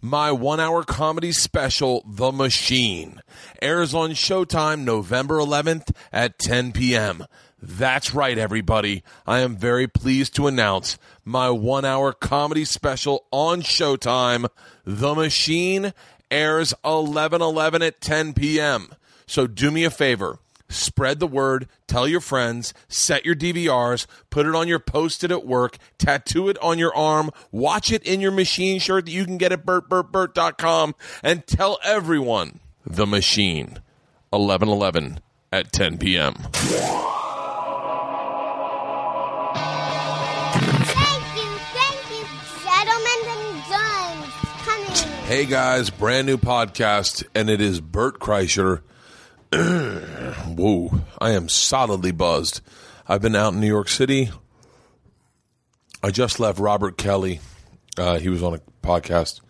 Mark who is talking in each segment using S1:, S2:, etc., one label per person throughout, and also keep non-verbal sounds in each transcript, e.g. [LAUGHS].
S1: my one hour comedy special, The Machine, airs on Showtime November 11th at 10 p.m. That's right, everybody. I am very pleased to announce my one hour comedy special on Showtime, The Machine, airs 11 11 at 10 p.m. So do me a favor spread the word, tell your friends, set your DVRs, put it on your post it at work, tattoo it on your arm, watch it in your machine shirt that you can get at burtburtburt.com, and tell everyone the machine. 1111 at 10 p.m.
S2: Thank you, thank you, gentlemen and guns. Coming.
S1: Hey guys, brand new podcast, and it is Burt Kreischer. [CLEARS THROAT] Whoa, I am solidly buzzed. I've been out in New York City. I just left Robert Kelly. Uh, he was on a podcast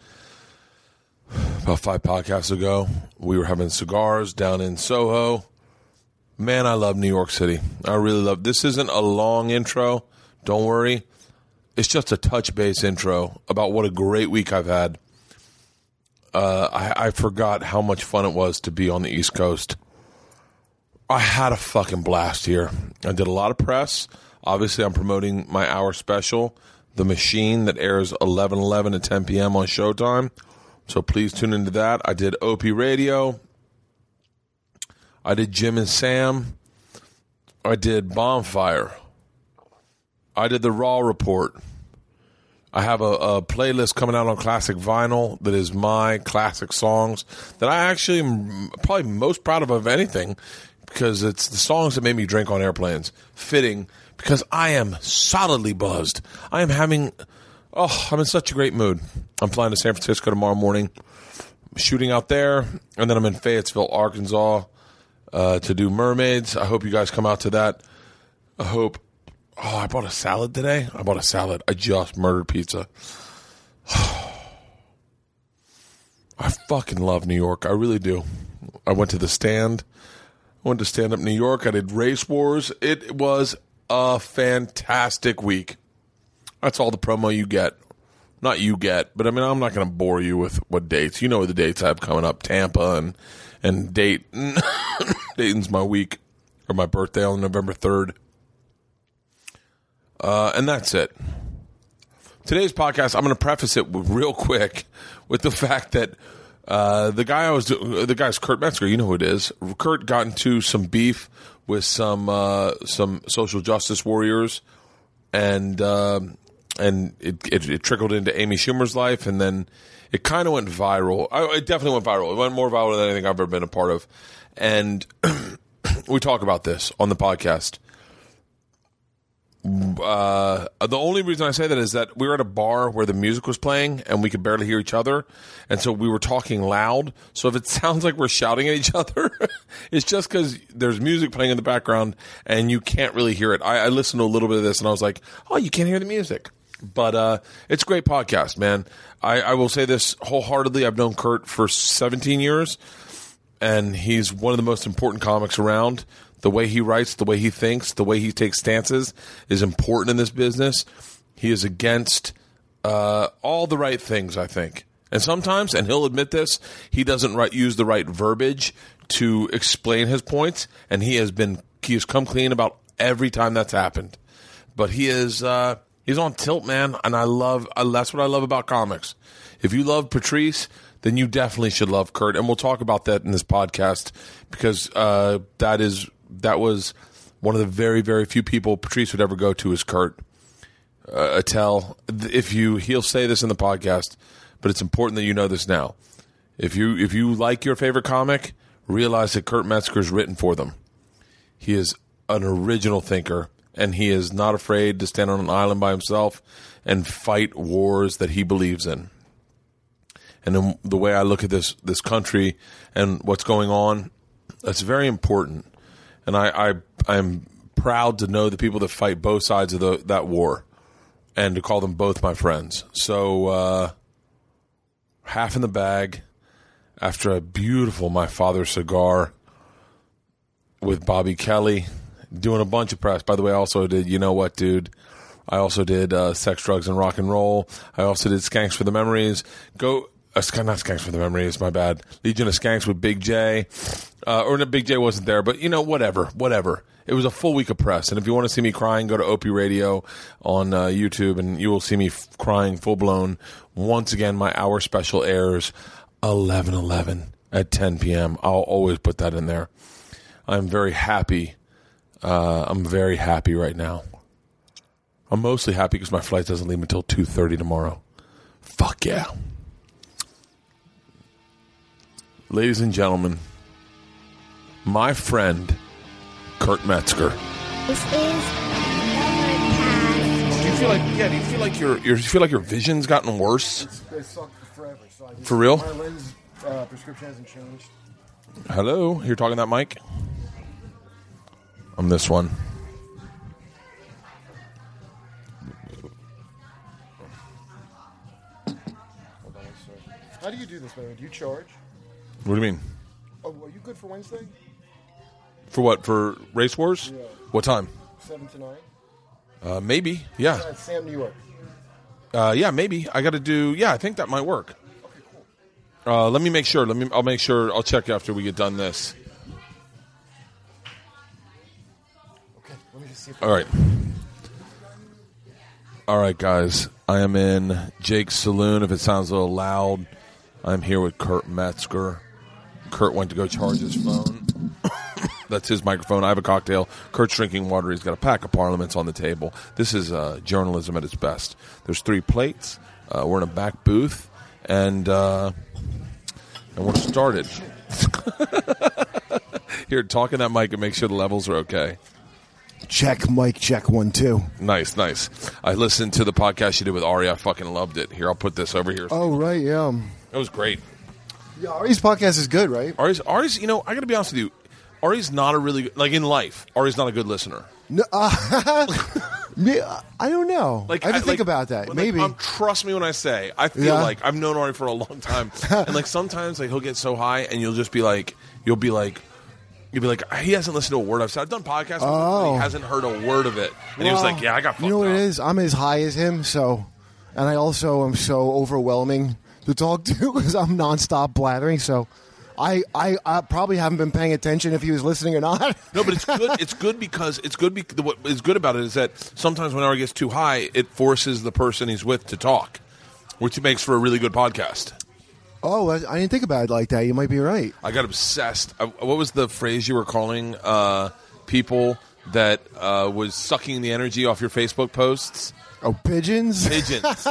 S1: about five podcasts ago. We were having cigars down in Soho. Man, I love New York City. I really love. This isn't a long intro. Don't worry. It's just a touch base intro about what a great week I've had. I, I forgot how much fun it was to be on the East Coast. I had a fucking blast here. I did a lot of press. Obviously, I'm promoting my hour special, The Machine, that airs 11 11 to 10 p.m. on Showtime. So please tune into that. I did OP Radio. I did Jim and Sam. I did Bonfire. I did The Raw Report. I have a, a playlist coming out on classic vinyl that is my classic songs that I actually am probably most proud of of anything because it's the songs that made me drink on airplanes. Fitting because I am solidly buzzed. I am having, oh, I'm in such a great mood. I'm flying to San Francisco tomorrow morning, shooting out there, and then I'm in Fayetteville, Arkansas uh, to do Mermaids. I hope you guys come out to that. I hope. Oh, I bought a salad today. I bought a salad. I just murdered pizza. [SIGHS] I fucking love New York. I really do. I went to the stand. I went to stand up New York. I did race wars. It was a fantastic week. That's all the promo you get. Not you get, but I mean, I'm not going to bore you with what dates. You know the dates I have coming up: Tampa and and Dayton. [COUGHS] Dayton's my week or my birthday on November third. Uh, and that's it. Today's podcast, I'm going to preface it with, real quick with the fact that uh, the guy I was do- the guy's Kurt Metzger. You know who it is. Kurt got into some beef with some uh, some social justice warriors, and uh, and it, it it trickled into Amy Schumer's life, and then it kind of went viral. I, it definitely went viral. It went more viral than anything I've ever been a part of, and [CLEARS THROAT] we talk about this on the podcast uh, the only reason I say that is that we were at a bar where the music was playing and we could barely hear each other, and so we were talking loud. So if it [LAUGHS] sounds like we're shouting at each other, [LAUGHS] it's just because there's music playing in the background and you can't really hear it. I, I listened to a little bit of this and I was like, oh, you can't hear the music. But uh, it's a great podcast, man. I, I will say this wholeheartedly. I've known Kurt for 17 years and he's one of the most important comics around. The way he writes, the way he thinks, the way he takes stances is important in this business. He is against uh, all the right things, I think. And sometimes, and he'll admit this, he doesn't right, use the right verbiage to explain his points, and he has been he has come clean about every time that's happened but he is uh, he's on tilt, man. And I love uh, that's what I love about comics. If you love Patrice, then you definitely should love Kurt, and we'll talk about that in this podcast because uh, that is that was one of the very very few people Patrice would ever go to is Kurt uh, Attell. Th- If you he'll say this in the podcast, but it's important that you know this now. If you if you like your favorite comic, realize that Kurt Metzger's written for them. He is an original thinker, and he is not afraid to stand on an island by himself and fight wars that he believes in. And in the way I look at this this country and what's going on, that's very important. And I, I I'm proud to know the people that fight both sides of the, that war, and to call them both my friends. So uh, half in the bag after a beautiful my father's cigar with Bobby Kelly, doing a bunch of press. By the way, I also did You Know What, Dude. I also did uh, Sex, Drugs, and Rock and Roll. I also did Skanks for the Memories. Go uh, Sky- not Skanks for the Memory, it's my bad. Legion of Skanks with Big J. Uh, or no, Big J wasn't there, but you know, whatever, whatever. It was a full week of press. And if you want to see me crying, go to OP Radio on uh, YouTube and you will see me f- crying full blown. Once again, my hour special airs 11 11 at 10 p.m. I'll always put that in there. I'm very happy. Uh, I'm very happy right now. I'm mostly happy because my flight doesn't leave until 2:30 tomorrow. Fuck yeah. Ladies and gentlemen, my friend Kurt Metzger.
S2: This is Overcast.
S1: Do you feel like yeah, do you feel like your, your you feel like your vision's gotten worse?
S3: It sucked for forever. So I just,
S1: For real?
S3: My lens uh, prescription hasn't changed.
S1: Hello, you're talking that mic? I'm this one.
S3: Hold on one second. How do you do this, by the way? Do you charge?
S1: What do you mean?
S3: Oh, are you good for Wednesday?
S1: For what? For race wars?
S3: Yeah.
S1: What time?
S3: Seven to nine.
S1: Uh, maybe. Yeah.
S3: Uh, Sam, New York.
S1: Uh, yeah, maybe. I got to do. Yeah, I think that might work. Uh, let me make sure. Let me. I'll make sure. I'll check after we get done this.
S3: Okay, let me just see if
S1: All right. All right, guys. I am in Jake's saloon. If it sounds a little loud, I'm here with Kurt Metzger. Kurt went to go charge his phone. [COUGHS] That's his microphone. I have a cocktail. Kurt's drinking water. He's got a pack of parliaments on the table. This is uh, journalism at its best. There's three plates. Uh, we're in a back booth, and uh, and we're started. [LAUGHS] Here, talking that mic and make sure the levels are okay.
S3: Check, Mike. Check one, two.
S1: Nice, nice. I listened to the podcast you did with Ari. I fucking loved it. Here, I'll put this over here.
S3: Oh right, yeah.
S1: It was great.
S3: Yeah, Ari's podcast is good, right?
S1: Ari's, Ari's. You know, I got to be honest with you. Ari's not a really good, like in life. Ari's not a good listener.
S3: No, [LAUGHS] uh, me, I don't know.
S1: Like
S3: I have to
S1: I-
S3: think
S1: like,
S3: about that.
S1: like,
S3: Maybe.
S1: um, trust me when I say I feel
S3: Yeah.
S1: like I've known Ari for a long
S3: [LAUGHS]
S1: time, and like sometimes like he'll get so high, and you'll just be like, you'll be like. You'll be like, he hasn't listened to a word I've said. I've done podcasts, but
S3: Oh.
S1: he hasn't heard a word of it. And he was
S3: Wow.
S1: like, "Yeah, I got."
S3: You know what
S1: fucked
S3: it
S1: up.
S3: is? I'm as high as him, so, and I also am so overwhelming to [LAUGHS] talk to because I'm nonstop blathering. So, I, I I probably haven't been paying attention if he was listening or not. [LAUGHS]
S1: No, but it's good. It's good because it's good. Because what is good about it is that sometimes when hour gets too high, it forces the person he's with to talk, which makes for a really good podcast.
S3: oh, I, I didn't think about it like that. You might be right.
S1: I got obsessed. I, what was the phrase you were calling uh, people that uh, was sucking the energy off your Facebook posts?
S3: Oh, pigeons. [LAUGHS]
S1: Pigeons.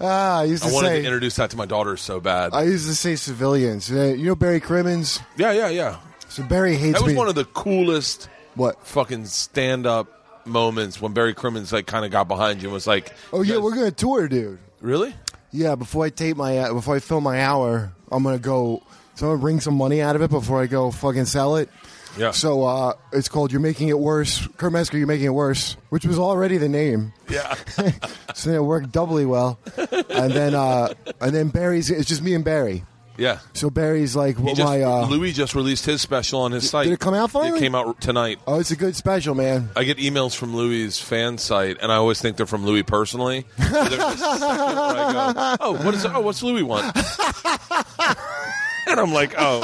S3: Ah, I used to
S1: I wanted
S3: say.
S1: to introduce that to my daughter so bad.
S3: I used to say civilians. Uh, You know Barry Crimmins.
S1: yeah, yeah, yeah.
S3: So Barry hates
S1: That was
S3: me.
S1: one of the coolest
S3: what?
S1: fucking stand-up moments when Barry Crimmins like kind of got behind you and was like,
S3: Oh yeah,
S1: guys-
S3: we're gonna tour, dude.
S1: really."
S3: Yeah, before I tape my uh, before I film my hour, I'm gonna go. So I'm gonna bring some money out of it before I go fucking sell it.
S1: Yeah.
S3: So uh, it's called "You're Making It Worse." Kurt Metzger, "You're Making It Worse," which was already the name, [LAUGHS]
S1: Yeah.
S3: so it worked doubly well. And then uh, and then Barry's. It's just me and Barry.
S1: Yeah.
S3: So Barry's like,
S1: He
S3: "What
S1: just-
S3: my?" Uh,
S1: Louis just released his special on his site.
S3: it come out finally?
S1: It came out tonight.
S3: oh, it's a good special, man.
S1: I get emails from Louis' fan site, and I always think they're from Louis
S3: [LAUGHS]
S1: personally. So there's a second where I go, oh, what is? Oh, what's Louis
S3: [LAUGHS]
S1: want? and I'm like, oh,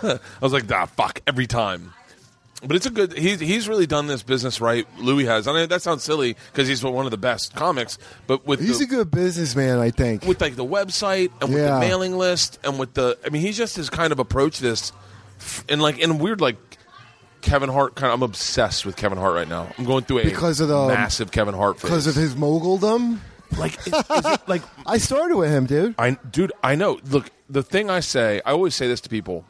S1: I was like, ah, fuck, every time. But it's a good. He's he's really done this business right. Louis has. I know that sounds silly because he's one of the best comics. But with
S3: He's
S1: the,
S3: a good businessman, I think.
S1: with like the website and with
S3: Yeah.
S1: the mailing list and with the I mean he's just his kind of approach to this f- and like in weird like Kevin Hart kind of I'm obsessed with Kevin Hart right now. I'm going through a
S3: Because of the- um,
S1: massive Kevin Hart phase.
S3: Because of his moguldom,
S1: like is, is it, [LAUGHS] like
S3: I started with him, dude.
S1: I dude I know look the thing I say I always say this to people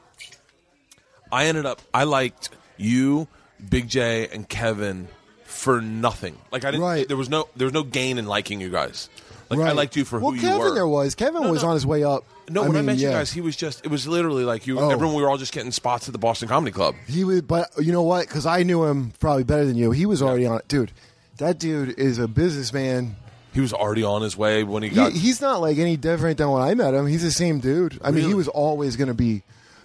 S1: I ended up I liked you Big J and Kevin for nothing like I didn't
S3: Right.
S1: there was no there was no gain in liking you guys like I
S3: Right.
S1: liked you for
S3: well,
S1: who
S3: Kevin
S1: you were
S3: there was Kevin was on his way up.
S1: No, when I
S3: mean,
S1: met you
S3: yeah.
S1: guys, he was just, it was literally like you,
S3: Oh.
S1: everyone, we were all just getting spots at the Boston Comedy Club.
S3: He was, but you know what? Because I knew him probably better than you. He was already on it, dude. That dude is a businessman.
S1: He was already on his way when he
S3: He,
S1: got.
S3: he's not like any different than when I met him. He's the same dude. I mean,
S1: Really?
S3: he was always going to be.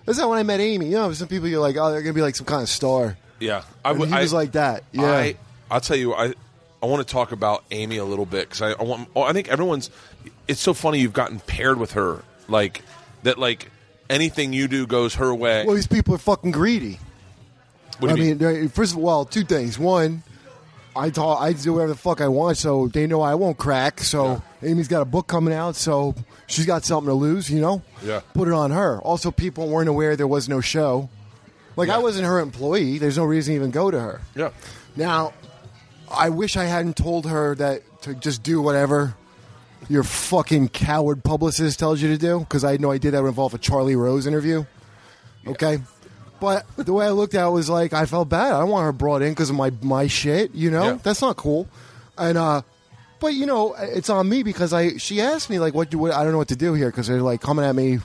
S3: That's not when I met Amy. You know, some people you're like, oh, they're going to be like some kind of star.
S1: yeah. I
S3: And
S1: w-
S3: he was
S1: I-
S3: like that. Yeah,
S1: I, I'll tell you, I, I want to talk about Amy a little bit because I, I want. oh, I think everyone's. It's so funny you've gotten paired with her, like that. Like anything you do goes her way.
S3: Well, these people are fucking greedy.
S1: What do
S3: I
S1: you mean?
S3: mean, they- first of all, well, two things. One, I talk, I do whatever the fuck I want, so they know I won't crack. So Amy's got a book coming out, so she's got something to lose, you know.
S1: Yeah.
S3: Put it on her. Also, people weren't aware there was no show. Like
S1: Yeah.
S3: I wasn't her employee. There's no reason to even go to her.
S1: yeah,
S3: Now, I wish I hadn't told her that to just do whatever your fucking coward publicist tells you to do because I had no idea that would involve a Charlie Rose interview. Okay. But the way I looked at it was like I felt bad. I don't want her brought in because of my my shit. You know
S1: Yeah.
S3: that's not cool. And uh, but you know it's on me because I she asked me like what do what, I don't know what to do here because they're like coming at me.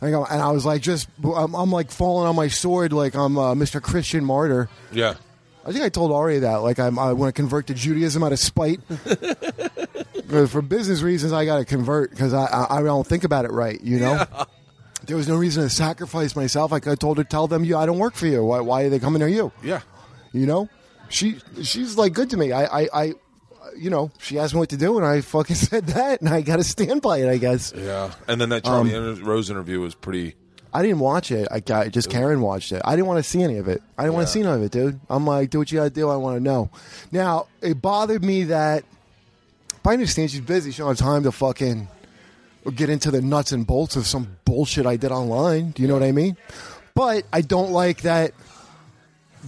S3: I go- And I was like just I'm, I'm like falling on my sword like I'm uh, Mr. Christian Martyr.
S1: yeah.
S3: I think I told Ari that. Like, I'm, I want to convert to Judaism out of spite. 'Cause for business reasons, I got to convert because I, I, I don't think about it right, you know? There was no reason to sacrifice myself. Like I told her, tell them, you, I don't work for you. Why, why are they coming to you?
S1: Yeah.
S3: You know? She She's like good to me. I, I, I, you know, she asked me what to do, and I fucking [LAUGHS] said that, and I got to stand by it, I guess.
S1: Yeah. And then that Charlie
S3: Um,
S1: inter- Rose interview was pretty.
S3: I didn't watch it. I got just Karen watched it. I didn't want to see any of it. I didn't want
S1: Yeah.
S3: to see none of it, dude. I'm like, do what you gotta do. I want to know. Now it bothered me that. But I understand she's busy. She don't have time to fucking get into the nuts and bolts of some bullshit I did online. Do you know what I mean? But I don't like that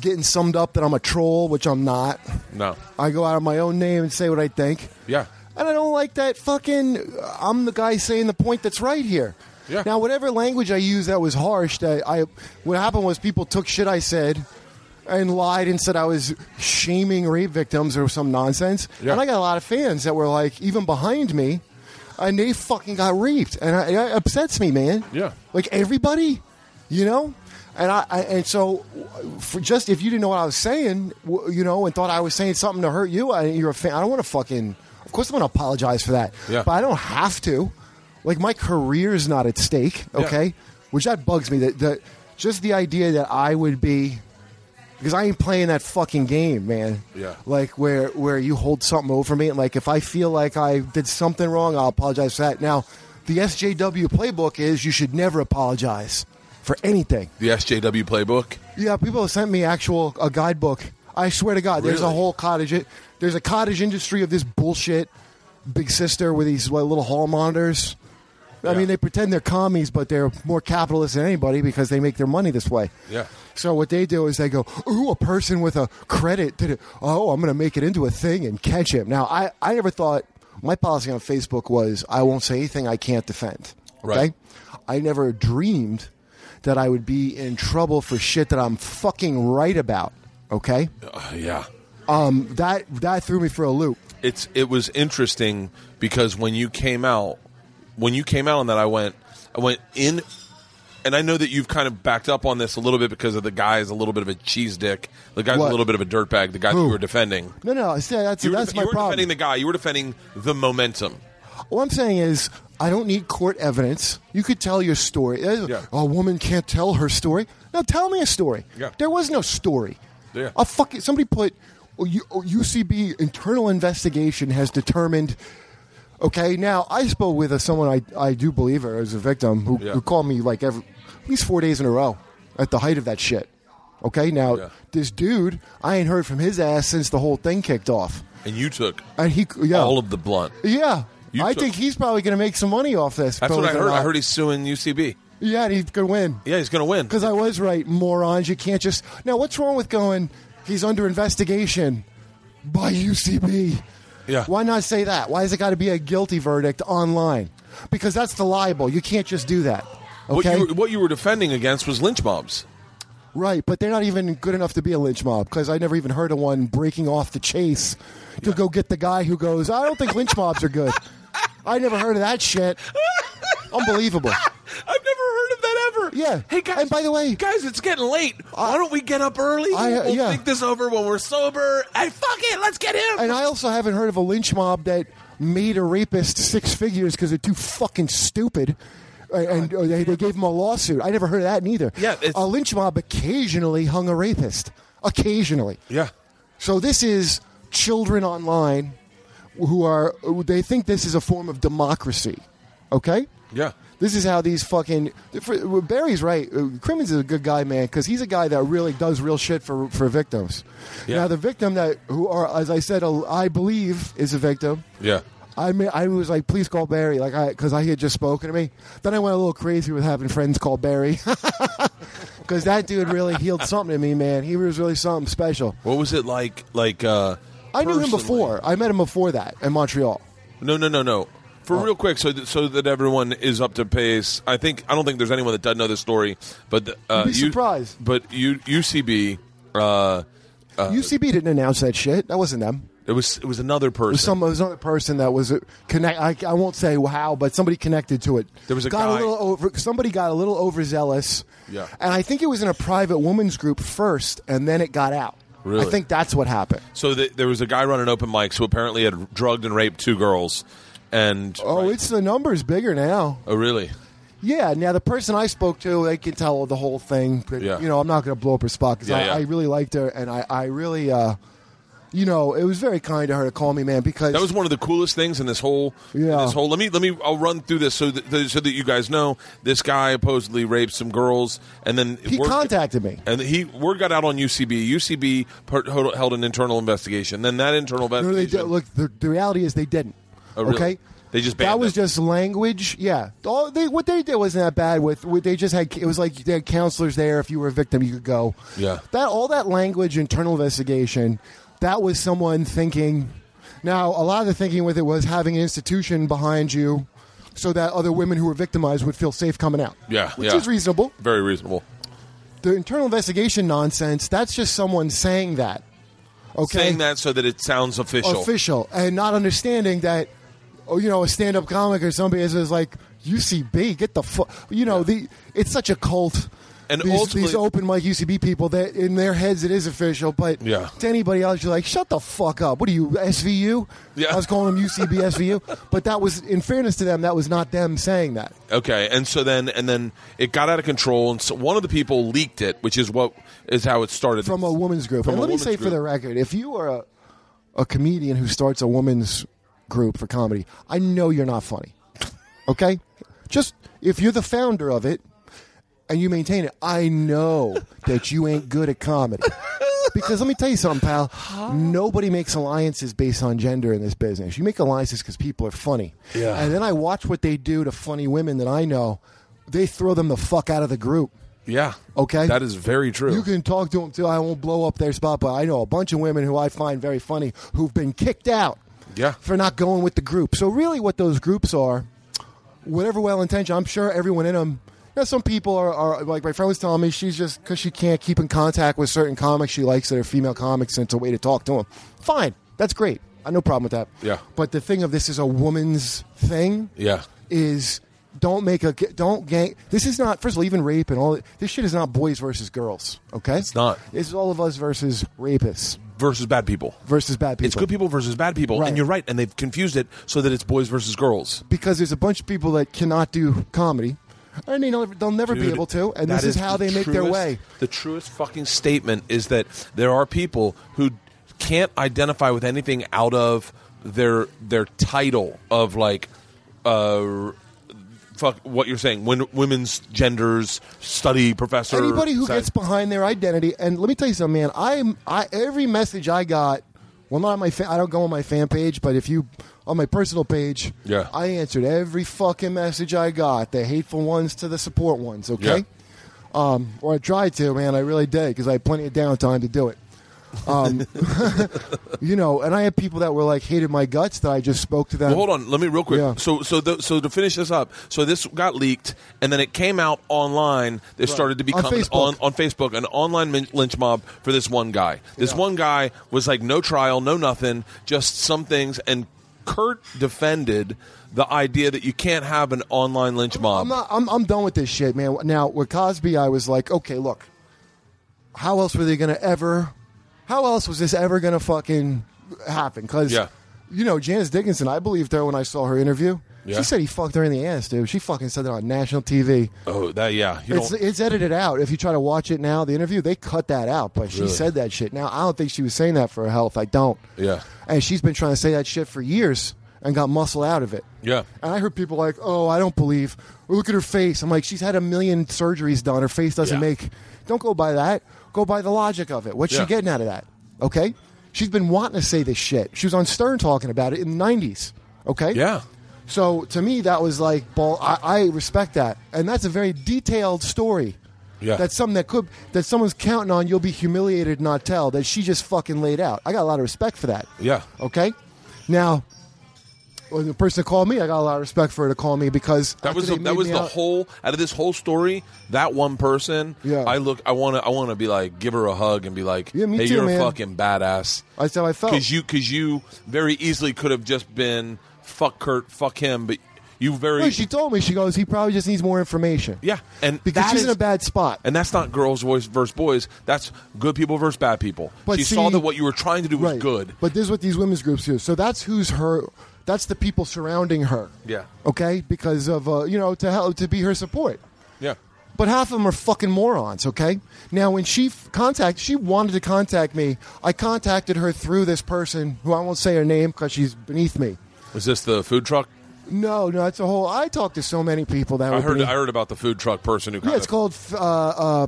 S3: getting summed up that I'm a troll, which I'm not.
S1: No.
S3: I go out of my own name and say what I think.
S1: Yeah.
S3: And I don't like that fucking. uh, I'm the guy saying the point that's right here.
S1: Yeah.
S3: Now, whatever language I used that was harsh, that I what happened was people took shit I said and lied and said I was shaming rape victims or some nonsense.
S1: Yeah.
S3: And I got a lot of fans that were like even behind me, and they fucking got raped, and I, it upsets me, man.
S1: Yeah.
S3: Like everybody, you know. And I, I and so for just if you didn't know what I was saying, w- you know, and thought I was saying something to hurt you, I, you're a fan. I don't want to fucking. Of course, I'm going to apologize for that.
S1: Yeah.
S3: But I don't have to. Like my career's not at stake.
S1: Yeah.
S3: Okay. Which that bugs me. That that just the idea that I would be. Because I ain't playing that fucking game, man.
S1: Yeah.
S3: Like where where you hold something over me, and like if I feel like I did something wrong, I'll apologize for that. Now, the SJW playbook is you should never apologize for anything.
S1: The SJW playbook.
S3: Yeah, people have sent me actual a guidebook. I swear to God, there's a
S1: Really?
S3: whole cottage. There's a cottage industry of this bullshit. Big Sister with these like, little hall monitors. I
S1: Yeah.
S3: mean, they pretend they're commies, but they're more capitalist than anybody because they make their money this way.
S1: Yeah.
S3: So what they do is they go, "Ooh, a person with a credit did it. Oh, I'm going to make it into a thing and catch him." Now, I I never thought my policy on Facebook was I won't say anything I can't defend.
S1: Right.
S3: I never dreamed that I would be in trouble for shit that I'm fucking right about. Okay.
S1: Uh, yeah.
S3: Um. That that threw me for a loop.
S1: it's it was interesting because when you came out when you came out on that I went I went in and I know that you've kind of backed up on this a little bit because of the guy is a little bit of a cheese dick. The guy's a
S3: What?
S1: little bit of a dirtbag, the guy that
S3: Who?
S1: you were defending.
S3: No, no. I said that's
S1: You were,
S3: that's
S1: def-
S3: my
S1: you were
S3: problem.
S1: defending the guy. You were defending the momentum.
S3: What I'm saying is, I don't need court evidence. You could tell your story. Uh,
S1: Yeah.
S3: A woman can't tell her story. Now tell me a story.
S1: Yeah.
S3: There was no story.
S1: Yeah.
S3: A fucking somebody put oh, U- oh, UCB internal investigation has determined. Okay, now I spoke with uh someone I, I do believe her as a victim who,
S1: Yeah.
S3: who called me like every at least four days in a row at the height of that shit. Okay, now
S1: Yeah.
S3: this dude I ain't heard from his ass since the whole thing kicked off,
S1: And you took
S3: and he yeah
S1: all of the blunt.
S3: yeah.
S1: You
S3: I
S1: took-
S3: think he's probably going to make some money off this.
S1: That's what I
S3: believe it or
S1: heard. I
S3: not.
S1: heard he's suing UCB.
S3: Yeah, and he's going to win.
S1: Yeah, he's going to win.
S3: Because I was right, morons. You can't just. Now, what's wrong with going, he's under investigation by UCB?
S1: Yeah.
S3: Why not say that? Why has it got to be a guilty verdict online? Because that's the libel. You can't just do that.
S1: what,
S3: Okay?
S1: you were, what you were defending against was lynch mobs.
S3: Right, but they're not even good enough to be a lynch mob because I never even heard of one breaking off the chase to go get the guy who goes, I don't think lynch mobs are good. I never heard of that shit. Unbelievable.
S1: I've never heard of that ever.
S3: Yeah.
S1: Hey guys.
S3: And by the way-
S1: guys, it's getting late. Why don't we get up early?
S3: I, uh,
S1: we'll
S3: yeah.
S1: think this over when we're sober. And fuck it, let's get him.
S3: And I also haven't heard of a lynch mob that made a rapist six figures because they're too fucking stupid. Uh, And uh, they, they gave him a lawsuit. I never heard of that neither.
S1: Yeah, it's-
S3: a lynch mob occasionally hung a rapist. Occasionally.
S1: yeah.
S3: So this is children online who are they think this is a form of democracy. Okay?
S4: Yeah.
S3: This is how these fucking for, Barry's right. Uh, Crimmins is a good guy, man, because he's a guy that really does real shit for for victims.
S4: Yeah.
S3: Now the victim that who are, as I said, a- I believe is a victim.
S4: Yeah.
S3: I mean, I was like, please call Barry, like I because I had just spoken to me. Then I went a little crazy with having friends call Barry, [LAUGHS] because that dude really healed something to me, man. He was really something special.
S4: What was it like? Like uh
S3: I knew him
S4: personally?
S3: before. I met him before that in Montreal.
S4: No, no, no, no. For
S3: Oh.
S4: real quick, so th- so that everyone is up to pace. I think I don't think there's anyone that doesn't know this story, but the, uh,
S3: You'd be surprised.
S4: But you UCB, uh,
S3: UCB didn't announce that shit. That wasn't them.
S4: it was it was another person.
S3: Some it was another person that was uh, connect. I, I won't say how, but somebody connected to it.
S4: There was a
S3: got
S4: guy-
S3: a little over. Somebody got a little overzealous.
S4: Yeah.
S3: and I think it was in a private women's group first, and then it got out.
S4: Really?
S3: I think that's what happened.
S4: So th there was a guy running open mics who apparently had drugged and raped two girls, and
S3: Oh, it's the numbers bigger now.
S4: oh really?
S3: Yeah. Now the person I spoke to, they can tell the whole thing. But,
S4: Yeah.
S3: You know, I'm not going to blow up her spot because
S4: Yeah,
S3: I,
S4: yeah.
S3: I really liked her, and I, I really, uh, you know, it was very kind of her to call me, man, because
S4: That was one of the coolest things in this whole. in
S3: Yeah.
S4: this whole. Let me let me. I'll run through this so that so that you guys know. This guy supposedly raped some girls, and then
S3: he contacted me.
S4: And he word got out on UCB. UCB part, held held an internal investigation. Then that internal
S3: No, they
S4: investigation.
S3: did. Look, the, the reality is they didn't.
S4: Oh, really?
S3: Okay,
S4: They just
S3: that
S4: banned
S3: was
S4: them.
S3: just language. Yeah, all they what they did wasn't that bad. With, with they just had it was like they had counselors there. If you were a victim, you could go.
S4: Yeah.
S3: that all that language internal investigation. That was someone thinking. Now a lot of the thinking with it was having an institution behind you, so that other women who were victimized would feel safe coming out.
S4: Yeah,
S3: which
S4: yeah.
S3: is reasonable
S4: very reasonable.
S3: the internal investigation nonsense that's just someone saying that okay
S4: Saying that so that it sounds official.
S3: official and not understanding that oh you know a stand-up comic or somebody is, is like ucb get the fuck you know the it's such a cult
S4: And
S3: these,
S4: ultimately-
S3: these open mic UCB people that in their heads it is official, but
S4: Yeah.
S3: to anybody else you're like, shut the fuck up. What are you SVU?
S4: Yeah.
S3: I was calling them UCB
S4: [LAUGHS]
S3: SVU, but that was in fairness to them, that was not them saying that.
S4: Okay, and so then and then it got out of control, and so one of the people leaked it, which is what is how it started.
S3: from a woman's group.
S4: From
S3: and
S4: a
S3: let me
S4: woman's
S3: say for
S4: group.
S3: the record, if you are a, a comedian who starts a woman's group for comedy, I know you're not
S4: [LAUGHS]
S3: funny. Okay? Just if you're the founder of it and you maintain it, I know that you ain't good at
S4: [LAUGHS]
S3: comedy. Because let me tell you something, pal. Nobody makes alliances based on gender in this business. You make alliances because people are funny.
S4: Yeah.
S3: And then I watch what they do to funny women that I know. They throw them the fuck out of the group.
S4: yeah.
S3: Okay.
S4: That is very true.
S3: You can talk to them too. I won't blow up their spot, but I know a bunch of women who I find very funny who've been kicked out
S4: Yeah.
S3: for not going with the group. So really, what those groups are, whatever well intentioned, I'm sure everyone in them. You know, some people are, are like my friend was telling me she's just because she can't keep in contact with certain comics she likes that are female comics, and it's a way to talk to them. Fine, that's great. I have no problem with that.
S4: Yeah.
S3: But the thing of this is a woman's thing
S4: yeah.
S3: is don't make a don't gang. This is not first of all even rape and all this shit is not boys versus girls. Okay, it's
S4: not.
S3: This is all of us versus rapists
S4: Versus bad people.
S3: versus bad people.
S4: It's good people versus bad people,
S3: Right.
S4: and you're right. And they've confused it so that it's boys versus girls.
S3: because there's a bunch of people that cannot do comedy, and they never, they'll never be
S4: Dude,
S3: able to. And
S4: that
S3: this is, how
S4: the
S3: they make their
S4: truest-
S3: way.
S4: The truest fucking statement is that there are people who can't identify with anything out of their their title of like uh fuck what you're saying when women's genders study professor
S3: Anybody who
S4: science-
S3: gets behind their identity, and let me tell you something, man. I'm I every message I got. Well, not on my. Fa- I don't go on my fan page, but if you on my personal page,
S4: Yeah.
S3: I answered every fucking message I got. The hateful ones to the support ones. Okay. Um,
S4: Yeah.
S3: or I tried to, man. I really did because I had plenty of downtime to do it. Um, [LAUGHS] you know, and I had people that were like hated my guts that I just spoke to them.
S4: Well, hold on. Let me real quick.
S3: Yeah.
S4: So, so, the, so to finish this up, so this got leaked, and then it came out online. There started to become an-
S3: Facebook.
S4: on, on Facebook an online min- lynch mob for this one guy. This
S3: Yeah.
S4: one guy was like no trial, no nothing, just some things. And Kurt defended the idea that you can't have an online lynch mob.
S3: I'm not. I'm, I'm done with this shit, man. Now with Cosby, I was like, okay, look, how else were they gonna ever? How else was this ever gonna fucking happen? Because
S4: Yeah.
S3: you know, Janice Dickinson, I believed her when I saw her interview.
S4: Yeah.
S3: She said he fucked her in the ass, dude. She fucking said that on national TV.
S4: Oh, that yeah. You
S3: It's,
S4: don't.
S3: it's edited out. If you try to watch it now, the interview, they cut that out, but she
S4: Really?
S3: said that shit. Now, I don't think she was saying that for her health. I don't.
S4: Yeah.
S3: And she's been trying to say that shit for years and got muscle out of it.
S4: Yeah.
S3: And I heard people like, oh, I don't believe. Look at her face. I'm like, she's had a million surgeries done. Her face doesn't
S4: Yeah.
S3: make. Don't go by that. Go by the logic of it. What's
S4: Yeah.
S3: she getting out of that? Okay? She's been wanting to say this shit. She was on Stern talking about it in the 90s. Okay?
S4: Yeah.
S3: So to me, that was like, ball. I, I respect that, and that's a very detailed story.
S4: Yeah.
S3: That's something that could that someone's counting on. You'll be humiliated, and not tell that she just fucking laid out. I got a lot of respect for that.
S4: Yeah.
S3: Okay. Now, when the person called me, I got a lot of respect for her to call me because
S4: That
S3: after
S4: was
S3: they
S4: the, that
S3: made
S4: was
S3: me
S4: the
S3: out-
S4: whole out of this whole story. That one person.
S3: Yeah.
S4: I look. I want to. I want to be like give her a hug and be like,
S3: Yeah, me
S4: Hey,
S3: too,
S4: you're
S3: man." Oh.
S4: a fucking badass.
S3: That's how I felt.
S4: Because you because you very easily could have just been fuck Kurt, fuck him, but you very
S3: Well, she told me she goes, he probably just needs more information.
S4: yeah, and
S3: because
S4: that
S3: she's in
S4: is-
S3: a bad spot.
S4: And that's not girls voice versus boys. That's good people versus bad people.
S3: But
S4: she
S3: see-
S4: saw that what you were trying to do was
S3: Right.
S4: good.
S3: But this is what these women's groups do. So that's who's her. That's the people surrounding her.
S4: Yeah.
S3: Okay. Because of uh, you know to help to be her support.
S4: Yeah,
S3: But half of them are fucking morons. Okay. Now when she f- contact, she wanted to contact me. I contacted her through this person who I won't say her name because she's beneath me.
S4: was this the food truck?
S3: No, no, that's a whole. I talked to so many people that
S4: I
S3: were
S4: heard
S3: beneath-
S4: I heard about the food truck person who. Kind
S3: Yeah, it's
S4: of,
S3: called f- uh, uh,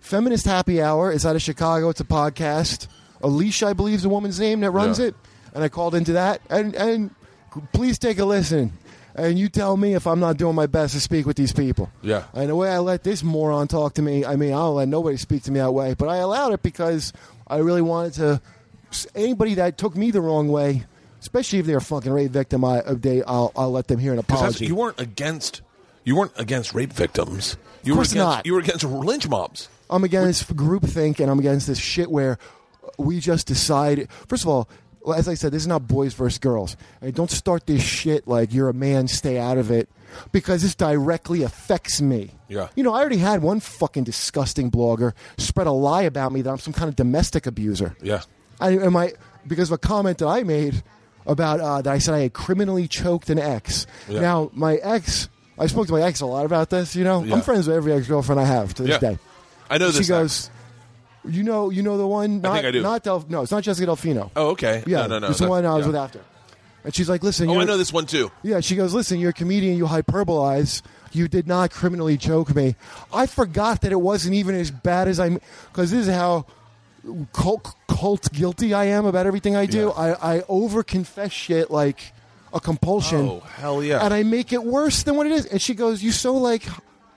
S3: Feminist Happy Hour. It's out of Chicago. It's a podcast. Alicia, I believe, is the woman's name that runs
S4: Yeah.
S3: it. And I called into that. And, and please take a listen. And you tell me if I'm not doing my best to speak with these people.
S4: Yeah.
S3: And the way I let this moron talk to me, I mean, I don't let nobody speak to me that way. But I allowed it because I really wanted to. Anybody that took me the wrong way, especially if they're a fucking rape victim, I, uh, they, I'll, I'll let them hear an
S4: 'Cause that's-
S3: apology.
S4: you weren't against you weren't against rape victims. You were
S3: course
S4: against
S3: not.
S4: you were against lynch mobs.
S3: I'm against groupthink and I'm against this shit where we just decide. First of all, well, as I said, this is not boys versus girls. And don't start this shit like you're a man, stay out of it, because this directly affects me.
S4: Yeah.
S3: You know, I already had one fucking disgusting blogger spread a lie about me that I'm some kind of domestic abuser.
S4: Yeah,
S3: I am I because of a comment that I made about uh, that I said I had criminally choked an ex.
S4: Yeah.
S3: Now my ex, I spoke to my ex a lot about this. You know,
S4: Yeah.
S3: I'm friends with every ex girlfriend I have to this
S4: yeah.
S3: day.
S4: I know
S3: She
S4: this.
S3: goes, you know, you know the one. Not,
S4: I do.
S3: Not Del, no, it's not Jessica Delfino.
S4: Oh, okay.
S3: yeah,
S4: no, no, no.
S3: It's the
S4: That-
S3: one I was
S4: yeah.
S3: with after. And she's like, listen,
S4: Oh,
S3: you're,
S4: I know this one too.
S3: yeah, she goes, listen, you're a comedian, you hyperbolize. You did not criminally joke me. I forgot that it wasn't even as bad as I'm, because this is how cult, cult guilty I am about everything I do.
S4: Yeah.
S3: I, I over confess shit like a compulsion.
S4: Oh, hell yeah.
S3: And I make it worse than what it is. And she goes, you so like,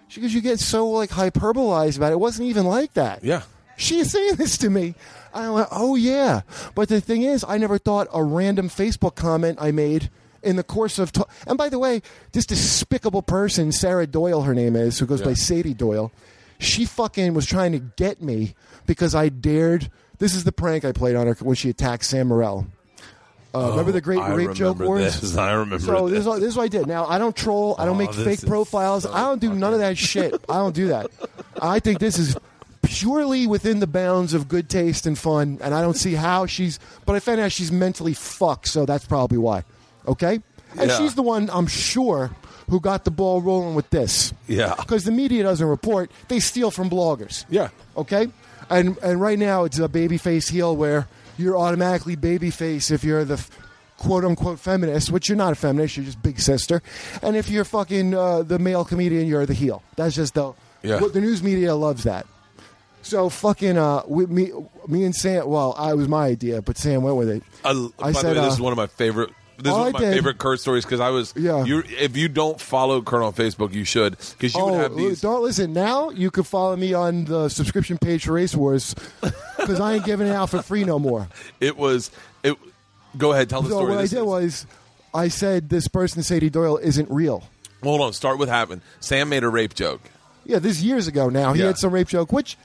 S3: she goes, you get so like hyperbolized about it. It wasn't even like that.
S4: Yeah.
S3: She is saying this to me. And I went, oh, yeah. But the thing is, I never thought a random Facebook comment I made in the course of. T- and by the way, this despicable person, Sarah Doyle, her name is, who goes
S4: Yeah.
S3: by Sadie Doyle, she fucking was trying to get me because I dared. This is the prank I played on her when she attacked Sam Morrell. Uh, remember the great
S4: Oh, I
S3: rape joke
S4: remember
S3: wars?
S4: this. [LAUGHS] I remember
S3: So
S4: this.
S3: this is, what, this is what I did. Now I don't troll. I don't
S4: Oh,
S3: make
S4: this
S3: fake
S4: is
S3: profiles.
S4: so
S3: I don't do none of that shit. I don't do that. I think this is purely within the bounds of good taste and fun. And I don't see how she's. But I found out she's mentally fucked, so that's probably why. Okay, and
S4: Yeah.
S3: she's the one I'm sure who got the ball rolling with this.
S4: Yeah.
S3: because the media doesn't report; they steal from bloggers.
S4: Yeah.
S3: Okay, and and right now it's a babyface heel where you're automatically babyface if you're the f- quote unquote feminist, which you're not a feminist, you're just big sister, and if you're fucking uh, the male comedian, you're the heel. That's just the
S4: Yeah.
S3: what the news media loves that. So fucking uh, with me, me and Sam. Well, I it was my idea, but Sam went with it.
S4: I, by
S3: said,
S4: the way, this
S3: uh,
S4: is one of my favorite. This is
S3: all
S4: one
S3: I
S4: of my
S3: did-
S4: favorite Kurt stories because I was.
S3: Yeah.
S4: You, if you don't follow Kurt on Facebook, you should because you would have these.
S3: Oh, don't listen now. You can follow me on the subscription page for Race Wars because I ain't giving it out for free no more.
S4: It was. It. Go ahead, tell the
S3: So
S4: story.
S3: what I
S4: This
S3: did
S4: is-
S3: was, I said this person Sadie Doyle isn't real.
S4: Hold on. Start with happened. Sam made a rape joke.
S3: Yeah, this is years ago now. He
S4: Yeah.
S3: had some rape joke, which,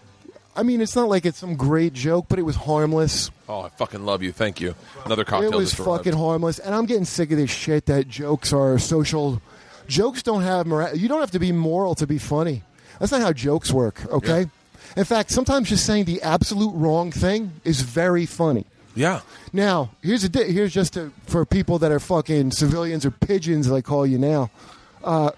S3: I mean, it's not like it's some great joke, but it was harmless.
S4: Oh, I fucking love you. Thank you. Another cocktail.
S3: it was
S4: just arrived.
S3: fucking harmless, and I'm getting sick of this shit that jokes are social. Jokes don't have mora- you don't have to be moral to be funny. That's not how jokes work. Okay. In fact, sometimes just saying the absolute wrong thing is very funny.
S4: Yeah.
S3: Now, here's a di- here's just to, for people that are fucking civilians or pigeons, as I call you now. Uh,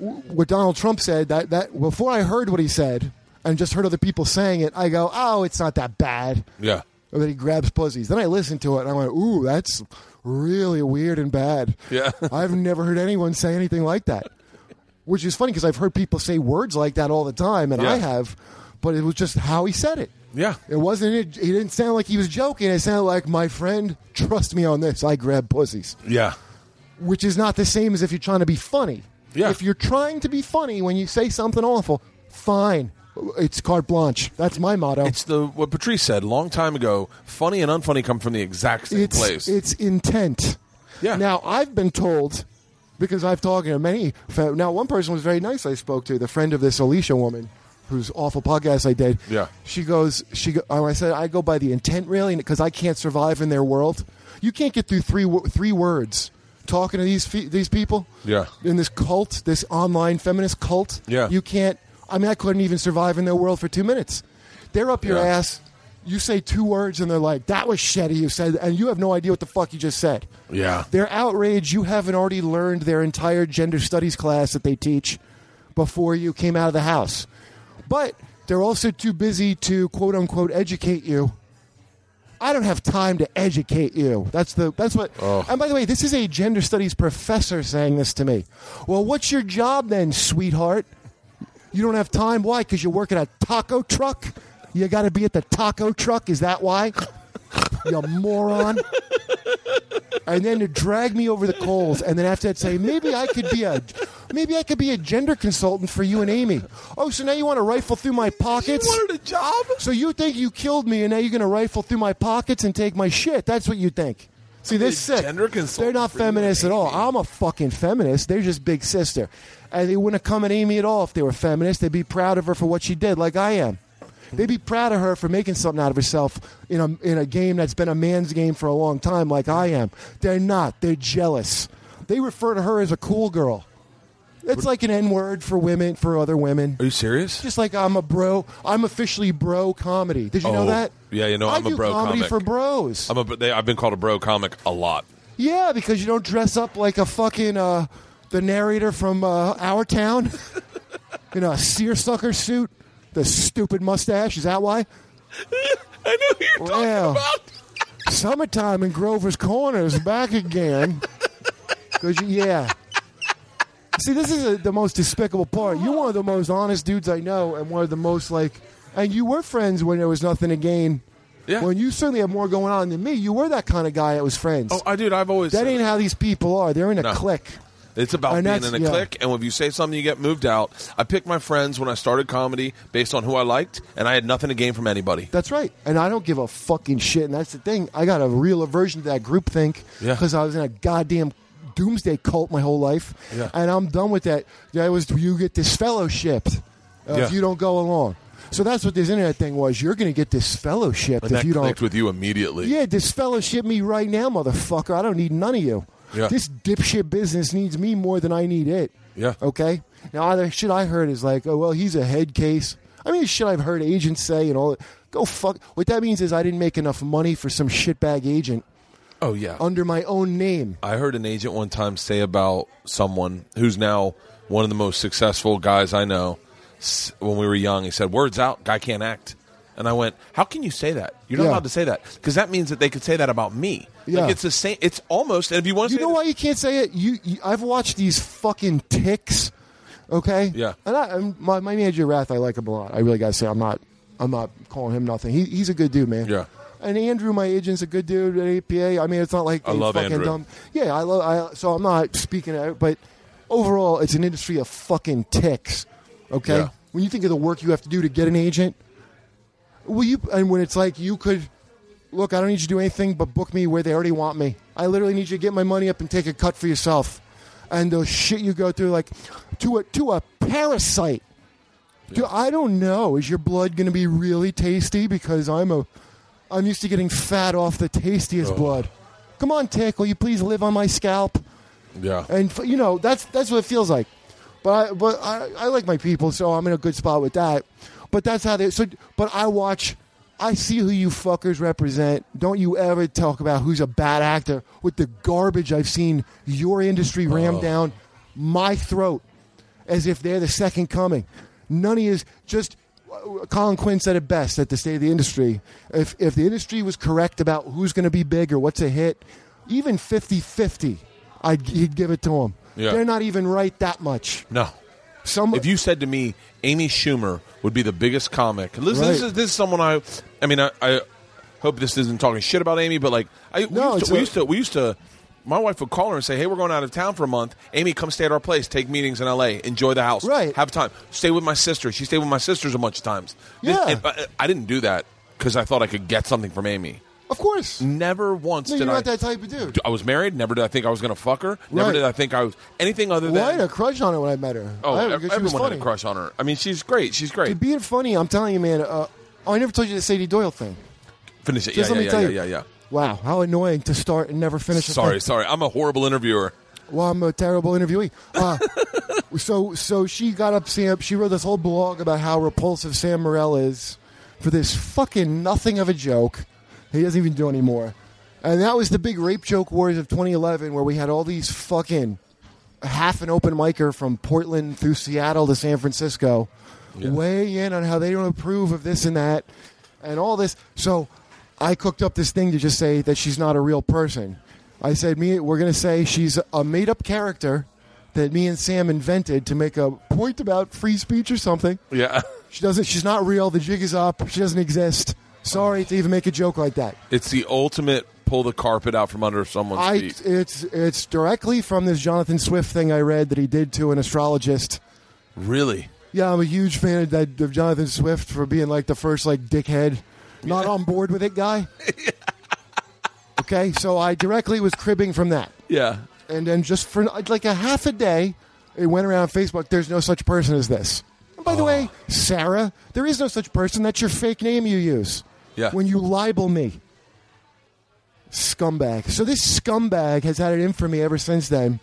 S3: w- what Donald Trump said that that before I heard what he said and just heard other people saying it, I go, oh, it's not that bad.
S4: Yeah.
S3: Or that he grabs pussies. Then I listened to it and I went, ooh, that's really weird and bad.
S4: Yeah.
S3: [LAUGHS] I've never heard anyone say anything like that. Which is funny because I've heard people say words like that all the time, and I
S4: Yeah.
S3: have, but it was just how he said it.
S4: Yeah.
S3: It wasn't. It, he didn't sound like he was joking. It sounded like my friend. Trust me on this. I grab pussies,
S4: Yeah.
S3: which is not the same as if you're trying to be funny.
S4: Yeah.
S3: If you're trying to be funny when you say something awful, fine. It's carte blanche. That's my motto.
S4: It's the what Patrice said long time ago. Funny and unfunny come from the exact same
S3: it's,
S4: place.
S3: it's intent.
S4: Yeah.
S3: Now I've been told because I've talked to many. Now one person was very nice. I spoke to the friend of this Alicia woman, whose awful podcast I did.
S4: Yeah.
S3: She goes. She. go- Um, I said I go by the intent really because I can't survive in their world. You can't get through three wo- three words talking to these fe- these people.
S4: Yeah.
S3: In this cult, this online feminist cult.
S4: Yeah.
S3: You can't. I mean, I couldn't even survive in their world for two minutes. They're up your
S4: Yeah.
S3: ass. You say two words and they're like, "That was shitty." You said, and you have no idea what the fuck you just said.
S4: yeah.
S3: They're outraged you haven't already learned their entire gender studies class that they teach before you came out of the house. But they're also too busy to quote unquote educate you. I don't have time to educate you. That's the that's what
S4: Oh.
S3: And by the way, this is a gender studies professor saying this to me. Well, what's your job then, sweetheart? You don't have time. Why? Because you work at a taco truck. You got to be at the taco truck. Is that why? you moron. And then to drag me over the coals, and then after that say, maybe I could be a, maybe I could be a gender consultant for you and Amy. Oh, so now you want to rifle through my pockets?
S4: a job?
S3: So you think you killed me, and now you're going to rifle through my pockets and take my shit? That's what you think. See, this
S4: They're
S3: sick.
S4: gender
S3: They're
S4: consultant
S3: not
S4: for you and
S3: feminists at all.
S4: Amy.
S3: I'm a fucking feminist. They're just big sister, and they wouldn't have come at Amy at all if they were feminists. They'd be proud of her for what she did, like I am. They'd be proud of her for making something out of herself in a in a game that's been a man's game for a long time, like I am. They're not. They're jealous. They refer to her as a cool girl. It's like an N word for women for other women
S4: Are you serious?
S3: just like I'm a bro. I'm officially bro comedy. Did you know
S4: Oh,
S3: that?
S4: yeah, you know,
S3: I
S4: I'm a
S3: do
S4: bro
S3: comedy
S4: comic.
S3: for bros.
S4: I'm a, they, I've been called a bro comic a lot.
S3: yeah, because you don't dress up like a fucking uh, the narrator from uh, Our Town [LAUGHS] in a seersucker suit, the stupid mustache. Is that why?
S4: [LAUGHS] I know who you're
S3: Well.
S4: [LAUGHS]
S3: Summertime in Grover's Corner is back
S4: [LAUGHS]
S3: again. 'Cause you- yeah. See, this is a, the most despicable part. You're one of the most honest dudes I know, and one of the most like. And you were friends when there was nothing to gain.
S4: Yeah.
S3: When you certainly have more going on than me. You were that kind of guy that was friends.
S4: Oh, I dude, I've always
S3: that
S4: said
S3: ain't
S4: it.
S3: how these people are. They're in a
S4: No.
S3: clique.
S4: It's about
S3: And
S4: being
S3: that's-
S4: in a
S3: yeah.
S4: clique, and if you say something, you get moved out. I picked my friends when I started comedy based on who I liked, and I had nothing to gain from anybody.
S3: That's right. And I don't give a fucking shit. And that's the thing. I got a real aversion to that groupthink
S4: Yeah.
S3: because I was in a goddamn doomsday cult my whole life.
S4: Yeah.
S3: And I'm done with that. That was you get disfellowshipped uh,
S4: Yeah.
S3: if you don't go along. So that's what this internet thing was. You're going to get disfellowshipped if
S4: and that
S3: you don't.
S4: clicked with you immediately.
S3: Yeah, disfellowship me right now, motherfucker. I don't need none of you.
S4: Yeah.
S3: This dipshit business needs me more than I need it.
S4: Yeah.
S3: Okay? Now, the shit I heard is like, oh, well, he's a head case. I mean, shit I've heard agents say and all that. Go fuck. What that means is I didn't make enough money for some shitbag agent
S4: Oh yeah.
S3: under my own name.
S4: I heard an agent one time say about someone who's now one of the most successful guys I know. s- When we were young, he said, "Words out, guy can't act." And I went, "How can you say that? You're not
S3: Yeah.
S4: allowed to say that because that means that they could say that about me.
S3: Yeah.
S4: Like it's the same. It's almost. And if you want to,
S3: You
S4: say
S3: know why you can't say it? You, you I've watched these fucking ticks. Okay.
S4: Yeah.
S3: And I, I'm, my, my manager Rath, I like him a lot. I really gotta say, I'm not, I'm not calling him nothing. He, he's a good dude, man.
S4: Yeah.
S3: And Andrew, my agent's a good dude at APA. I mean, it's not like
S4: I
S3: they
S4: love
S3: fucking
S4: Andrew.
S3: dumb. Um, Yeah, I love. I, so I'm not speaking out, but overall, it's an industry of fucking ticks. Okay.
S4: Yeah.
S3: When you think of the work you have to do to get an agent, well, you and when it's like you could look, I don't need you to do anything but book me where they already want me. I literally need you to get my money up and take a cut for yourself. And the shit you go through, like to a to a parasite. Dude, I don't know. Is your blood going to be really tasty? Because I'm a, I'm used to getting fat off the tastiest blood. Come on, Tick. Will you please live on my scalp?
S4: yeah,
S3: and f- you know that's that's what it feels like. But I, but I, I like my people, so I'm in a good spot with that. But that's how they. So but I watch I see who you fuckers represent. Don't you ever talk about who's a bad actor with the garbage I've seen your industry ram down my throat as if they're the second coming. None of you is just. Colin Quinn said it best at the state of the industry. If, if the industry was correct about who's going to be big or what's a hit, even 50 50, he'd give it to them.
S4: Yeah.
S3: They're not even right that much.
S4: No.
S3: Some,
S4: If you said to me, Amy Schumer would be the biggest comic. Listen, this
S3: Right.
S4: is this is someone I. I mean, I, I hope this isn't talking shit about Amy, but like, I
S3: No,
S4: we, used
S3: it's
S4: to, we
S3: a-
S4: used to we used to. My wife would call her and say, "Hey, we're going out of town for a month. Amy, come stay at our place. Take meetings in L.A. Enjoy the house.
S3: Right.
S4: Have time. Stay with my sister. She stayed with my sisters a bunch of times. This-
S3: Yeah.
S4: and, but I didn't do that because I thought I could get something from Amy.
S3: of
S4: [LAUGHS]
S3: course. No,
S4: Never once
S3: you're
S4: did I.
S3: not that type of dude.
S4: I was married. Never did I think I was going to fuck her. Never
S3: Right.
S4: did I think I was anything other
S3: Well, I
S4: than.
S3: had a crush on her when I met her.
S4: Oh,
S3: I had-
S4: e-
S3: 'cause she was
S4: everyone had a
S3: funny.
S4: crush on her. I mean, she's great. She's great.
S3: Dude, being funny, I'm telling you, man. Uh, oh, I never told you the Sadie Doyle thing.
S4: Finish it. Yeah,
S3: Just
S4: yeah,
S3: let me
S4: yeah,
S3: tell
S4: yeah,
S3: you.
S4: yeah, yeah.
S3: Wow, how annoying to start and never finish. a
S4: Sorry,
S3: thing.
S4: sorry. I'm a horrible interviewer.
S3: Well, I'm a terrible interviewee. Uh, [LAUGHS] so, so she got up, Sam. She wrote this whole blog about how repulsive Sam Morrell is for this fucking nothing of a joke. He doesn't even do anymore. And that was the big rape joke wars of 2011, where we had all these fucking half an open micer from Portland through Seattle to San Francisco weigh in on how they don't approve of this and that and all this. So I cooked up this thing to just say that she's not a real person. I said, me, we're going to say she's a made up character that me and Sam invented to make a point about free speech or something.
S4: Yeah.
S3: She doesn't, she's not real. The jig is up. She doesn't exist. Sorry to even make a joke like that.
S4: [LAUGHS] It's the ultimate pull the carpet out from under someone's
S3: I
S4: feet.
S3: it's it's directly from this Jonathan Swift thing I read that he did to an astrologist.
S4: Really?
S3: Yeah, I'm a huge fan of, that, of Jonathan Swift for being like the first like dickhead, not on board with it guy. okay, so I directly was cribbing from that,
S4: Yeah.
S3: and then just for like a half a day, it went around Facebook. There's no such person as this. And by the way, Sarah, there is no such person. That's your fake name you use.
S4: Yeah.
S3: When you libel me, scumbag. So this scumbag has had it in for me ever since then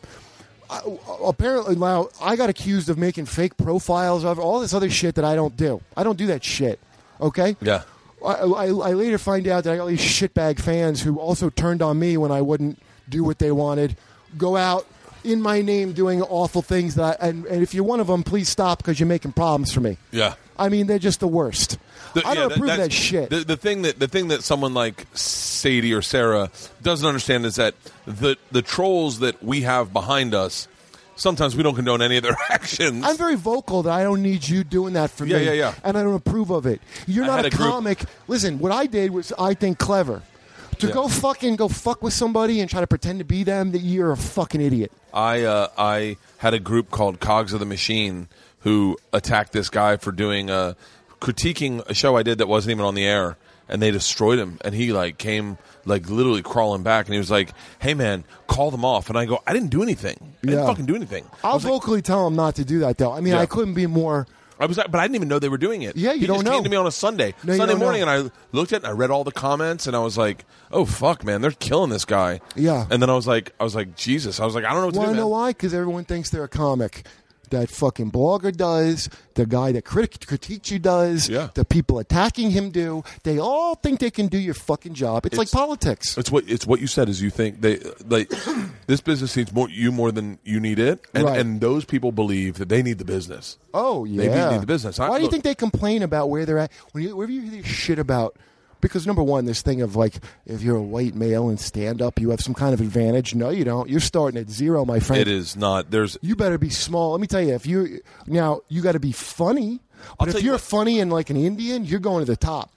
S3: uh, apparently now I got accused of making fake profiles of all this other shit that I don't do. I don't do that shit. Okay.
S4: Yeah.
S3: I, I, I later find out that I got all these shitbag fans who also turned on me when I wouldn't do what they wanted, go out in my name doing awful things that. I, and, and if you're one of them, please stop because you're making problems for me.
S4: Yeah.
S3: I mean, they're just the worst.
S4: The-
S3: I
S4: yeah,
S3: don't approve
S4: that's-
S3: that shit.
S4: The, the thing that the thing that someone like Sadie or Sarah doesn't understand is that the the trolls that we have behind us sometimes we don't condone any of their [LAUGHS] actions.
S3: I'm very vocal that I don't need you doing that for
S4: Yeah,
S3: me.
S4: yeah, yeah.
S3: And I don't approve of it. You're
S4: I
S3: not
S4: had
S3: a,
S4: a group-
S3: comic. Listen, what I did was I think clever. To
S4: Yeah.
S3: go fucking go fuck with somebody and try to pretend to be them, that you're a fucking idiot.
S4: I uh, I had a group called Cogs of the Machine who attacked this guy for doing a critiquing a show I did that wasn't even on the air, and they destroyed him. And he like came like literally crawling back, and he was like, "Hey man, call them off." And I go, "I didn't do anything. I didn't
S3: Yeah.
S4: fucking do anything." I
S3: I'll
S4: was, like,
S3: vocally tell them not to do that, though. I mean,
S4: Yeah.
S3: I couldn't be more.
S4: I was like, but I didn't even know they were doing it.
S3: Yeah, you
S4: he
S3: don't
S4: just
S3: know.
S4: Came to me on a Sunday,
S3: No, you
S4: Sunday
S3: don't know.
S4: morning, and I looked at it and I read all the comments, and I was like, "Oh fuck, man, they're killing this guy."
S3: Yeah.
S4: And then I was like, I was like, Jesus, I was like, I don't know what to
S3: Want
S4: do.
S3: to
S4: man.
S3: know why? Because everyone thinks they're a comic. That fucking blogger does. The guy that crit- critiques you does.
S4: Yeah.
S3: The people attacking him do. They all think they can do your fucking job. It's, like
S4: It's-
S3: politics.
S4: It's what it's what you said is you think they like [COUGHS] this business needs more you more than you need it, and,
S3: Right.
S4: and those people believe that they need the business.
S3: Oh
S4: They
S3: yeah,
S4: do need the business. I-
S3: Why do you
S4: look-
S3: think they complain about where they're at? When you, wherever you hear this shit about, because number one, this thing of like, if you're a white male and stand up, you have some kind of advantage. No, you don't. You're starting at zero, my friend.
S4: It is not. There's
S3: You better be small. Let me tell you, if you now you got to be funny. But
S4: tell
S3: if
S4: you
S3: you're
S4: what-
S3: funny and like an Indian, you're going to the top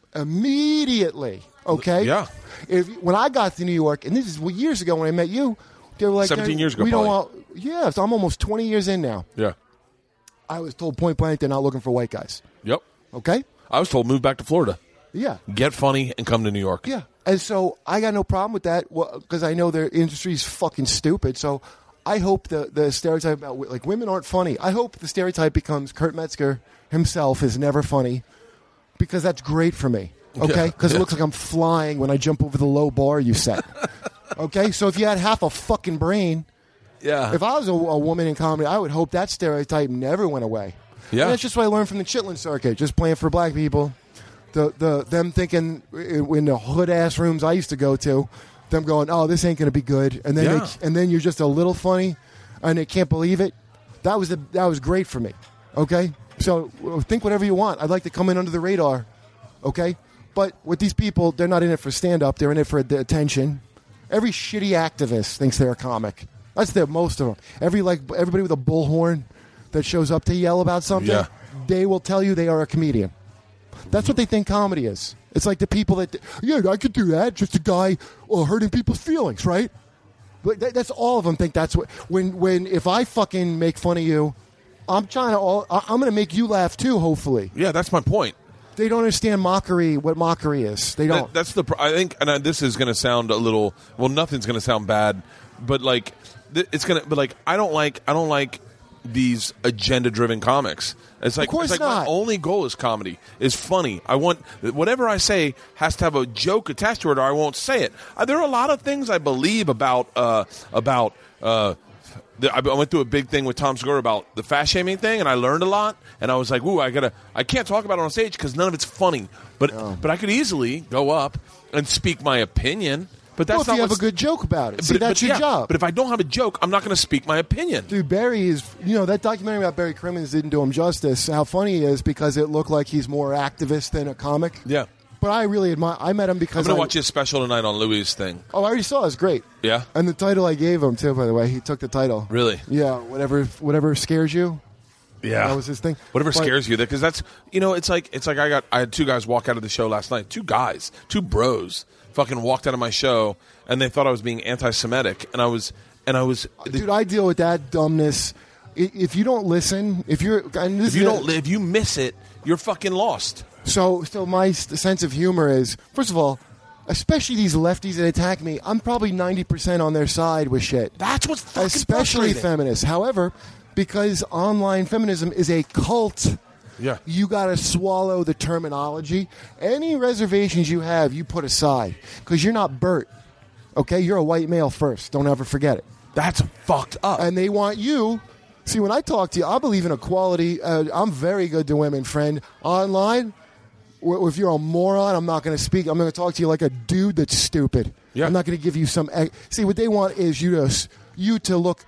S3: immediately. Okay.
S4: Yeah.
S3: If when I got to New York, and this is well, years ago when I met you, they were like
S4: 17 years ago,
S3: We don't want.
S4: probably.
S3: Yeah, so I'm almost 20 years in now.
S4: yeah,
S3: I was told point blank they're not looking for white guys.
S4: yep.
S3: Okay?
S4: I was told move back to Florida,
S3: Yeah.
S4: get funny, and come to New York.
S3: Yeah. And so I got no problem with that because I know their industry's fucking stupid. So I hope the, the stereotype about wo- like women aren't funny. I hope the stereotype becomes Kurt Metzger himself is never funny because that's great for me. Okay?
S4: Yeah.
S3: Because
S4: Yeah.
S3: it looks like I'm flying when I jump over the low bar you
S4: [LAUGHS]
S3: set. okay? So if you had half a fucking brain,
S4: yeah.
S3: if I was a, a woman in comedy, I would hope that stereotype never went away.
S4: Yeah.
S3: And that's just what I learned from the Chitlin circuit, just playing for black people. the the them thinking in the hood ass rooms I used to go to, them going, "Oh, this ain't gonna be good," and then
S4: Yeah.
S3: they, and then you're just a little funny, and they can't believe it. That was the that was great for me. Okay, so uh, think whatever you want. I'd like to come in under the radar. Okay, but with these people, they're not in it for stand up. They're in it for the attention. Every shitty activist thinks they're a comic. That's the most of them. Every like everybody with a bullhorn that shows up to yell about something,
S4: Yeah.
S3: they will tell you they are a comedian. That's what they think comedy is. It's like the people that, yeah, I could do that. Just a guy uh, hurting people's feelings, right? But that, that's all of them think that's what. When when if I fucking make fun of you, I'm trying to all. I, I'm going to make you laugh too. Hopefully,
S4: Yeah, that's my point.
S3: they don't understand mockery. What mockery is? They
S4: That-
S3: don't.
S4: that's the. pr- I think, and I, this is going to sound a little. Well, nothing's going to sound bad, but like th- it's going to. But like, I don't like. I don't like these agenda-driven comics. It's like,
S3: course
S4: it's like my
S3: not.
S4: only goal is comedy, is funny. I want whatever I say has to have a joke attached to it, or I won't say it. Uh, there are a lot of things I believe about uh, about. Uh, the, I I went through a big thing with Tom Segura about the fat shaming thing, and I learned a lot. And I was like, "Ooh, I gotta, I can't talk about it on stage because none of it's funny." But but I could easily go up and speak my opinion. But that's
S3: well, if
S4: not
S3: you have a
S4: what's-
S3: good joke about it,
S4: But,
S3: see that's
S4: but
S3: your
S4: yeah,
S3: job.
S4: But if I don't have a joke, I'm not going to speak my opinion.
S3: Dude, Barry is, you know, that documentary about Barry Crimmins didn't do him justice. How funny he is because it looked like he's more activist than a comic.
S4: Yeah,
S3: But I really admire, I met him
S4: I'm
S3: because
S4: going
S3: I-
S4: to watch his special tonight on Louis' thing.
S3: Oh, I already saw it. It's great.
S4: Yeah?
S3: And the title I gave him, too, by the way. He took the title.
S4: Really?
S3: Yeah, whatever whatever scares you.
S4: Yeah,
S3: That was his thing.
S4: Whatever
S3: But-
S4: scares you, because that's you know, it's like it's like I got I had two guys walk out of the show last night. Two guys, two bros, fucking walked out of my show, and they thought I was being anti-Semitic, and I was, and I was.
S3: Dude, I deal with that dumbness. I- If you don't listen, if you're. And this
S4: if you
S3: is-
S4: don't live, you miss it. You're fucking lost.
S3: So, so my s- sense of humor is, first of all, especially these lefties that attack me, I'm probably 90% on their side with shit.
S4: That's what's fucking
S3: especially
S4: frustrating.
S3: feminists. However, because online feminism is a cult,
S4: Yeah.
S3: you got to swallow the terminology. Any reservations you have, you put aside because you're not Bert. Okay, you're a white male first. Don't ever forget it.
S4: That's fucked up.
S3: And they want you. See, when I talk to you, I believe in equality. Uh, I'm very good to women, friend. Online, w- if you're a moron, I'm not going to speak. I'm going to talk to you like a dude that's stupid.
S4: Yeah.
S3: I'm not going to give you some. ex- See, what they want is you to s- you to look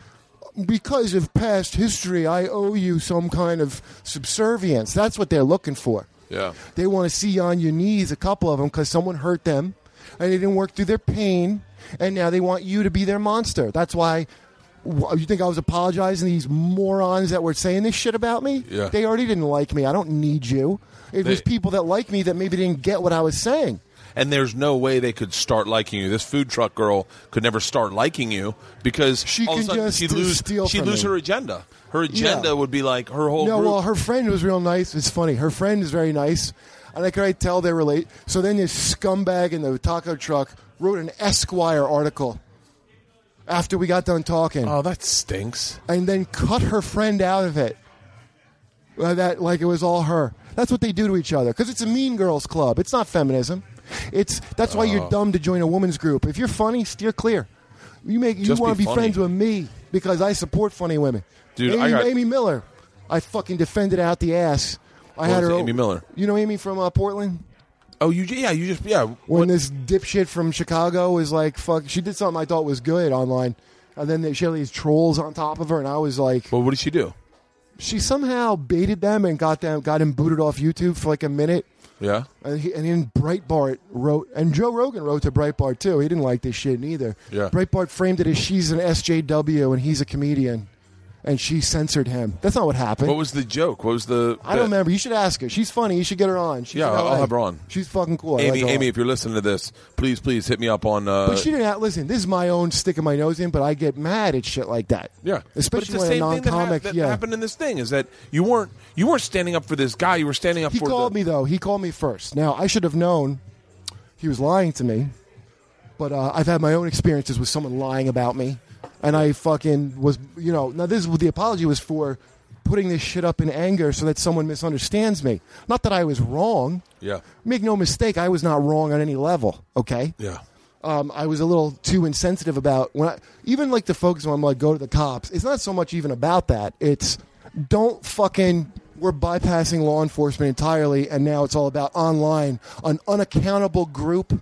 S3: because of past history. I owe you some kind of subservience. That's what they're looking for.
S4: Yeah.
S3: They want to see you on your knees, a couple of them, because someone hurt them and they didn't work through their pain, and now they want you to be their monster. That's why. wh- You think I was apologizing to these morons that were saying this shit about me?
S4: Yeah.
S3: They already didn't like me. I don't need you. It was
S4: They-
S3: people that like me that maybe didn't get what I was saying.
S4: and there's no way they could start liking you. This food truck girl could never start liking you because
S3: She
S4: all of a
S3: can
S4: sudden
S3: just
S4: she'd lose
S3: steal
S4: she'd
S3: from
S4: lose
S3: me.
S4: her agenda. Her agenda
S3: Yeah.
S4: would be like her whole
S3: No,
S4: group.
S3: well, her friend was real nice. It's funny. Her friend is very nice, and I could already tell they were late. So then this scumbag in the taco truck wrote an Esquire article after we got done talking,
S4: oh, that stinks.
S3: and then cut her friend out of it. Uh, that like it was all her. That's what they do to each other because it's a mean girls club. It's not feminism. It's that's why
S4: Oh.
S3: you're dumb to join a women's group. If you're funny, steer clear. You make you
S4: Just be
S3: want to be
S4: funny.
S3: friends with me because I support funny women.
S4: Dude,
S3: Amy,
S4: I got-
S3: Amy Miller, I fucking defended out the ass. I had
S4: was
S3: her.
S4: Amy Miller?
S3: You know Amy from uh, Portland.
S4: Oh, you yeah, you just yeah.
S3: When this dipshit from Chicago was like, "Fuck," she did something I thought was good online, and then they- she had these trolls on top of her, and I was like,
S4: Well, what did she do?
S3: she somehow baited them and got them got him booted off YouTube for like a minute.
S4: Yeah.
S3: And, he, and then Breitbart wrote, and Joe Rogan wrote to Breitbart too. He didn't like this shit neither.
S4: Yeah.
S3: Breitbart framed it as she's an SJW and he's a comedian, and she censored him. That's not what happened.
S4: What was the joke? What was the?
S3: I don't remember. You should ask her. She's funny. You should get her on. She's
S4: Yeah,
S3: in
S4: I'll- I'll
S3: LA.
S4: have her on.
S3: She's fucking cool. I like
S4: Amy,
S3: her a lot.
S4: Amy, uh, if you're listening to this, please, please hit me up on. Uh,
S3: But she didn't have, listen. This is my own sticking my nose in, but I get mad at shit like that.
S4: Yeah,
S3: especially
S4: but
S3: when a
S4: it's the same thing that hap-
S3: non-comic.
S4: That,
S3: yeah,
S4: happened in this thing is that you weren't you weren't standing up for this guy. You were standing up
S3: He
S4: for.
S3: called
S4: the,
S3: me though. He called me first. Now I should have known he was lying to me, but uh, I've had my own experiences with someone lying about me, and I fucking was you know. Now this the apology was for putting this shit up in anger so that someone misunderstands me. Not that I was wrong.
S4: Yeah,
S3: Make no mistake, I was not wrong on any level. Okay
S4: yeah,
S3: um, I was a little too insensitive about when I even like the folks when I'm like go to the cops. It's not so much even about that. It's don't fucking we're bypassing law enforcement entirely, and now it's all about online. An unaccountable group,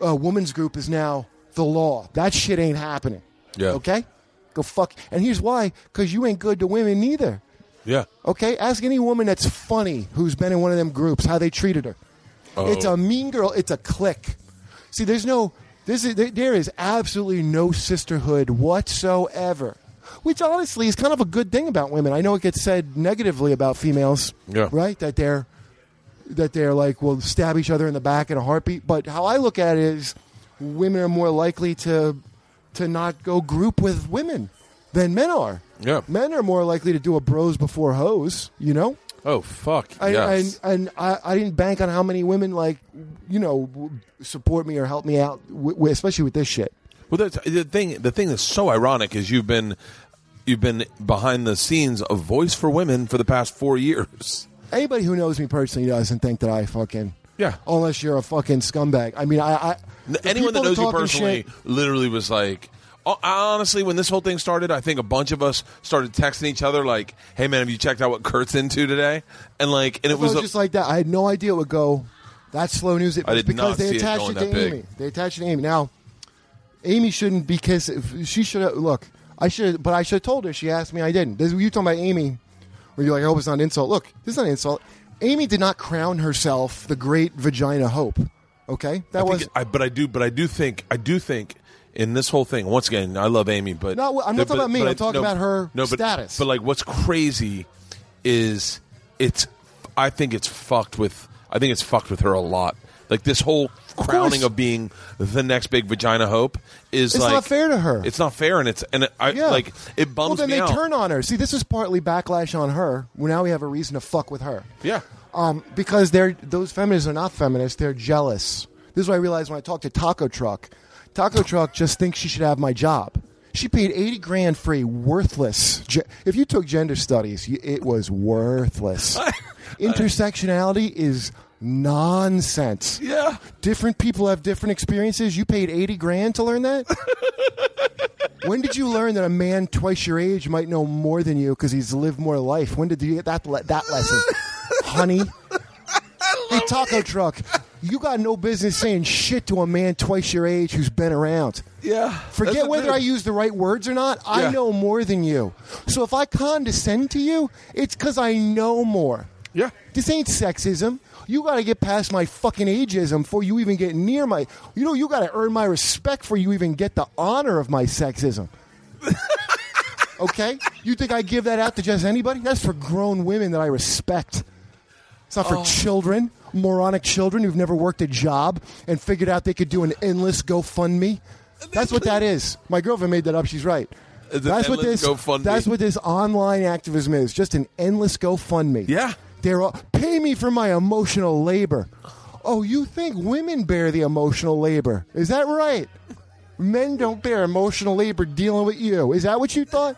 S3: a woman's group, is now the law. That shit ain't happening.
S4: Yeah.
S3: Okay? Go fuck. And here's why because you ain't good to women neither.
S4: Yeah.
S3: Okay? Ask any woman that's funny who's been in one of them groups how they treated her. It's a mean girl, it's a clique. See, there's no, this is, there- there is absolutely no sisterhood whatsoever, which honestly is kind of a good thing about women. I know it gets said negatively about females,
S4: Yeah.
S3: right? That they're, that they're like, will stab each other in the back in a heartbeat. But how I look at it is women are more likely to, to not go group with women than men are.
S4: Yeah.
S3: Men are more likely to do a bros before hoes, you know?
S4: Oh fuck.
S3: I,
S4: yes.
S3: And, and I, I didn't bank on how many women, like, you know, w- support me or help me out, w- w- especially with this shit.
S4: well, that's, the thing. The thing that's so ironic is you've been you've been behind the scenes of Voice for Women for the past four years.
S3: Anybody who knows me personally doesn't think that I fucking.
S4: Yeah.
S3: Unless you're a fucking scumbag. I mean, I. I
S4: N-
S3: the
S4: Anyone that
S3: people
S4: knows you
S3: talking
S4: personally
S3: shit-
S4: literally was like, oh, honestly, when this whole thing started, I think a bunch of us started texting each other like, "Hey man, have you checked out what Kurt's into today?" And like, and it
S3: It was
S4: was, a-
S3: just like that. I had no idea it would go that slow news. It
S4: I
S3: was
S4: did
S3: because
S4: not
S3: they
S4: see it
S3: attached
S4: going
S3: it,
S4: that
S3: to
S4: big.
S3: Amy. They attached it to Amy. Now, Amy shouldn't because if she should have. Look, I should, but I should have told her. She asked me. I didn't. This, you talking about Amy? Where you're like, I hope it's not an insult. Look, this is not an insult. Amy did not crown herself the great vagina hope. Okay, that
S4: I think-
S3: was.
S4: I, but I do, but I do think, I do think in this whole thing. Once again, I love Amy, but
S3: No, I'm not
S4: but-
S3: talking about me.
S4: but I-
S3: I'm talking
S4: no,
S3: about her
S4: no, but,
S3: status.
S4: But like, what's crazy is it's. I think it's fucked with. I think it's fucked with her a lot. Like this whole crowning
S3: course.
S4: of being the next big vagina hope is
S3: It's
S4: like
S3: not fair to her.
S4: It's not fair, and it's and I
S3: Yeah.
S4: like it bums
S3: well, then
S4: me
S3: they
S4: out.
S3: turn on her. See, this is partly backlash on her. Well, now we have a reason to fuck with her.
S4: yeah,
S3: um, because they're those feminists are not feminists. They're jealous. This is what I realized when I talked to Taco Truck. Taco Truck just thinks she should have my job. She paid eighty grand for a worthless. Ge- if you took gender studies, you, it was worthless. Intersectionality is nonsense.
S4: yeah.
S3: Different people have different experiences. You paid eighty grand to learn that. when did you learn that a man twice your age might know more than you because he's lived more life? When did you get that le- that lesson, honey? Hey, taco truck, you got no business saying shit to a man twice your age who's been around.
S4: Yeah, that's
S3: Forget
S4: the
S3: whether
S4: thing.
S3: I use the right words or not. I
S4: Yeah.
S3: know more than you. So if I condescend to you, it's because I know more.
S4: Yeah.
S3: This ain't sexism. You got to get past my fucking ageism before you even get near my. You know, you got to earn my respect before you even get the honor of my sexism. okay? You think I give that out to just anybody? That's for grown women that I respect. It's not for
S4: Oh.
S3: children, moronic children who've never worked a job and figured out they could do an endless GoFundMe. That's what that is. My girlfriend made that up. She's right.
S4: It's an
S3: That's what
S4: endless
S3: this.
S4: GoFundMe.
S3: That's what this online activism is. Just an endless GoFundMe.
S4: Yeah.
S3: They're all, pay me for my emotional labor. Oh, you think women bear the emotional labor? Is that right? Men don't bear emotional labor dealing with you. Is that what you thought?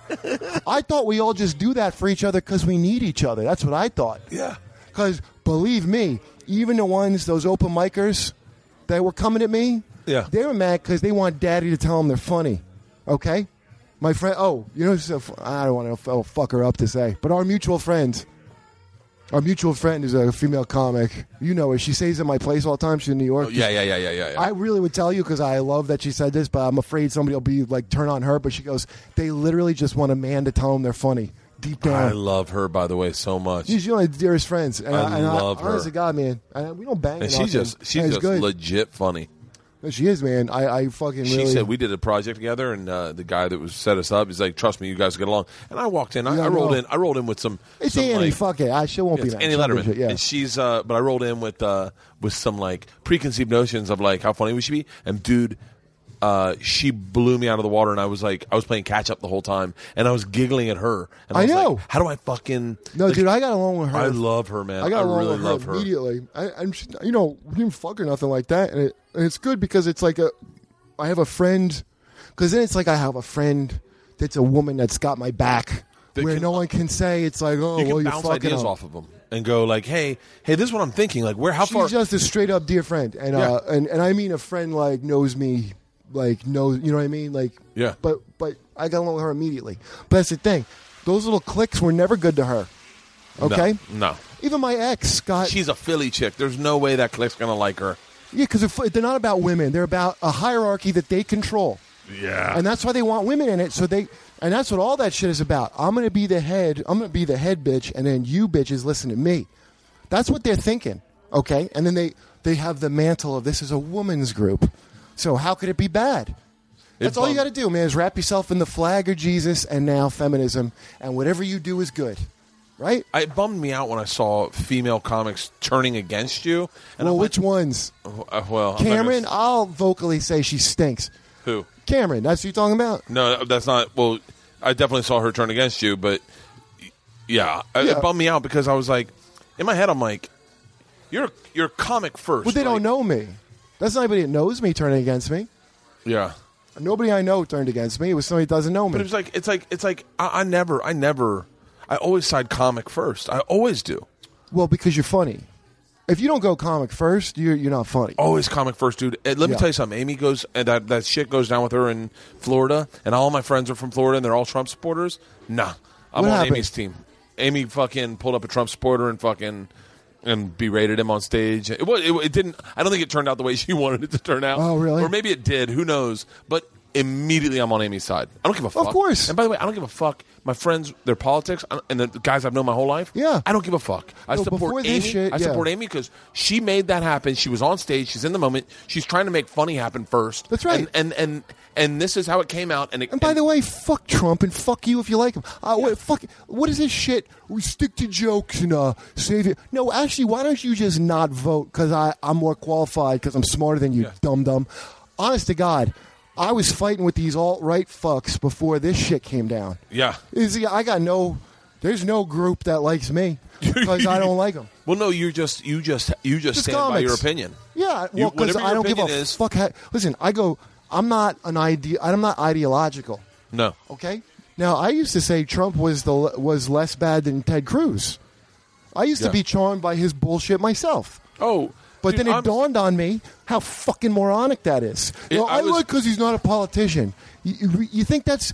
S3: I thought we all just do that for each other because we need each other. That's what I thought.
S4: Yeah.
S3: Because believe me, even the ones, those open micers that were coming at me,
S4: Yeah.
S3: they were mad because they want daddy to tell them they're funny. Okay? My friend, oh, you know, so, I don't want to oh, fuck her up to say, but our mutual friend, our mutual friend is a female comic. You know her. She stays at my place all the time. She's in New York.
S4: Oh, Yeah, yeah, yeah, yeah, yeah, yeah.
S3: I really would tell you because I love that she said this, but I'm afraid somebody will be like, turn on her. But she goes, they literally just want a man to tell them they're funny. Deep down.
S4: I love her, by the way, so much.
S3: She's one of the dearest friends. And
S4: I
S3: I, and
S4: love her.
S3: Honest to God, man. I, we don't bang.
S4: and
S3: enough,
S4: she's just she's
S3: and it's
S4: just
S3: good.
S4: legit funny.
S3: No, she is, man. I, I fucking
S4: She
S3: really.
S4: said we did a project together, and uh, the guy that was set us up, he's like, "Trust me, you guys get along." And I walked in. I,
S3: Yeah,
S4: I
S3: I
S4: rolled
S3: know.
S4: in. I rolled in with some.
S3: it's
S4: some,
S3: Annie.
S4: like-
S3: fuck it. I, she won't
S4: Yeah,
S3: be
S4: it's
S3: mad.
S4: Annie
S3: She'll be
S4: Letterman,
S3: shit, Yeah.
S4: and she's. Uh, but I rolled in with uh, with some like preconceived notions of like how funny we should be, and dude. Uh, she blew me out of the water, and I was like, I was playing catch up the whole time, and I was giggling at her. And I,
S3: I
S4: was like,
S3: know.
S4: how do I fucking
S3: no,
S4: like,
S3: dude, I got along with her.
S4: I love her, man.
S3: I got along
S4: really
S3: with her
S4: love her.
S3: immediately. I, I'm, sh- you know, we didn't fuck or nothing like that, and, it, and it's good because it's like a, I have a friend, because then it's like I have a friend that's a woman that's got my back,
S4: That
S3: where
S4: can-
S3: no one can say it's like, oh, well,
S4: You can
S3: you're
S4: bounce
S3: fucking
S4: ideas
S3: up.
S4: off of them and go like, hey, hey, this is what I'm thinking. Like, where, how
S3: She's
S4: far?
S3: just a straight up dear friend, and uh, and and I mean a friend like knows me, like knows you know what I mean, like
S4: Yeah.
S3: But but I got along with her immediately. But that's the thing; those little clicks were never good to her. Okay.
S4: No.
S3: Even my ex got
S4: She's a Philly chick. There's no way that click's going to like her.
S3: yeah because they're not about women. They're about a hierarchy that they control.
S4: Yeah.
S3: and that's why they want women in it. So they, and that's what all that shit is about. I'm gonna be the head. I'm gonna be the head bitch, and then you bitches listen to me. That's what they're thinking, okay? And then they they have the mantle of this is a woman's group, so how could it be bad? That's all you got to do, man. Is wrap yourself in the flag of Jesus and now feminism, and whatever you do is good, right?
S4: I, it bummed me out when I saw female comics turning against you. And
S3: well,
S4: I'm
S3: which ones?
S4: like, uh, well, I'm not gonna
S3: Cameron,
S4: s-
S3: I'll vocally say she stinks.
S4: who?
S3: Cameron, that's what you're talking about.
S4: No, that's not. Well, I definitely saw her turn against you, but yeah, I-
S3: Yeah.
S4: it bummed me out because I was like, in my head, I'm like, you're you're a comic first.
S3: But they
S4: like-
S3: don't know me. That's not anybody that knows me turning against me.
S4: Yeah,
S3: Nobody I know turned against me. It was somebody that doesn't know
S4: but
S3: me.
S4: it's like it's like it's like I, I never I never I always side comic first. I always do.
S3: Well, because you're funny. If you don't go comic first, you're you're not funny.
S4: Always comic first, dude. And let me
S3: Yeah.
S4: tell you something. Amy goes and that that shit goes down with her in Florida, and all my friends are from Florida, and they're all Trump supporters. Nah, I'm
S3: What
S4: on
S3: happened?
S4: Amy's team. Amy fucking pulled up a Trump supporter and fucking and berated him on stage. It, wa- it, it didn't. I don't think it turned out the way [LAUGHS] she wanted it to turn out.
S3: Oh, really?
S4: Or maybe it did. Who knows? But immediately I'm on Amy's side. I don't give a fuck.
S3: course.
S4: And by the way, I don't give a fuck. My friends, their politics, I don't- and the guys I've known my whole life.
S3: Yeah.
S4: I don't give a fuck. I
S3: No, before
S4: support Amy.
S3: this shit,
S4: I
S3: yeah.
S4: support Amy. Amy because she made that happen. She was on stage. She's in the moment. She's trying to make funny happen first.
S3: That's right.
S4: And and and, and this is how it came out. And, it,
S3: And by the way, fuck Trump and fuck you if you like him. Uh, what, fuck, what is this shit? We stick to jokes and uh, save it. No, actually, why don't you just not vote? Because I'm more qualified, because I'm smarter than you, dum dum. Honest to God, I was fighting with these alt right fucks before this shit came down.
S4: Yeah.
S3: You see, I got no, there's no group that likes
S4: [LAUGHS]
S3: me because I don't like them.
S4: well, no, you're just you just you just,
S3: Just
S4: stand by
S3: comics.
S4: your opinion.
S3: Yeah,
S4: You-
S3: well, because
S4: whatever your
S3: I don't give a
S4: opinion is-
S3: fuck. How, listen, I go. I'm not an idea. I'm not ideological.
S4: No.
S3: Okay. Now I used to say Trump was the was less bad than Ted Cruz. I used
S4: Yeah.
S3: to be charmed by his bullshit myself.
S4: Oh,
S3: But
S4: dude,
S3: then it
S4: I'm-
S3: dawned on me how fucking moronic that is.
S4: Yeah,
S3: no,
S4: I
S3: I,
S4: was-
S3: like because he's not a politician. You, you, you think that's.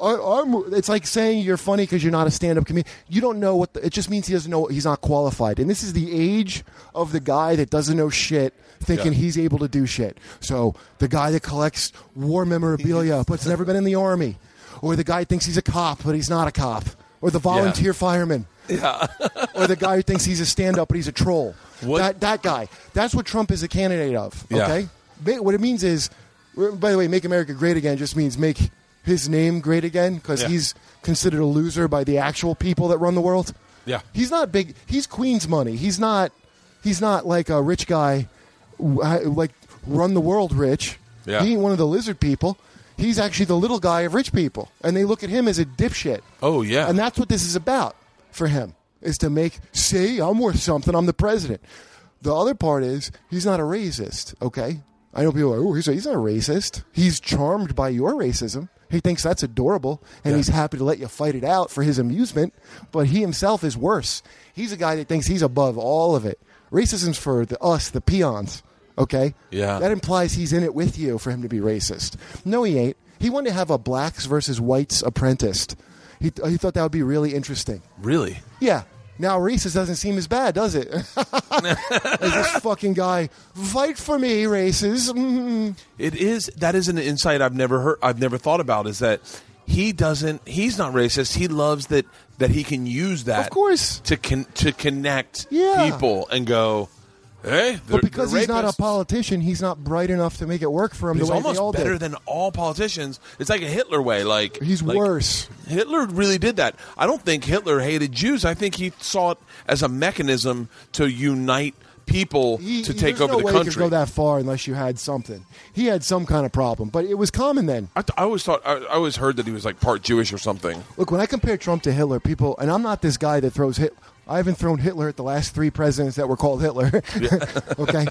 S3: Our, our, it's like saying you're funny because you're not a stand-up comedian. You don't know what the, it just means. He doesn't know he's not qualified, and this is the age of the guy that doesn't know shit, thinking
S4: Yeah.
S3: he's able to do shit. So the guy that collects war
S4: [LAUGHS]
S3: memorabilia but's never been in the army, or the guy thinks he's a cop but he's not a cop, or the volunteer fireman, or the guy who thinks he's a stand-up but he's a troll.
S4: What-
S3: That that guy. That's what Trump is a candidate of.
S4: Yeah.
S3: Okay. Ma- What it means is, by the way, make America great again just means make his name great again because
S4: Yeah.
S3: he's considered a loser by the actual people that run the world.
S4: Yeah.
S3: He's not big. He's Queen's money. He's not. He's not like a rich guy, w- I- like run the world rich.
S4: Yeah.
S3: He ain't one of the lizard people. He's actually the little guy of rich people, and they look at him as a dipshit.
S4: Oh, yeah.
S3: And that's what this is about for him is to make see I'm worth something. I'm the president. The other part is he's not a racist. Okay, I know people are like, oh he's, he's not a racist. He's charmed by your racism. He thinks that's adorable, and
S4: Yeah.
S3: he's happy to let you fight it out for his amusement. But he himself is worse. He's a guy that thinks he's above all of it. Racism's for the, us, the peons. Okay,
S4: Yeah.
S3: that implies he's in it with you for him to be racist. No, he ain't. He wanted to have a blacks versus whites apprenticed. He, he thought that would be really interesting.
S4: really.
S3: Yeah. Now racist doesn't seem as bad, does it? [LAUGHS] As
S4: [LAUGHS]
S3: this fucking guy, fight for me, races. [LAUGHS] Mm.
S4: It is that is an insight I've never heard I've never thought about is that he doesn't he's not racist. He loves that that he can use that
S3: Of course.
S4: to con, to connect
S3: Yeah.
S4: people and go Hey, they're-
S3: But because
S4: they're
S3: he's not a
S4: rapists."
S3: politician, he's not bright enough to make it work for him the
S4: He's
S3: way they all
S4: almost better
S3: did.
S4: than all politicians. It's like a Hitler way. Like
S3: he's
S4: like,
S3: worse.
S4: Hitler really did that. I don't think Hitler hated Jews. I think he saw it as a mechanism to unite people
S3: He,
S4: to take
S3: there's
S4: over
S3: no
S4: the
S3: way You could
S4: country.
S3: go that far unless you had something. He had some kind of problem, but it was common then.
S4: I, th- I always thought I, I always heard that he was like part Jewish or something.
S3: Look, when I compare Trump to Hitler, people, and I'm not this guy that throws hit. I haven't thrown Hitler at the last three presidents that were called Hitler. [LAUGHS] okay,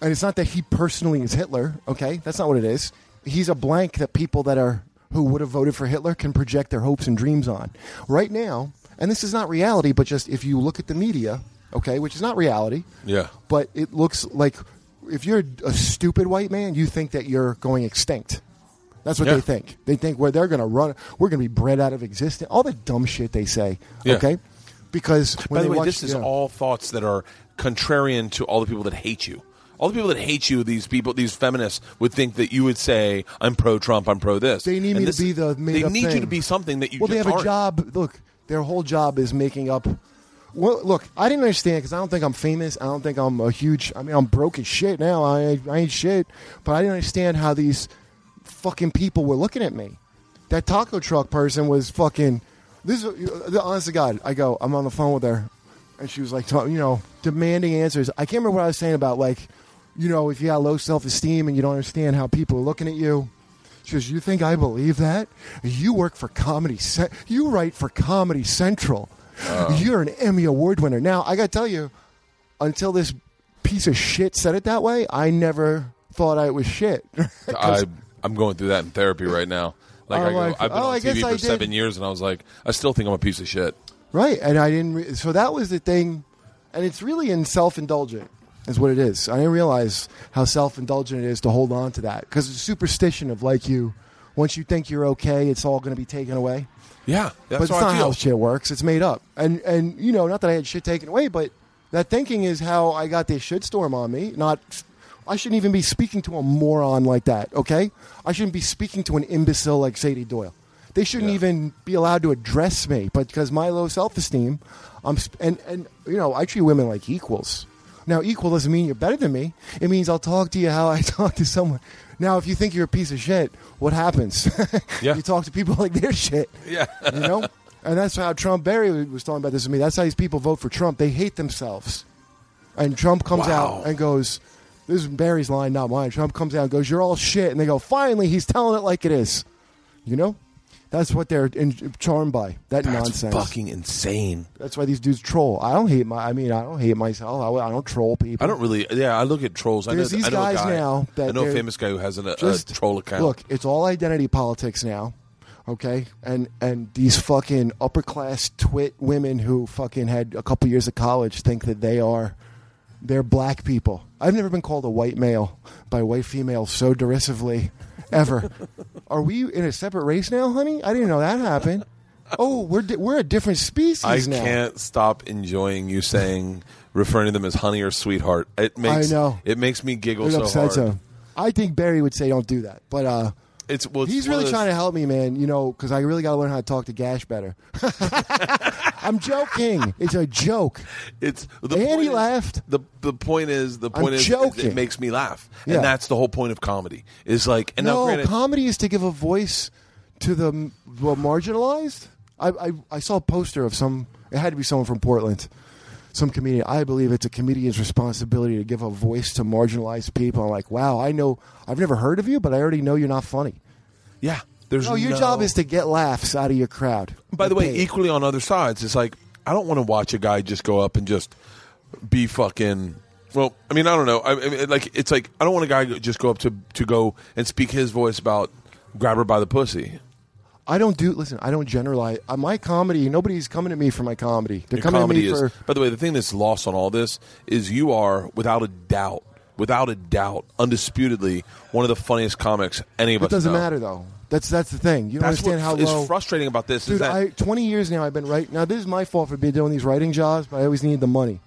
S3: and it's not that he personally is Hitler. Okay, that's not what it is. He's a blank that people that are who would have voted for Hitler can project their hopes and dreams on. Right now, and this is not reality, but just if you look at the media, okay, which is not reality.
S4: Yeah.
S3: But it looks like if you're a stupid white man, you think that you're going extinct. That's what
S4: Yeah.
S3: they think. They think where they're going to run, we're going to be bred out of existence. All the dumb shit they say.
S4: Yeah.
S3: Okay, because when
S4: By
S3: they
S4: the way,
S3: watch, uh,
S4: this is
S3: yeah.
S4: all thoughts that are contrarian to all the people that hate you. All the people that hate you, these people, these feminists, would think that you would say, "I'm pro Trump, I'm pro this."
S3: They need
S4: And
S3: me to
S4: this-
S3: be the
S4: They
S3: made-up
S4: need you
S3: thing.
S4: to be something that you.
S3: Well, they
S4: just
S3: have a
S4: aren't.
S3: job. Look, their whole job is making up. Well, look, I didn't understand because I don't think I'm famous. I don't think I'm a huge. I mean, I'm broke as shit now. I, I ain't shit. But I didn't understand how these fucking people were looking at me. That taco truck person was fucking. This is honest to God. I go. I'm on the phone with her, and she was like, ta- you know, demanding answers. I can't remember what I was saying about like, you know, if you got low self esteem and you don't understand how people are looking at you. She goes, "You think I believe that? You work for Comedy. Cen- you write for Comedy Central. You're an Emmy Award winner. Now I gotta tell you, until this piece of shit said it that way, I never thought I was shit. [LAUGHS]
S4: I, I'm going through that in therapy right now. Like
S3: Oh,
S4: I go,
S3: like,
S4: I've been
S3: oh,
S4: on
S3: I guess
S4: TV for
S3: I did.
S4: seven years, and I was like, I still think I'm a piece of shit.
S3: Right, and I didn't. Re- so that was the thing, and it's really in self-indulgent, is what it is. I didn't realize how self-indulgent it is to hold on to that because it's superstition of like you. Once you think you're okay, it's all going to be taken away.
S4: Yeah, that's
S3: but
S4: how
S3: it's not
S4: I feel.
S3: how shit works. It's made up, and and you know, not that I had shit taken away, but that thinking is how I got this shit storm on me. Not, I shouldn't even be speaking to a moron like that. Okay, I shouldn't be speaking to an imbecile like Sadie Doyle. They shouldn't
S4: Yeah.
S3: even be allowed to address me, but because my low self esteem, I'm sp- and and you know, I treat women like equals. Now, equal doesn't mean you're better than me. It means I'll talk to you how I [LAUGHS] talk to someone. Now, if you think you're a piece of shit, what happens? [LAUGHS]
S4: Yeah.
S3: you talk to people [LAUGHS] like they're shit
S4: yeah,
S3: you know and that's how trump barry was talking about this with me that's how these people vote for trump they hate themselves and trump comes
S4: Wow.
S3: out and goes this is barry's line not mine trump comes out and goes you're all shit and they go finally he's telling it like it is you know that's what they're in, charmed by that
S4: that's
S3: nonsense
S4: fucking insane.
S3: that's why these dudes troll i don't hate my i mean i don't hate myself i, I don't troll people
S4: I don't really. Yeah, I look at trolls. I know,
S3: There's these
S4: I know
S3: guys
S4: a guy,
S3: now that
S4: I know a
S3: they're
S4: famous guy who has an, a,
S3: just
S4: a uh, troll account.
S3: Look, it's all identity politics now, okay? And and these fucking upper class twit women who fucking had a couple years of college think that they are they're black people. I've never been called a white male by a white female so derisively [LAUGHS] ever. are we in a separate race now, honey? I didn't know that happened. Oh, we're di- we're a different species
S4: I
S3: now.
S4: can't stop enjoying you saying referring to them as honey or sweetheart. It makes
S3: know.
S4: it makes me giggle
S3: It
S4: so hard.
S3: upsets him. I think Barry would say don't do that, but uh
S4: It's well, it's
S3: He's
S4: one of
S3: really
S4: those-
S3: trying to help me, man. You know, because I really got to learn how to talk to Gash better. [LAUGHS] I'm joking. It's a joke.
S4: It's the
S3: And
S4: point
S3: he
S4: is-
S3: laughed.
S4: The the point is the
S3: I'm
S4: point is, is it
S3: joking.
S4: makes me laugh,
S3: Yeah.
S4: and that's the whole point of comedy. Is like and now
S3: No,
S4: granted,
S3: comedy is to give a voice to the m- well, marginalized. I, I I saw a poster of some. It had to be someone from Portland, some comedian. I believe it's a comedian's responsibility to give a voice to marginalized people. I'm like, wow, I know. I've never heard of you, but I already know you're not funny.
S4: yeah, there's
S3: No, your job is to get laughs out of your crowd.
S4: By the way,
S3: Paid.
S4: equally on other sides, it's like I don't want to watch a guy just go up and just be fucking. Well, I mean, I don't know. I, I mean, like it's like I don't want a guy go- just go up to to go and speak his voice about grab her by the pussy.
S3: I don't do. Listen, I don't generalize. Uh, my comedy. Nobody's coming at me for my comedy. They're
S4: Your
S3: coming
S4: comedy
S3: at me
S4: is.
S3: for.
S4: By the way, the thing that's lost on all this is you are without a doubt, without a doubt, undisputedly one of the funniest comics any of
S3: It
S4: us.
S3: doesn't
S4: know.
S3: matter though. That's that's the thing. You don't
S4: That's
S3: understand how
S4: what f-
S3: low.
S4: is frustrating about this is
S3: Dude,
S4: that
S3: I, twenty years now I've been writing. Now this is my fault for being doing these writing jobs, but I always need the money.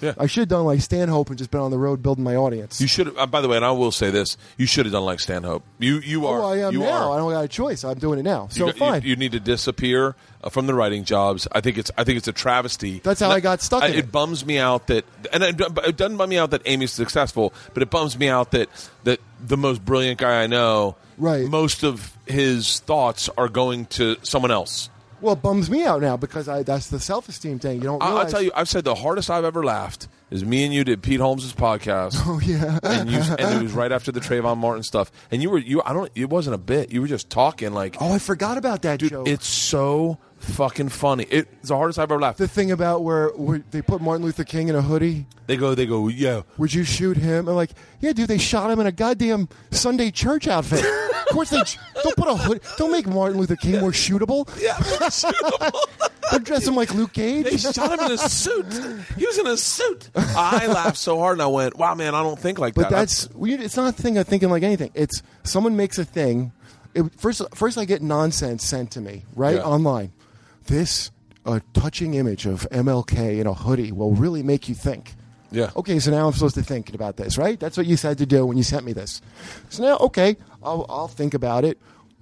S4: Yeah.
S3: I should have done like Stanhope and just been on the road building my audience.
S4: you should. Uh, by the way, and I will say this: you should have done like Stanhope. You you are.
S3: oh, I am
S4: you
S3: now.
S4: Are,
S3: I don't got a choice. I'm doing it now. So
S4: you, got- you-
S3: fine.
S4: You, need to disappear uh, from the writing jobs. I think it's. I think it's a travesty.
S3: That's how
S4: And
S3: I got stuck in it.
S4: bums me out that, and it, it doesn't bum me out that Amy's successful, but it bums me out that that the most brilliant guy I know,
S3: Right.
S4: Most of his thoughts are going to someone else.
S3: well, it bums me out now because I that's the self esteem thing. You don't.
S4: I, I'll
S3: realize-
S4: tell you, I've said the hardest I've ever laughed is me and you did Pete Holmes' podcast.
S3: [LAUGHS] Oh [LAUGHS] yeah.
S4: and you and it was right after the Trayvon Martin stuff. And you were you I don't it wasn't a bit. You were just talking like
S3: Oh, I forgot about that
S4: dude,
S3: joke.
S4: it's so fucking funny. It's the hardest I've ever laughed.
S3: the thing about where, where they put Martin Luther King in a hoodie
S4: They go they go, yeah.
S3: Would you shoot him? I'm like, yeah, dude. They shot him in a goddamn Sunday church outfit. of course they don't put a hood. Don't make Martin Luther King more shootable.
S4: Yeah,
S3: [LAUGHS] Don't dress him like Luke
S4: they
S3: Cage.
S4: shot him in a suit. He was in a suit. I laughed so hard and I went, "Wow, man, I don't think like
S3: But
S4: that."
S3: that's we- it's not a thing of thinking like anything. It's someone makes a thing. It, first, first I get nonsense sent to me right
S4: Yeah.
S3: online. This a touching image of MLK in a hoodie will really make you think.
S4: Yeah.
S3: Okay, so now I'm supposed to think about this, right? That's what you said to do when you sent me this. So now, okay, I'll, I'll think about it.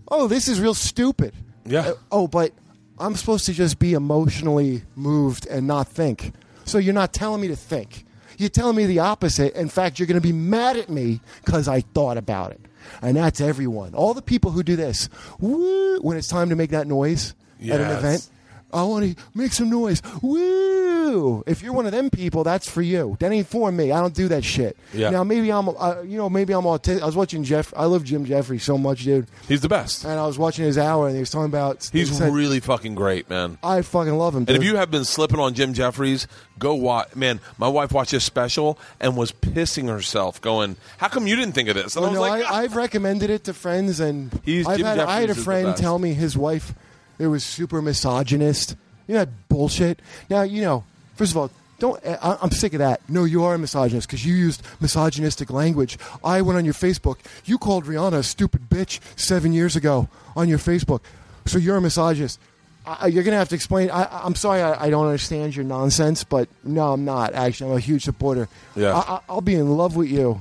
S3: Oh, this is real stupid.
S4: Yeah.
S3: Uh, oh, but I'm supposed to just be emotionally moved and not think. So you're not telling me to think. You're telling me the opposite. In fact, you're going to be mad at me because I thought about it. And that's everyone. All the people who do this. Woo, when it's time to make that noise at an
S4: Yes.
S3: event. I want to make some noise. Woo! If you're one of them people, that's for you. That ain't for me. I don't do that shit.
S4: Yeah.
S3: Now maybe I'm, uh, you know, maybe I'm autistic. I was watching Jeff. I love Jim Jeffrey so much, dude.
S4: He's the best.
S3: And I was watching his hour, and he was talking about. he
S4: He's
S3: said,
S4: really fucking great, man.
S3: I fucking love him. Dude.
S4: And if you have been slipping on Jim Jeffries, go watch. Man, my wife watched this special and was pissing herself, going, "How come you didn't think of this?" And
S3: Oh,
S4: I was
S3: no,
S4: like,
S3: I, I've recommended it to friends, and
S4: He's-
S3: I've
S4: Jim
S3: had, I had a
S4: Jeffries is the
S3: friend
S4: best.
S3: tell me his wife it was super misogynist. You know that bullshit. Now you know. First of all, don't. I, I'm sick of that. No, you are a misogynist because you used misogynistic language. I went on your Facebook. You called Rihanna a stupid bitch seven years ago on your Facebook. So you're a misogynist. I, I- you're gonna have to explain. I, I- I'm sorry, I, I don't understand your nonsense, but no, I'm not. Actually, I'm a huge supporter.
S4: Yeah.
S3: I, I, I'll be in love with you.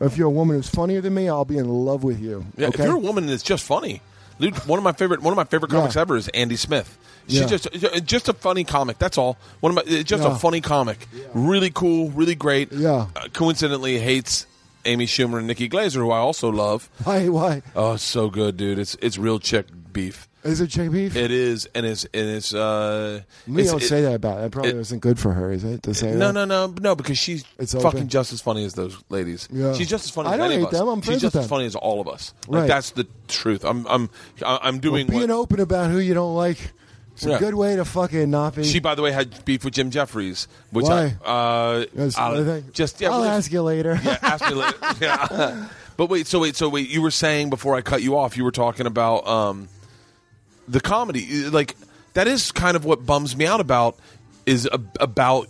S3: If you're a woman who's funnier than me, I'll be in love with you.
S4: Yeah,
S3: okay?
S4: if you're a woman, it's just funny. Dude, one of my favorite one of my favorite comics
S3: Yeah.
S4: ever is Andy Smith. She's
S3: Yeah.
S4: just just a funny comic. That's all. One of my it's just
S3: Yeah.
S4: a funny comic. Really cool. Really great.
S3: Yeah.
S4: Uh, coincidentally, hates Amy Schumer and Nikki Glaser, who I also love.
S3: Why? Why
S4: Oh, it's so good, dude. It's it's real chick beef.
S3: is it chick beef?
S4: It is, and it's and it's. Uh,
S3: we
S4: it's-
S3: don't
S4: it-
S3: say that about. It. That probably
S4: it-
S3: wasn't good for her, is it? To say
S4: No,
S3: that?
S4: no, no, no. Because she's
S3: It's
S4: fucking
S3: open.
S4: just as funny as those ladies.
S3: Yeah.
S4: She's just as funny.
S3: I
S4: as
S3: don't
S4: any
S3: hate
S4: of us.
S3: them. I'm friends
S4: She's just
S3: with
S4: as
S3: them.
S4: funny as all of us. Like,
S3: Right.
S4: That's the truth. I'm I'm I- I'm doing
S3: Being
S4: what,
S3: open about who you don't like. It's a
S4: Yeah.
S3: good way to fucking not be.
S4: She, by the way, had beef with Jim Jeffries, which
S3: Why?
S4: I uh,
S3: That's
S4: I'll-
S3: another thing.
S4: just yeah.
S3: I'll
S4: well,
S3: ask you later.
S4: yeah, ask me later. Yeah. But wait, so wait, so wait. You were saying before I cut you off, you were talking about um, the comedy. Like that is kind of what bums me out about is ab- about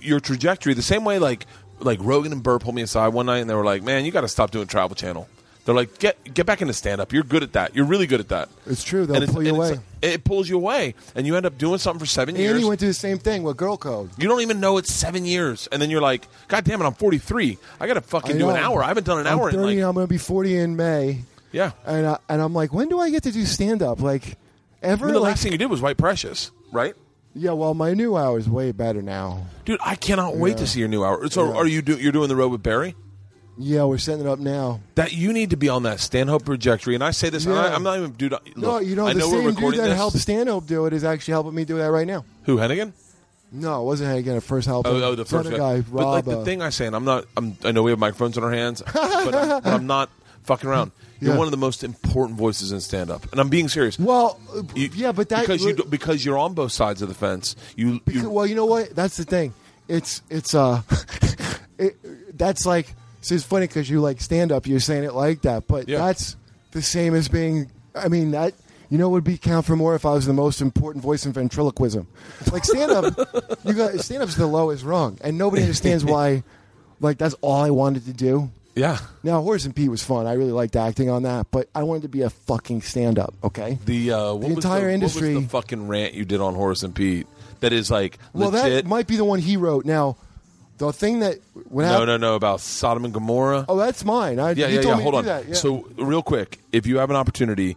S4: your trajectory. The same way, like like Rogan and Burr pulled me aside one night and they were like, "Man, you got to stop doing Travel Channel." They're like, "Get get back into stand up. You're good at that. You're really good at that."
S3: [LAUGHS] It's true. They'll
S4: And
S3: pull you
S4: and
S3: away.
S4: it pulls you away, and you end up doing something for seven years.
S3: Andy went through the same thing with girl code.
S4: You don't even know it's seven years, and then you're like, "God damn it, I'm 43. I got to fucking do an
S3: know.
S4: hour. I haven't done an
S3: I'm
S4: hour
S3: 30,
S4: in like
S3: I'm going to be 40 in May,
S4: yeah."
S3: and I, and I'm like, when do I get to do stand up? Like ever?
S4: I mean, the
S3: like,
S4: last thing you did was White Precious, right?
S3: yeah. Well, my new hour is way better now.
S4: Dude, I cannot wait to see your new hour. So,
S3: Yeah.
S4: are you do, you're doing the road with Barry?
S3: Yeah, we're setting it up now.
S4: That you need to be on that Stanhope trajectory, and I say this, and
S3: Yeah.
S4: I, I'm not even dude. Look,
S3: No, you know,
S4: I
S3: the
S4: know we're
S3: same dude
S4: recording
S3: that
S4: this.
S3: helped Stanhope do it is actually helping me do that right now.
S4: Who Hennigan?
S3: No, it wasn't Hank again. It first helped.
S4: Oh,
S3: him.
S4: oh, the
S3: This
S4: first
S3: other
S4: guy.
S3: guy,
S4: but like
S3: Rob.
S4: the
S3: uh,
S4: thing I say, and I'm not. I'm, I know we have microphones in our hands, but I'm, but I'm not
S3: [LAUGHS]
S4: fucking around. You're
S3: Yeah.
S4: one of the most important voices in stand up, and I'm being serious.
S3: well, uh,
S4: You-
S3: yeah, but that
S4: because you do- because you're on both sides of the fence. You,
S3: Because-
S4: you
S3: well, you know what? That's the thing. It's it's uh, [LAUGHS] it, that's like so it's funny because you like stand up, you're saying it like that, but
S4: Yeah.
S3: that's the same as being. I mean that. You know, what would be count for more if I was the most important voice in ventriloquism. Like stand up, you got stand up's the lowest rung, and nobody
S4: [LAUGHS]
S3: understands why. Like that's all I wanted to do.
S4: yeah.
S3: Now, Horace and Pete was fun. I really liked acting on that, but I wanted to be a fucking stand up, okay?
S4: The uh, what
S3: The
S4: was
S3: entire
S4: what
S3: industry-
S4: was the fucking rant you did on Horace and Pete. That is like
S3: Well,
S4: legit.
S3: that might be the one he wrote. Now, the thing that. When
S4: no,
S3: happened,
S4: no, no. About Sodom and Gomorrah.
S3: Oh, that's mine. I,
S4: yeah,
S3: you
S4: yeah,
S3: told
S4: yeah.
S3: me
S4: Hold
S3: to
S4: on.
S3: do that. Yeah.
S4: So real quick, if you have an opportunity,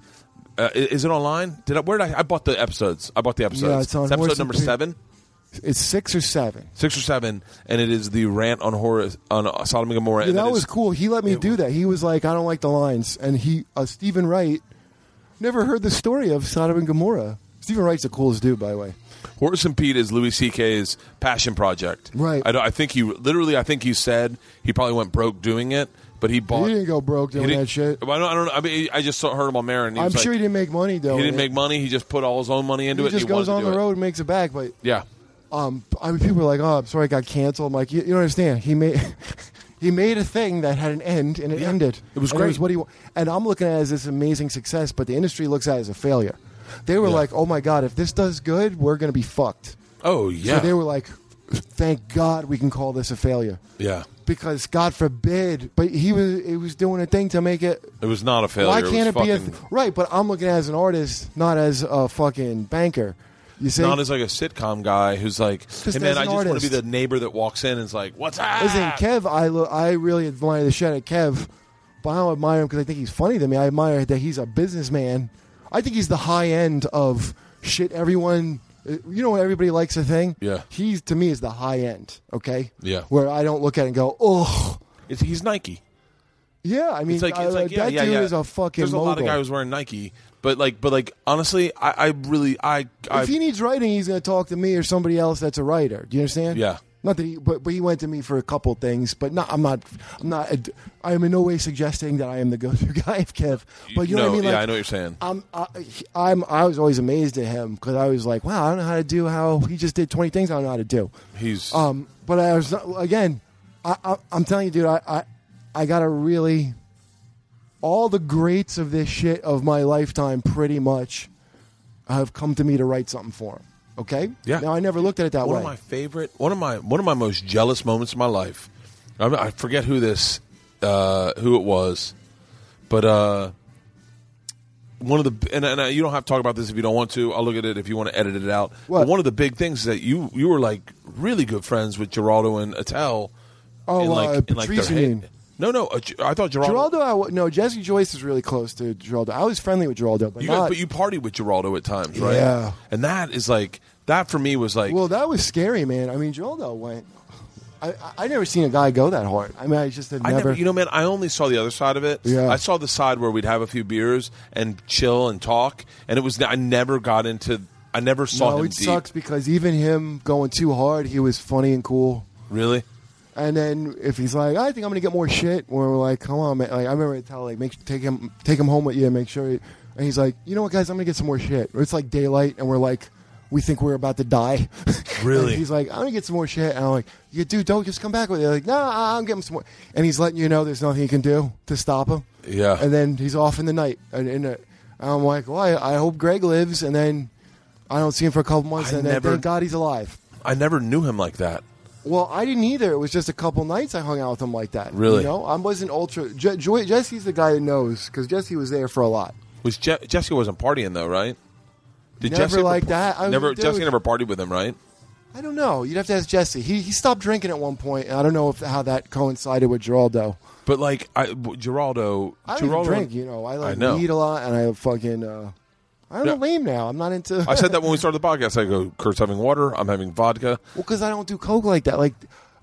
S4: uh, i- is it online? Did I, where did I? I bought the episodes. I bought the episodes.
S3: Yeah, it's on Horace
S4: episode
S3: and
S4: number
S3: Pete.
S4: seven.
S3: it's six or seven.
S4: Six or seven, and it is the rant on Horace on uh, Sodom and Gomorrah.
S3: Yeah,
S4: and
S3: that
S4: it is-
S3: was cool. He let me do that. He was like, I don't like the lines, and he uh, Stephen Wright never heard the story of Sodom and Gomorrah. Stephen Wright's the coolest dude, by the way.
S4: Horace and Pete is Louis C.K.'s passion project.
S3: Right.
S4: I, don't- I think he literally. I think he said he probably went broke doing it, but he bought.
S3: He didn't go broke
S4: he
S3: doing
S4: didn't-
S3: that shit.
S4: Well, I don't. I, don't, I mean, I just saw, heard him on Marin.
S3: I'm sure he didn't make money though.
S4: He didn't make money. He just put all his own money into
S3: He
S4: it.
S3: just
S4: he wanted
S3: goes
S4: to
S3: on
S4: do
S3: the
S4: it.
S3: road, and makes it back, but
S4: Yeah.
S3: um, I mean, people are like, "Oh, I'm sorry, I got canceled." I'm like, "You, you don't understand. He made [LAUGHS] he made a thing that had an end, and it
S4: Yeah.
S3: ended.
S4: It was
S3: And
S4: great.
S3: what he wa- and I'm looking at it as this amazing success, but the industry looks at it as a failure. They were
S4: Yeah.
S3: like, "Oh my god, if this does good, we're going to be fucked."
S4: Oh yeah.
S3: So they were like, "Thank God we can call this a failure."
S4: yeah.
S3: Because God forbid, but he was he was doing a thing to make it.
S4: It was not a failure.
S3: Why can't
S4: was
S3: it be a
S4: fucking-
S3: th- right? But I'm looking at it as an artist, not as a fucking banker. You see?
S4: Not as like a sitcom guy who's like, hey
S3: as
S4: man, I
S3: an
S4: just want to
S3: artist.
S4: be the neighbor that walks in and is like, what's up?
S3: Listen, Kev, I lo- I really admire the shit at Kev, but I don't admire him because I think he's funny to me. I admire that he's a businessman. I think he's the high end of shit. Everyone, uh, you know, when everybody likes a thing.
S4: Yeah.
S3: he's to me is the high end. Okay.
S4: Yeah.
S3: Where I don't look at it and go, oh,
S4: It's, he's Nike.
S3: yeah. I mean,
S4: It's like,
S3: I-
S4: it's like yeah,
S3: that
S4: yeah,
S3: dude
S4: yeah.
S3: is a fucking.
S4: There's a lot of
S3: mogul.
S4: guys who's wearing Nike, but like, but like, honestly, I, I really, I, I,
S3: if he needs writing, he's going to talk to me or somebody else that's a writer. Do you understand?
S4: Yeah.
S3: Not that he, but, but he went to me for a couple things. But not, I'm not, I'm not, I am in no way suggesting that I am the go-to [LAUGHS] guy of Kev. But you know what
S4: no,
S3: I mean?
S4: yeah,
S3: Like,
S4: I know what you're saying.
S3: I'm, I, he- I'm, I was always amazed at him because I was like, wow, I don't know how to do how he just did 20 things I don't know how to do.
S4: He's
S3: Um, but I was not, again, I, I, I'm telling you, dude, I, I, I gotta really, all the greats of this shit of my lifetime, pretty much, have come to me to write something for them. Okay.
S4: Yeah.
S3: Now I never looked at it that
S4: one
S3: way.
S4: of my favorite one of my one of my most jealous moments of my life I, I forget who this uh, who it was but uh one of the and, and uh, you don't have to talk about this if you don't want to i'll look at it if you want to edit it out
S3: What?
S4: but one of the big things is that you you were like really good friends with geraldo and atel
S3: Oh,
S4: in
S3: uh,
S4: like, in, like, their
S3: Patrice, you
S4: hey-
S3: mean.
S4: no no uh, G- i thought geraldo,
S3: Geraldo, I, wa- no, Jesse Joyce is really close to Geraldo. I was friendly with Geraldo, but
S4: you guys,
S3: not.
S4: but you partied with geraldo at times right
S3: Yeah.
S4: and that is like that for me was like
S3: well, that was scary, man. I mean, Geraldo went. I, I, I never seen a guy go that hard. I mean, I just had
S4: I never,
S3: never.
S4: you know, man. I only saw the other side of it.
S3: Yeah.
S4: I saw the side where we'd have a few beers and chill and talk, and it was. I never got into. I never saw
S3: no,
S4: him
S3: it
S4: deep.
S3: sucks because even him going too hard, he was funny and cool.
S4: Really?
S3: And then if he's like, I think I'm gonna get more shit, we're like, come on, man. Like I remember I tell like, make take him take him home with you, and make sure. He, and he's like, you know what, guys, I'm gonna get some more shit. It's like daylight, and we're like, we think we're about to die. [LAUGHS]
S4: Really?
S3: And he's like, I'm gonna get some more shit, and I'm like, you dude, don't just come back with it. Like, no, nah, I'm getting some more. And he's letting you know there's nothing you can do to stop him.
S4: Yeah.
S3: And then he's off in the night, and, and, uh, I'm like, well, I, I hope Greg lives, and then I don't see him for a couple months,
S4: I
S3: and
S4: never-
S3: then thank God he's alive.
S4: I never knew him like that.
S3: Well, I didn't either. It was just a couple nights I hung out with him like that.
S4: Really?
S3: You know, I wasn't ultra. Je- Joy- Jesse's the guy who knows because Jesse was there for a lot.
S4: Was Je- Jessica wasn't partying though, right? Did
S3: Never
S4: Jessica
S3: like that. I was
S4: never.
S3: like, dude.
S4: Jessica never partied with him, right?
S3: I don't know. You'd have to ask Jesse. He he stopped drinking at one point, and I don't know if how that coincided with Geraldo.
S4: But like, I w- Geraldo.
S3: I don't
S4: Geraldo
S3: even drink. You know, I like
S4: know.
S3: weed a lot, and I fucking. Uh, I'm
S4: Yeah.
S3: lame now. I'm not into.
S4: I said that when we started the podcast. I go, Kurt's having water. I'm having vodka.
S3: Well, because I don't do coke like that. Like,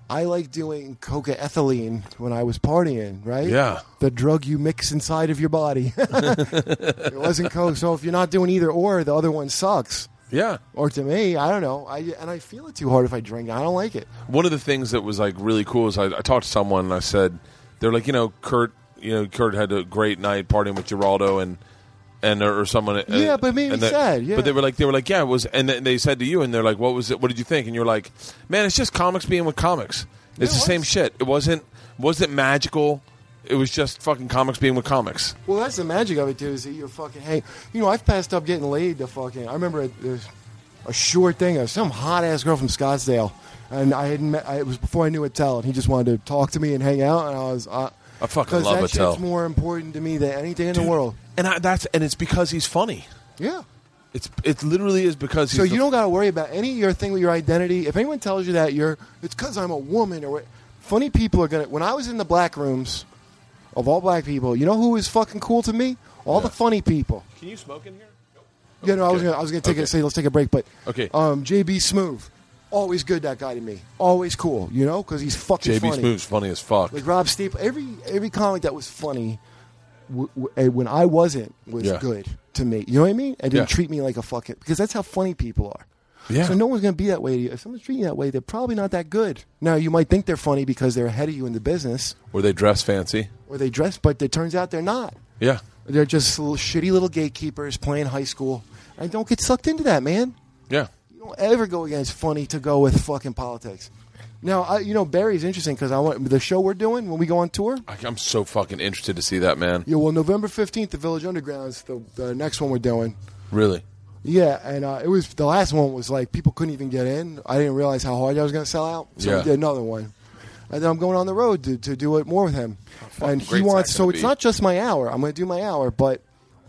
S3: I like doing coca ethylene when I was partying, right?
S4: Yeah.
S3: The drug you mix inside of your body. [LAUGHS] it wasn't coke. So if you're not doing either or, the other one sucks.
S4: Yeah.
S3: Or to me, I don't know. I and I feel it too hard if I drink. I don't like it.
S4: one of the things that was like really cool is I, I talked to someone and I said they're like you know Kurt you know Kurt had a great night partying with Geraldo and and or, or someone and-
S3: Yeah, but it made me
S4: and that-
S3: sad, yeah.
S4: but they were like they were like yeah it was and then they said to you and they're like what was it what did you think and you're like man it's just comics being with comics it's the
S3: it
S4: same
S3: was.
S4: shit it wasn't wasn't magical it was just fucking comics being with comics
S3: Well, that's the magic of it too. Is that you're fucking hey, you know, I've passed up getting laid to fucking. I remember a, a, a short thing of some hot ass girl from Scottsdale, and I hadn't met. I, it was before I knew Attell, and he just wanted to talk to me and hang out, and I was. Uh,
S4: I fucking
S3: because
S4: love
S3: that
S4: Attell.
S3: shit's more important to me than anything in the world.
S4: and I, that's and it's because he's funny
S3: Yeah.
S4: it's it literally is because he's
S3: So
S4: the-
S3: you don't got to worry about any of your thing with your identity. If anyone tells you that you're, it's because I'm a woman or what. Funny people are gonna. When I was in the black rooms, of all black people, you know who was fucking cool to me? All the funny people.
S4: can you smoke in here
S3: You know, I was
S4: Okay.
S3: gonna, I was gonna take
S4: Okay.
S3: it. Say, let's take a break, but
S4: Okay.
S3: Um, JB Smooth, always good that guy to me. Always cool, you know, because he's fucking
S4: JB
S3: funny.
S4: Smooth's funny as fuck
S3: Like Rob Staple, every every comic that was funny w- w- eh, when I wasn't was
S4: Yeah.
S3: good to me. You know what I mean? And didn't
S4: Yeah.
S3: treat me like a fucking because that's how funny people are.
S4: Yeah.
S3: So no one's gonna be that way. to you. If someone's treating you that way, they're probably not that good. Now you might think they're funny because they're ahead of you in the business
S4: were they dressed fancy
S3: or they dress, but it turns out they're not.
S4: yeah
S3: They're just little, shitty little gatekeepers playing high school. And don't get sucked into that, man.
S4: yeah
S3: You don't ever go against funny to go with fucking politics. Now, I, you know Barry's interesting because I want the show we're doing when we go on tour.
S4: I, I'm so fucking interested to see that man.
S3: Yeah, well, November fifteenth, the Village Underground's the, the next one we're doing.
S4: Really?
S3: Yeah, and uh, it was the last one was like people couldn't even get in. I didn't realize how hard I was going to sell out, so
S4: Yeah.
S3: we did another one. And then I'm going on the road to, to do it more with him.
S4: Oh, fucking
S3: and he
S4: great's that
S3: wants so
S4: gonna
S3: it's
S4: be?
S3: not just my hour. I'm going to do my hour, but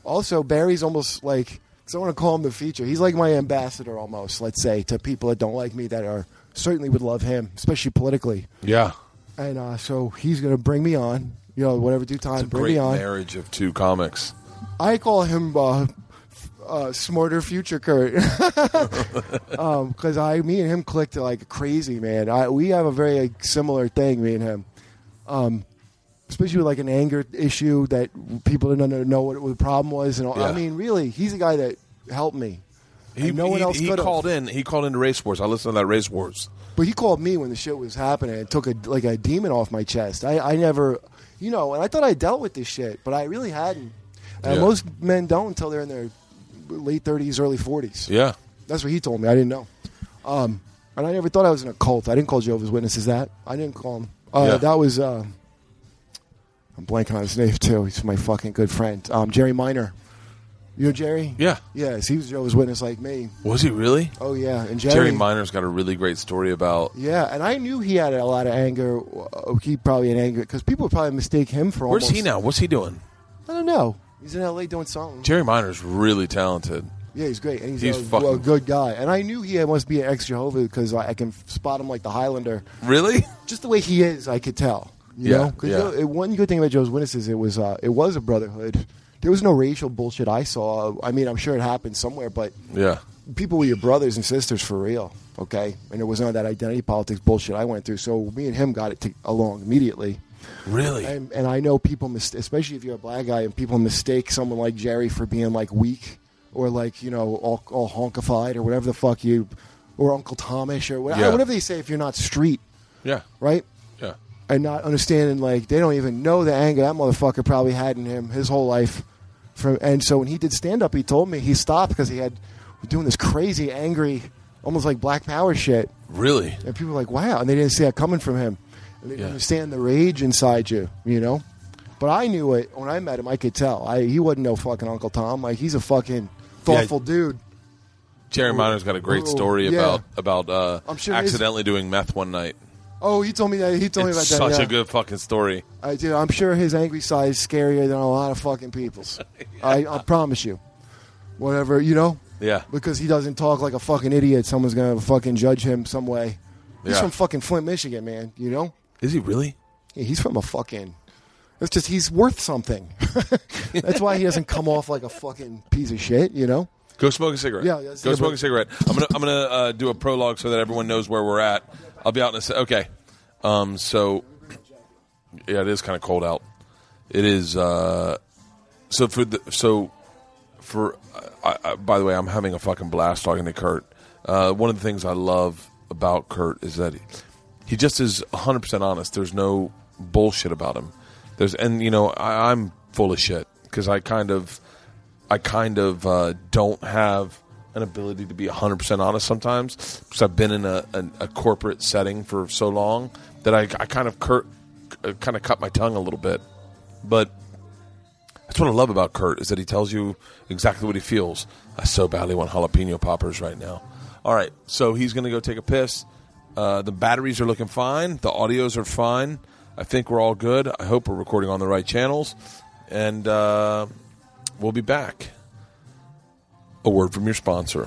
S3: also Barry's almost like Because I want to call him the feature. He's like my ambassador almost, let's say, to people that don't like me that are certainly would love him, especially politically.
S4: Yeah.
S3: And uh, so he's going to bring me on, you know, whatever due time, bring
S4: Great
S3: me on.
S4: marriage of two comics.
S3: I call him uh, f- uh, smarter future Kurt [LAUGHS] because I, me and him clicked like crazy, man. I, we have a very like, similar thing, me and him, um, especially with like an anger issue that people didn't know what the problem was, and all. I
S4: Yeah.
S3: mean, really, he's the guy that helped me.
S4: He,
S3: And no one
S4: he,
S3: else
S4: he
S3: could've.
S4: called in. He called into Race Wars. I listened to that Race Wars.
S3: But he called me when the shit was happening and took a like a demon off my chest. I, I never, you know, and I thought I dealt with this shit, but I really hadn't. And
S4: Yeah.
S3: most men don't until they're in their late thirties, early forties.
S4: Yeah.
S3: That's what he told me. I didn't know. Um, and I never thought I was in a cult. I didn't call Jehovah's Witnesses that. I didn't call him. Uh,
S4: Yeah.
S3: That was. Uh, I'm blanking on his name too. He's my fucking good friend, um, Jerry Minor. You know Jerry?
S4: Yeah.
S3: Yes, he was Jehovah's Witness like me.
S4: Was he really?
S3: Oh yeah, and
S4: Jerry Miner's got a really great story about.
S3: Yeah, and I knew he had a lot of anger. uh, He probably had anger because people would probably mistake him for.
S4: Where's
S3: almost,
S4: he now? What's he doing?
S3: I don't know. He's in L.A. doing something.
S4: Jerry Miner's really talented.
S3: yeah, he's great, and he's,
S4: He's
S3: a,
S4: fucking-
S3: a good guy. And I knew he had- must be an ex Jehovah because I, I can spot him like the Highlander,
S4: Really?
S3: just the way he is. I could tell. You
S4: Yeah,
S3: know, 'Cause, you
S4: yeah.
S3: know, it- one good thing about Joe's Witnesses, it was uh, it was a brotherhood. There was no racial bullshit I saw. I mean, I'm sure it happened somewhere, but
S4: Yeah.
S3: people were your brothers and sisters for real, okay? And there was none of that identity politics bullshit I went through. So me and him got it to, along immediately.
S4: Really?
S3: And, and I know people, mis- especially if you're a black guy, and people mistake someone like Jerry for being like weak or like you know all, all honkified or whatever the fuck you, or Uncle Thomish or whatever,
S4: Yeah.
S3: whatever they say if you're not street,
S4: yeah.
S3: right?
S4: Yeah.
S3: And not understanding like they don't even know the anger that motherfucker probably had in him his whole life. From and so when he did stand up, he told me he stopped because he had doing this crazy, angry, almost like black power shit.
S4: Really?
S3: And people were like, wow. And they didn't see that coming from him. And they didn't
S4: Yeah.
S3: understand the rage inside you, you know? But I knew it when I met him. I could tell. I, he wasn't no fucking Uncle Tom. Like, he's a fucking thoughtful dude.
S4: Jerry Miner's got a great
S3: Ooh,
S4: story
S3: yeah.
S4: about about uh,
S3: I'm sure his-
S4: accidentally doing meth one night.
S3: Oh, he told me that. He told
S4: It's
S3: me about
S4: such
S3: that. yeah.
S4: a good fucking story.
S3: I, dude, I'm sure his angry side is scarier than a lot of fucking
S4: [LAUGHS]
S3: people's. I, I promise you. Whatever, you know?
S4: Yeah.
S3: Because he doesn't talk like a fucking idiot. Someone's going to fucking judge him some way. He's
S4: Yeah.
S3: from fucking Flint, Michigan, man, you know?
S4: Is he really?
S3: Yeah, he's from a fucking. It's just he's worth something. [LAUGHS] That's why he doesn't come off like a fucking piece of shit, you know.
S4: Go smoke a cigarette.
S3: Yeah, yeah,
S4: Go
S3: cigarette.
S4: smoke a cigarette. I'm gonna I'm gonna uh, do a prologue so that everyone knows where we're at. I'll be out in a sec. Okay. Um. So. Yeah, it is kind of cold out. It is. Uh. So for the so for I, I, by the way, I'm having a fucking blast talking to Kurt. Uh, one of the things I love about Kurt is that he, he just is 100 percent honest. There's no bullshit about him. There's and you know I, I'm full of shit because I kind of I kind of uh, don't have an ability to be 100 percent honest sometimes because I've been in a, a, a corporate setting for so long that I, I kind of cur- uh, kind of cut my tongue a little bit, but. That's what I love about Kurt is that he tells you exactly what he feels. I so badly want jalapeno poppers right now. All right, so he's going to go take a piss. Uh, the batteries are looking fine. The audios are fine. I think we're all good. I hope we're recording on the right channels, and uh, we'll be back. A word from your sponsor.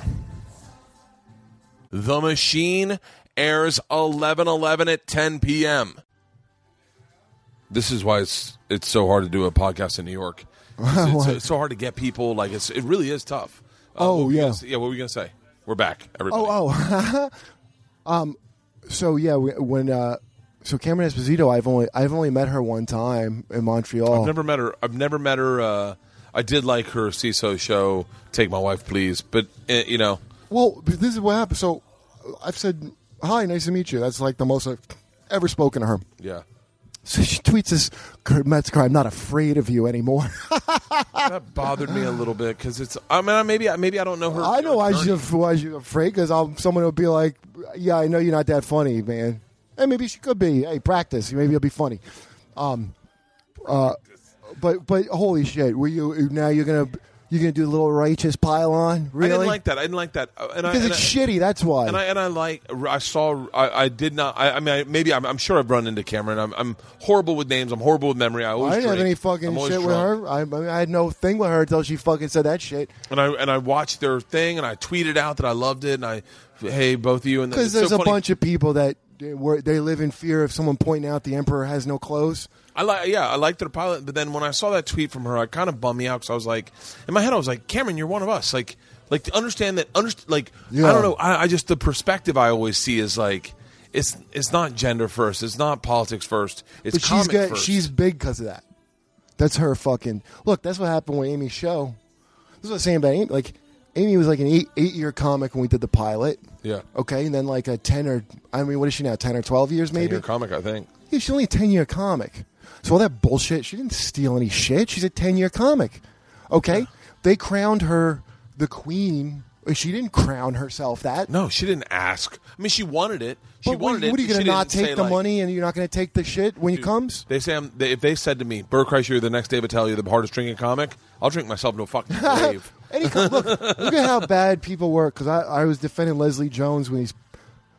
S4: The Machine airs 11:11 at 10 p.m. This is why it's it's so hard to do a podcast in
S3: [LAUGHS]
S4: New York. It's, it's- it's so hard to get people. Like it's it really is tough. Uh,
S3: Oh,
S4: what were you
S3: yeah.
S4: gonna say- yeah. What were you gonna say? We're back. Everybody.
S3: Oh, oh. [LAUGHS] um, so yeah, we, when uh, so Cameron Esposito, I've only I've only met her one time in Montreal.
S4: I've never met her. I've never met her. Uh, I did like her CISO show. Take my wife, please. But eh, you know,
S3: Well, but this is what happened. So I've said hi, nice to meet you. That's like the most I've ever spoken to her.
S4: yeah.
S3: So she tweets this, "Kurt Metzger, I'm not afraid of you anymore." [LAUGHS]
S4: That bothered me a little bit because it's. I mean, I- maybe I- maybe I don't know her.
S3: I know why
S4: journey.
S3: she's why she's afraid because I'm someone will be like, yeah, I know you're not that funny, man. And maybe she could be. Hey, practice. Maybe you'll be funny. Um, uh, but but holy shit, were you now you're gonna You're gonna do a little righteous pylon, really?
S4: I didn't like that. I didn't like that. Uh, And I,
S3: because
S4: and
S3: it's
S4: I-
S3: shitty. That's why.
S4: and I and I like I saw I, I did not I, I mean I, maybe I'm, I'm sure I've run into Cameron I'm, I'm horrible with names I'm horrible with memory I always
S3: I didn't have
S4: drink.
S3: any fucking
S4: I'm
S3: shit
S4: always
S3: with
S4: drunk.
S3: her. I, I mean, I had no thing with her until she fucking said that shit.
S4: and I and I watched their thing and I tweeted out that I loved it and I hey both of you and
S3: Because
S4: it's so
S3: there's a
S4: funny.
S3: bunch of people that they, were, they live in fear of someone pointing out the emperor has no clothes.
S4: I like yeah I liked their pilot but then when I saw that tweet from her I kind of bummed me out because I was like in my head I was like Cameron you're one of us like like to understand that underst- like I
S3: Yeah.
S4: don't know I, I just the perspective I always see is like it's it's not gender first it's not politics first it's
S3: But she's
S4: comic
S3: got,
S4: first.
S3: she's big because of that. That's her fucking look. That's what happened with Amy's show. This is what I'm saying about Amy. Like Amy was like an eight eight year comic when we did the pilot.
S4: yeah
S3: Okay, and then like a ten or I mean, what is she now? Ten or twelve years, maybe.
S4: You're a comic I think
S3: Yeah, she's only a 10 year comic. So all that bullshit, she didn't steal any shit. She's a 10 year comic. Okay? They crowned her the queen. Uh, She didn't crown herself that.
S4: No, she didn't ask. I mean, she wanted it. She
S3: But
S4: wanted
S3: what,
S4: it.
S3: what are you
S4: but
S3: going
S4: she
S3: to not
S4: didn't say,
S3: take the
S4: like-
S3: money and you're not going to take the shit when it comes?
S4: They say I'm, they, if they said to me, "Burr Kreischer, you're the next David Tell, you're the hardest drinking comic," I'll drink myself to
S3: [LAUGHS]
S4: a fucking grave.
S3: Any com- look, look at how bad people were. Because I, I was defending Leslie Jones when he's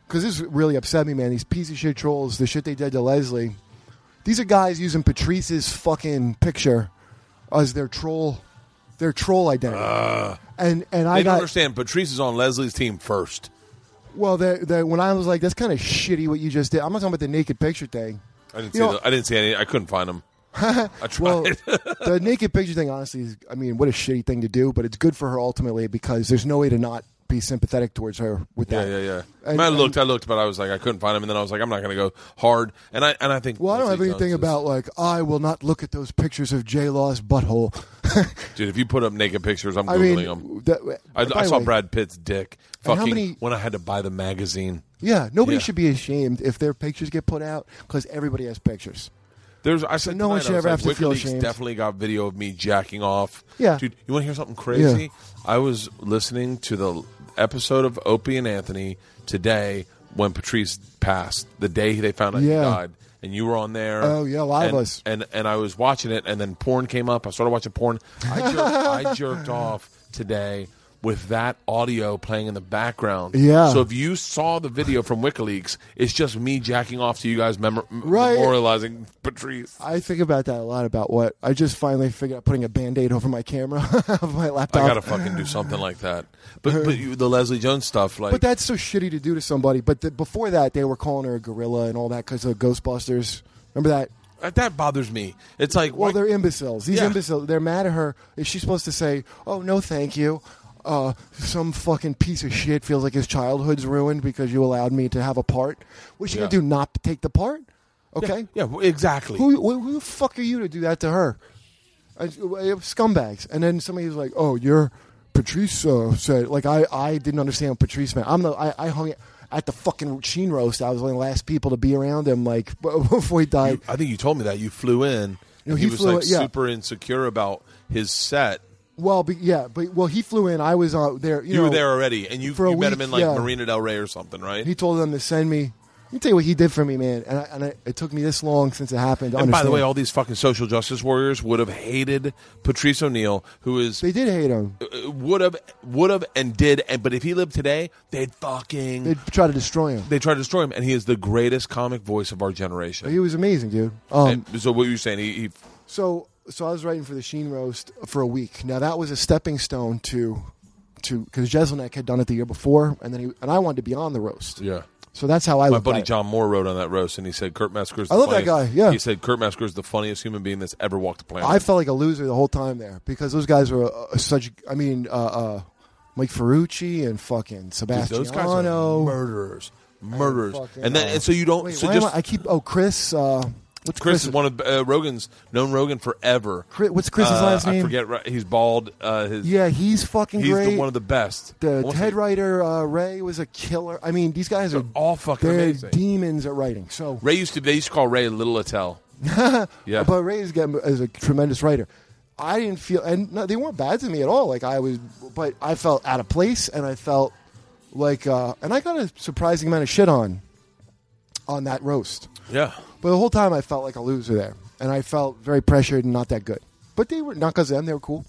S3: because this really upset me, man. These piece of shit trolls, the shit they did to Leslie. These are guys using Patrice's fucking picture as their troll, their troll identity. and and
S4: Uh, They
S3: I
S4: don't
S3: got
S4: understand. Patrice is on Leslie's team first.
S3: well. they they when I was like, that's kind of shitty what you just did. I'm not talking about the naked picture thing.
S4: I didn't
S3: You
S4: see.
S3: know-
S4: the, I didn't see any. I couldn't find him. I tried.
S3: [LAUGHS] Well, the naked picture thing, honestly, is, I mean, what a shitty thing to do, but it's good for her ultimately because there's no way to not be sympathetic towards her with
S4: [LAUGHS] yeah,
S3: that.
S4: yeah, yeah. I,
S3: And-
S4: mean, I
S3: and-
S4: looked. I looked, but I was like, I couldn't find him. And then I was like, I'm not going to go hard. And I and I think.
S3: Well, I don't have
S4: Leslie Jones
S3: anything
S4: is-
S3: about like I will not look at those pictures of J Law's butthole. [LAUGHS]
S4: Dude, if you put up naked pictures, I'm
S3: I
S4: googling
S3: mean,
S4: them.
S3: that-
S4: I,
S3: by
S4: I
S3: the
S4: saw
S3: way,
S4: Brad Pitt's dick.
S3: And
S4: Fucking
S3: how many-
S4: when I had to buy the magazine.
S3: Yeah, nobody
S4: Yeah.
S3: should be ashamed if their pictures get put out because everybody has pictures.
S4: There's, I said,
S3: no one
S4: tonight, I
S3: should
S4: was
S3: ever
S4: like,
S3: have to feel
S4: WikiLeaks
S3: ashamed.
S4: Definitely got video of me jacking off.
S3: Yeah.
S4: dude, you want to hear something crazy? I was listening to the episode of Opie and Anthony today when Patrice passed, the day they found out he
S3: Yeah.
S4: died, and you were on there.
S3: Oh, yeah, a lot of
S4: And-
S3: us.
S4: And and I was watching it, and then porn came up. I started watching porn. I jerked, I
S3: [LAUGHS]
S4: jerked off today with that audio playing in the background.
S3: Yeah.
S4: So if you saw the video from WikiLeaks, it's just me jacking off to you guys, memor-
S3: Right.
S4: memorializing Patrice.
S3: I think about that a lot about what I just finally figured out putting a band aid over my camera [LAUGHS] of my laptop.
S4: I gotta fucking do something like that. But but you, the Leslie Jones stuff, like
S3: but that's so shitty to do to somebody. But the, before that, they were calling her a gorilla and all that because of Ghostbusters. Remember that?
S4: uh, that, bothers me. It's like
S3: Well,
S4: why-
S3: they're imbeciles. These
S4: Yeah.
S3: imbeciles, they're mad at her. Is she supposed to say, "Oh no, thank you"? Uh, some fucking piece of shit feels like his childhood's ruined because you allowed me to have a part. What's she
S4: Yeah.
S3: gonna do? Not to take the part? Okay.
S4: yeah, well, exactly.
S3: Who, who who the fuck are you to do that to her? I, scumbags. And then somebody was like, "Oh, you're Patrice uh, said." Like I, I didn't understand what Patrice meant. I'm the I, I hung at the fucking Sheen roast. I was one of the last people to be around him. Like [LAUGHS] before he died.
S4: You- I think you told me that you flew in. and
S3: he
S4: he, was
S3: flew
S4: like
S3: in, yeah.
S4: super insecure about his set.
S3: Well, but, yeah, but well, he flew in. I was uh, there. You,
S4: You, were
S3: know,
S4: there already, and you,
S3: for a
S4: you met
S3: week,
S4: him in like
S3: yeah.
S4: Marina Del Rey or something, right?
S3: He told them to send me. Let me tell you what he did for me, man. And, I, and I, it took me this long since it happened. to
S4: and by the
S3: understand.
S4: way, all these fucking social justice warriors would have hated Patrice O'Neill, who is
S3: they did hate him.
S4: would have would have and did. And but if he lived today, they'd fucking
S3: They tried to destroy him.
S4: they tried to destroy him, and he is the greatest comic voice of our generation.
S3: He was amazing, dude. Um,
S4: And so what you're saying, he, he
S3: So so I was writing for the Sheen roast for a week. Now that was a stepping stone to to because Jeselnik had done it the year before, and then he and I wanted to be on the roast.
S4: yeah.
S3: So that's how I
S4: My
S3: looked
S4: buddy
S3: at it.
S4: John Moore wrote on that roast, and he said Kurt Metzger is.
S3: I love that guy, yeah.
S4: he said Kurt Metzger is the funniest human being that's ever walked the planet.
S3: I felt like a loser the whole time there because those guys were uh, such. I mean, uh, uh, Mike Ferrucci and fucking
S4: Dude,
S3: Sebastiano.
S4: those guys are murderers, murderers,
S3: fucking- uh,
S4: and then and so you don't.
S3: Wait,
S4: so
S3: why am
S4: just
S3: I, I keep oh Chris. Uh, what's
S4: Chris
S3: Chris?
S4: is one of uh, Rogan's known Rogan forever.
S3: Chris- what's Chris's
S4: Uh,
S3: last
S4: I
S3: name?
S4: forget. right- He's bald. Uh, his
S3: yeah, he's fucking
S4: he's
S3: great.
S4: the one of the best. I
S3: the
S4: wanna
S3: head
S4: say-
S3: writer uh, Ray was a killer. I mean, these guys are
S4: all fucking
S3: they're
S4: amazing.
S3: demons at writing. So,
S4: Ray used to. They used to call Ray Little Attell. yeah,
S3: but Ray is, getting, is a tremendous writer. I didn't feel, and no, they weren't bad to me at all. Like I was, but I felt out of place, and I felt like, uh, and I got a surprising amount of shit on on that roast.
S4: yeah.
S3: But the whole time I felt like a loser there, and I felt very pressured and not that good. But they were not because of them; they were cool.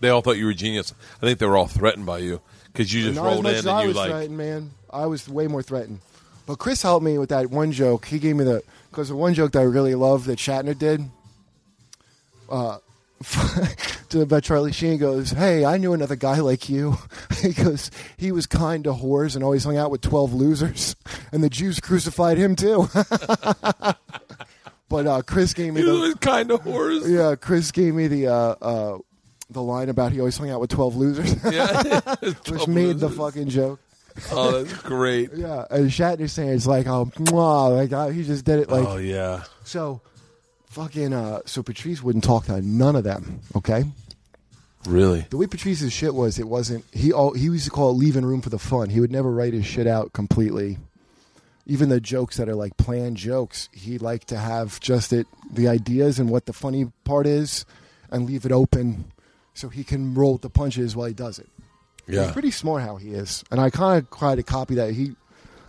S4: They all thought you were a genius. I think they were all threatened by you because you just
S3: Not as
S4: rolled
S3: much
S4: in
S3: as
S4: and
S3: I
S4: you
S3: was
S4: like.
S3: threatened, man. I was way more threatened. But Chris helped me with that one joke. He gave me the because the one joke that I really love that Shatner did. Uh, [LAUGHS] to about Charlie Sheen goes, "Hey, I knew another guy like you." [LAUGHS] he goes, "He was kind to whores and always hung out with twelve losers, [LAUGHS] and the Jews crucified him too." [LAUGHS] but uh, Chris gave me
S4: You
S3: the
S4: was kind of horse.
S3: yeah. Chris gave me the uh, uh, the line about he always hung out with twelve losers,
S4: Yeah.
S3: [LAUGHS] which made the fucking joke.
S4: [LAUGHS] Oh, that's great.
S3: Yeah, and Shatner saying it's like, oh, mwah, like uh, he just did it like
S4: oh yeah.
S3: so. Fucking uh, so Patrice wouldn't talk to none of them. Okay,
S4: Really?
S3: the way Patrice's shit was, it wasn't he. All he used to call it leaving room for the fun. He would never write his shit out completely. Even the jokes that are like planned jokes, he liked to have just it the ideas and what the funny part is, and leave it open so he can roll with the punches while he does it. He's
S4: Yeah.
S3: pretty smart how he is, and I kind of try to copy that. He,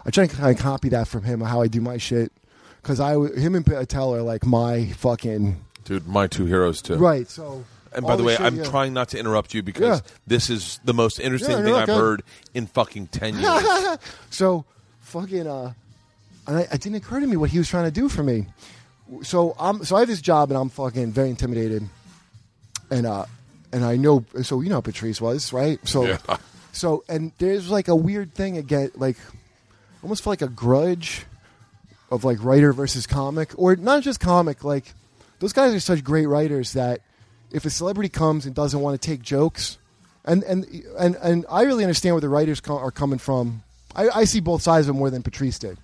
S3: I try to kind of copy that from him how I do my shit, because I, w- him and Patel are like my fucking
S4: Dude, my two heroes too.
S3: right. So,
S4: And by
S3: all
S4: the
S3: this
S4: way,
S3: shit,
S4: I'm
S3: yeah.
S4: trying not to interrupt you because
S3: Yeah.
S4: this is the most interesting
S3: Yeah,
S4: thing
S3: you're
S4: I've
S3: okay.
S4: heard in fucking
S3: [LAUGHS]
S4: ten years.
S3: So, fucking, uh, and I, it didn't occur to me what he was trying to do for me. So I'm, so I have this job, and I'm fucking very intimidated, and uh, and I know, so you know, how Patrice was right. So,
S4: Yeah.
S3: so, and there's like a weird thing again, like almost feel like a grudge of like writer versus comic, or not just comic. Like those guys are such great writers that if a celebrity comes and doesn't want to take jokes, and and and and I really understand where the writers co- are coming from. I, I see both sides of them more than Patrice did,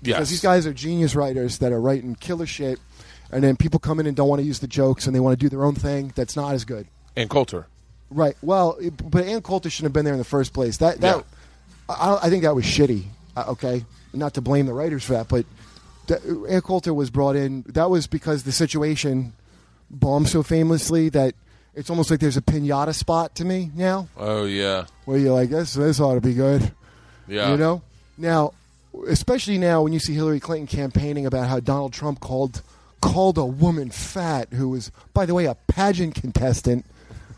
S3: because
S4: Yes.
S3: these guys are genius writers that are writing killer shit, and then people come in and don't want to use the jokes and they want to do their own thing that's not as good.
S4: and Coulter.
S3: Right. Well, it- but Ann Coulter shouldn't have been there in the first place. That that
S4: Yeah.
S3: I, I think that was shitty. Uh, okay, not to blame the writers for that, but that, Ann Coulter was brought in. That was because the situation bombed so famously that it's almost like there's a pinata spot to me now,
S4: Oh yeah.
S3: where you're like, this this ought to be good.
S4: Yeah.
S3: You know? Now, especially now when you see Hillary Clinton campaigning about how Donald Trump called called a woman fat who was by the way a pageant
S4: [LAUGHS]
S3: contestant.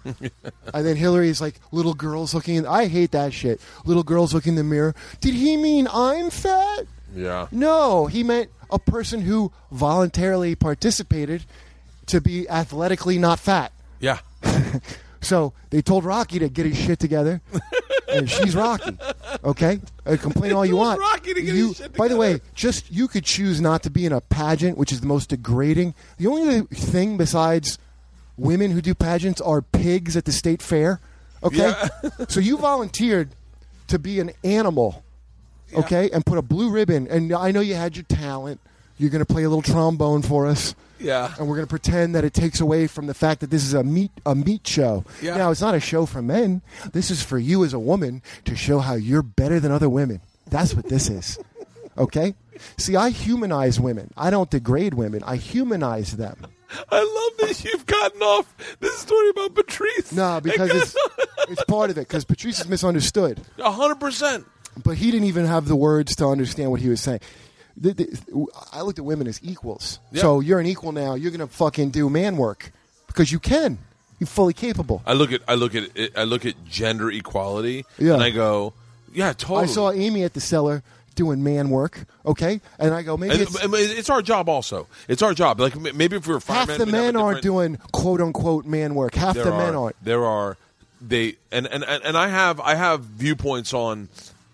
S3: and then Hillary's like little girls looking in I hate that shit. Little girls looking in the mirror. Did he mean I'm fat?
S4: Yeah.
S3: No, he meant a person who voluntarily participated to be athletically not fat.
S4: Yeah. [LAUGHS]
S3: So they told Rocky to get his shit
S4: [LAUGHS]
S3: together, and she's Rocky. Okay, Uh, complain all you
S4: told
S3: want.
S4: Rocky to get
S3: you,
S4: his shit
S3: By the way,
S4: together.
S3: just you could choose not to be in a pageant, which is the most degrading. The only other thing besides women who do pageants are pigs at the state fair. Okay, [LAUGHS] so you volunteered to be an animal. Okay, and put a blue ribbon. And I know you had your talent. You're going to play a little trombone for us
S4: Yeah.
S3: and we're going to pretend that it takes away from the fact that this is a meat a meat show.
S4: Yeah.
S3: Now it's not a show for men. This is for you as a woman to show how you're better than other women. That's what this
S4: [LAUGHS]
S3: is. Okay? See, I humanize women. I don't degrade women. I humanize them.
S4: I love that you've gotten off this story about Patrice.
S3: No, because
S4: [LAUGHS]
S3: it's it's part of it cuz Patrice is misunderstood.
S4: hundred percent.
S3: but he didn't even have the words to understand what he was saying. The- the- I looked at women as equals.
S4: Yeah.
S3: So you're an equal now. You're going to fucking do man work because you can. You're fully capable.
S4: I look at I look at it, I look at gender equality,
S3: Yeah.
S4: and I go, yeah, totally.
S3: I saw Amy at the cellar doing man work. Okay, and I go maybe
S4: And-
S3: it's,
S4: I mean, it's our job also. It's our job. Like m- maybe if we were
S3: half
S4: firemen,
S3: the
S4: we'd have a
S3: men aren't
S4: different-
S3: doing quote unquote man work. Half
S4: There
S3: the
S4: are,
S3: men aren't.
S4: There are they and, and and and I have I have viewpoints on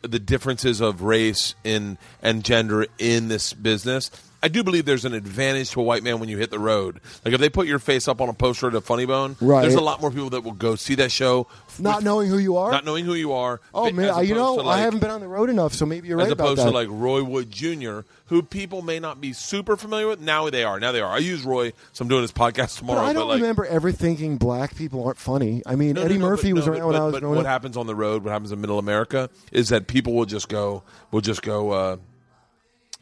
S4: the differences of race in and gender in this business. I do believe there's an advantage to a white man when you hit the road. Like if they put your face up on a poster at a funny bone,
S3: Right.
S4: there's a lot more people that will go see that show,
S3: Not
S4: with-
S3: knowing who you are.
S4: not knowing who you are.
S3: oh
S4: as
S3: man, I- you
S4: opposed
S3: know
S4: to, like,
S3: I haven't been on the road enough, so maybe you're
S4: as
S3: right about
S4: opposed
S3: that.
S4: to like Roy Wood Jr., who people may not be super familiar with. Now they are. Now they are. I use Roy, so I'm doing this podcast
S3: but
S4: tomorrow.
S3: I don't
S4: like,
S3: remember ever thinking black people aren't funny. I mean,
S4: no, no,
S3: Eddie
S4: no,
S3: Murphy
S4: but-
S3: was
S4: no,
S3: around
S4: but,
S3: when
S4: but,
S3: I was
S4: but
S3: growing
S4: what
S3: up.
S4: happens on the road? What happens in Middle America is that people will just go, will just go, uh,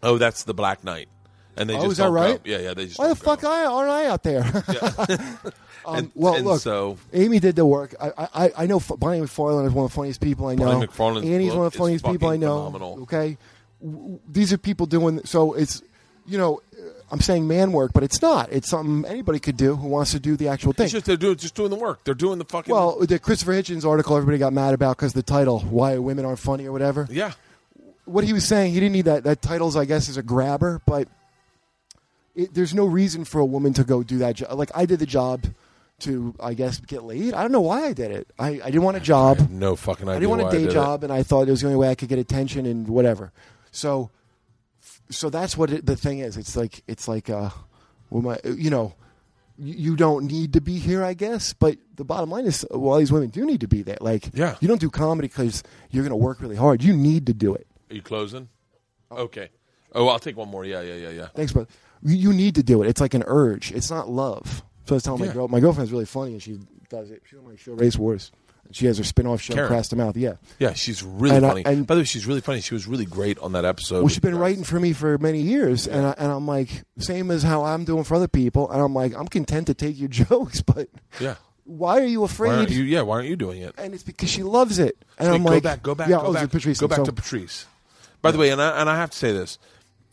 S4: oh, that's the Black Knight, and they
S3: Oh,
S4: just
S3: is that
S4: don't go.
S3: right?
S4: Yeah, yeah. They just
S3: Why the
S4: don't go.
S3: fuck I, aren't I out there? [LAUGHS] um, well,
S4: and
S3: look,
S4: so-
S3: Amy did the work. I, I- I, I know F- Bonnie McFarlane is one of the funniest people I know.
S4: Bonnie McFarlane's
S3: Annie's
S4: book
S3: one of the
S4: is
S3: funniest people I
S4: fucking
S3: know.
S4: phenomenal.
S3: Okay, W- w- these are people doing so. It's you know, I'm saying man work, but it's not. It's something anybody could do who wants to do the actual thing.
S4: It's just they're doing just doing the work. They're doing the fucking
S3: well, the Christopher Hitchens article everybody got mad about because the title, Why Women Aren't Funny or whatever.
S4: yeah.
S3: What he was saying, he didn't need that. That title's, I guess, is a grabber, but it, there's no reason for a woman to go do that job. Like, I did the job to, I guess, get laid. I don't know why I did it. I, I didn't want a job.
S4: No fucking idea.
S3: I didn't want
S4: why
S3: a
S4: I
S3: day
S4: did it.
S3: job, and I thought it was the only way I could get attention and whatever. So, so that's what it, the thing is. It's like it's like uh, well, my, you know, you you don't need to be here, I guess. But the bottom line is, well, these women do need to be there. Like,
S4: Yeah.
S3: you don't do comedy because you're going to work really hard. You need to do it.
S4: Are you closing? Okay. Oh, I'll take one more. Yeah, yeah, yeah, yeah.
S3: Thanks, brother. You, you need to do it. It's like an urge. It's not love. So I was telling
S4: Yeah.
S3: my girl, my girlfriend's really funny, and she does it. She's on my show, Race Wars. She has her spin-off show,
S4: Karen.
S3: Crass to Mouth. Yeah.
S4: Yeah, she's really
S3: And I-
S4: funny.
S3: and-
S4: By the way, she's really funny. She was really great on that episode.
S3: Well,
S4: with
S3: she's been
S4: you guys.
S3: writing for me for many years, and I, and I'm like, same as how I'm doing for other people, and I'm like, I'm content to take your [LAUGHS] jokes, but
S4: Yeah.
S3: why are you
S4: Why
S3: afraid?
S4: aren't you? Yeah, why aren't you doing it?
S3: and it's because she loves it, and
S4: Wait,
S3: I'm
S4: go
S3: like,
S4: back, go back,
S3: yeah,
S4: go
S3: oh,
S4: back,
S3: it's Patrice,
S4: go back
S3: so-
S4: to Patrice. By the way, and I, and I have to say this: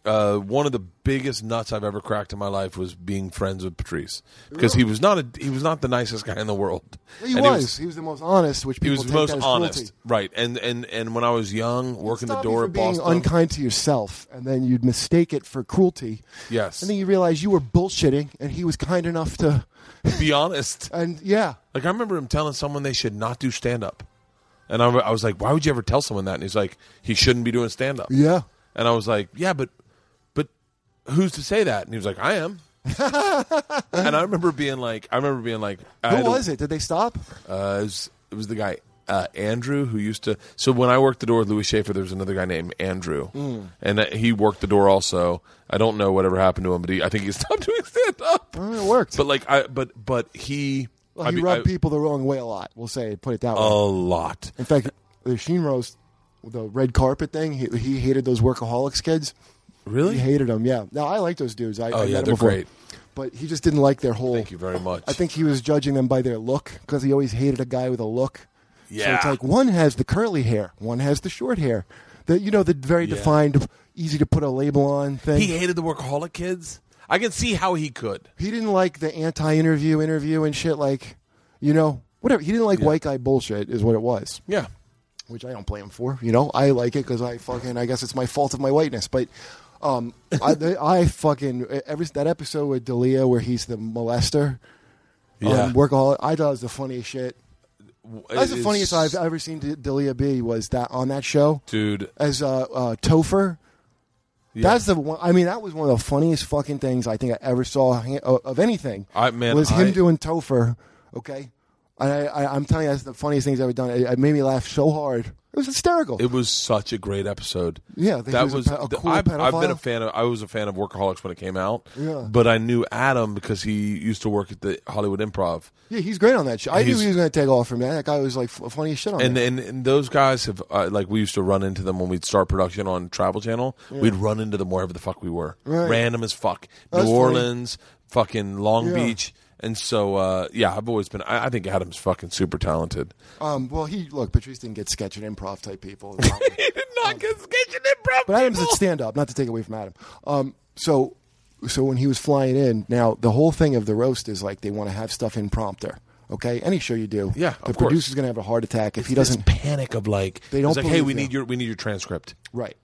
S4: uh, one of the biggest nuts I've ever cracked in my life was being friends with Patrice because he was not a, he was not the nicest guy in the world.
S3: he
S4: And
S3: was. he was the most honest, which
S4: He
S3: people
S4: was the
S3: take
S4: most
S3: that as
S4: honest,
S3: cruelty.
S4: right? And and and when I was young, working
S3: Stop
S4: the
S3: you
S4: door
S3: for
S4: at
S3: being
S4: Boston,
S3: unkind to yourself, and then you'd mistake it for cruelty.
S4: Yes.
S3: and then you realize you were bullshitting, and he was kind enough to,
S4: [LAUGHS] be honest.
S3: and yeah,
S4: Like I remember him telling someone they should not do stand up, and I, I was like, "Why would you ever tell someone that?" And he's like, "He shouldn't be doing stand up."
S3: yeah.
S4: And I was like, "Yeah, but, but who's to say that?" And he was like,
S3: [LAUGHS]
S4: "I am." and I remember being like, I remember being like, I
S3: Who
S4: had a-
S3: was it? Did they stop?
S4: Uh, it was it was the guy uh, Andrew who used to. So when I worked the door with Louis Schaefer, there was another guy named Andrew,
S3: Hmm.
S4: and uh, he worked the door also. I don't know whatever happened to him, but he, I think he [LAUGHS] stopped doing stand up.
S3: Oh, it worked.
S4: But like, I but but he.
S3: Well,
S4: I
S3: he
S4: mean,
S3: rubbed
S4: I- Oh.
S3: people the wrong way a lot. We'll say, put it that way.
S4: a lot.
S3: In fact, the Sheenro's the red carpet thing, he, he hated those workaholics kids.
S4: Really?
S3: He hated them, yeah. Now, I like those dudes. I,
S4: Oh,
S3: I
S4: yeah,
S3: met 'em
S4: they're
S3: before.
S4: great.
S3: But he just didn't like their whole.
S4: Thank you very much.
S3: I think he was judging them by their look because he always hated a guy with a look. So it's
S4: Yeah.
S3: like one has the curly hair, one has the short hair. The, you know, the very
S4: Yeah.
S3: defined, easy to put a label on thing.
S4: he hated the workaholic kids. I can see how he could.
S3: He didn't like the anti-interview interview and shit like, you know, whatever. He didn't like white guy bullshit is what it was.
S4: Yeah.
S3: which I don't blame him for. You know, I like it because I fucking I guess it's my fault of my whiteness, but. Um, I, I fucking e, every that episode with Dalia where he's the molester,
S4: Yeah.
S3: um, workaholic. I thought it was the funniest shit. That's
S4: It
S3: the
S4: is-
S3: funniest I've ever seen D- Dalia be was that on that show
S4: Dude,
S3: as uh, uh Topher. That's the one. I mean, that was one of the funniest fucking things I think I ever saw ha- o- of anything.
S4: I- man,
S3: was him
S4: I-
S3: doing Topher. Okay, I, I I'm telling you, that's the funniest things I've ever done. It, it made me laugh so hard. It was hysterical.
S4: it was such a great episode.
S3: Yeah, that he
S4: that
S3: was a
S4: was.
S3: pe- a
S4: the-
S3: cool
S4: I've, I've been a
S3: pedophile.
S4: fan of. I was a fan of Workaholics when it came out.
S3: Yeah.
S4: But I knew Adam because he used to work at the Hollywood Improv,
S3: Yeah, he's great on that show. I knew
S4: He's-
S3: he was going to take off from that. That guy was like f- funny as shit on
S4: and
S3: that.
S4: and, and those guys have uh, like we used to run into them when we'd start production on Travel Channel. We'd run into them wherever the fuck we were,
S3: Right.
S4: random as fuck.
S3: That's
S4: New
S3: funny.
S4: Orleans, fucking Long
S3: Yeah.
S4: Beach, and so uh, yeah, I've always been. I, I think Adam's fucking super talented.
S3: Um, well, he look, Patrice didn't get sketch and improv type
S4: [LAUGHS]
S3: people,
S4: He did not get sketch and improv.
S3: but Adam's a
S4: people.
S3: stand up. Not to take away from Adam. Um, so, so when he was flying in, now the whole thing of the roast is like they want to have stuff in prompter. Okay, any show you do,
S4: Yeah,
S3: the
S4: of course.
S3: producer's going to have a heart attack if he
S4: This
S3: doesn't.
S4: panic of like
S3: They don't
S4: it's like, hey,
S3: believe
S4: we
S3: you.
S4: need your we need your transcript.
S3: Right.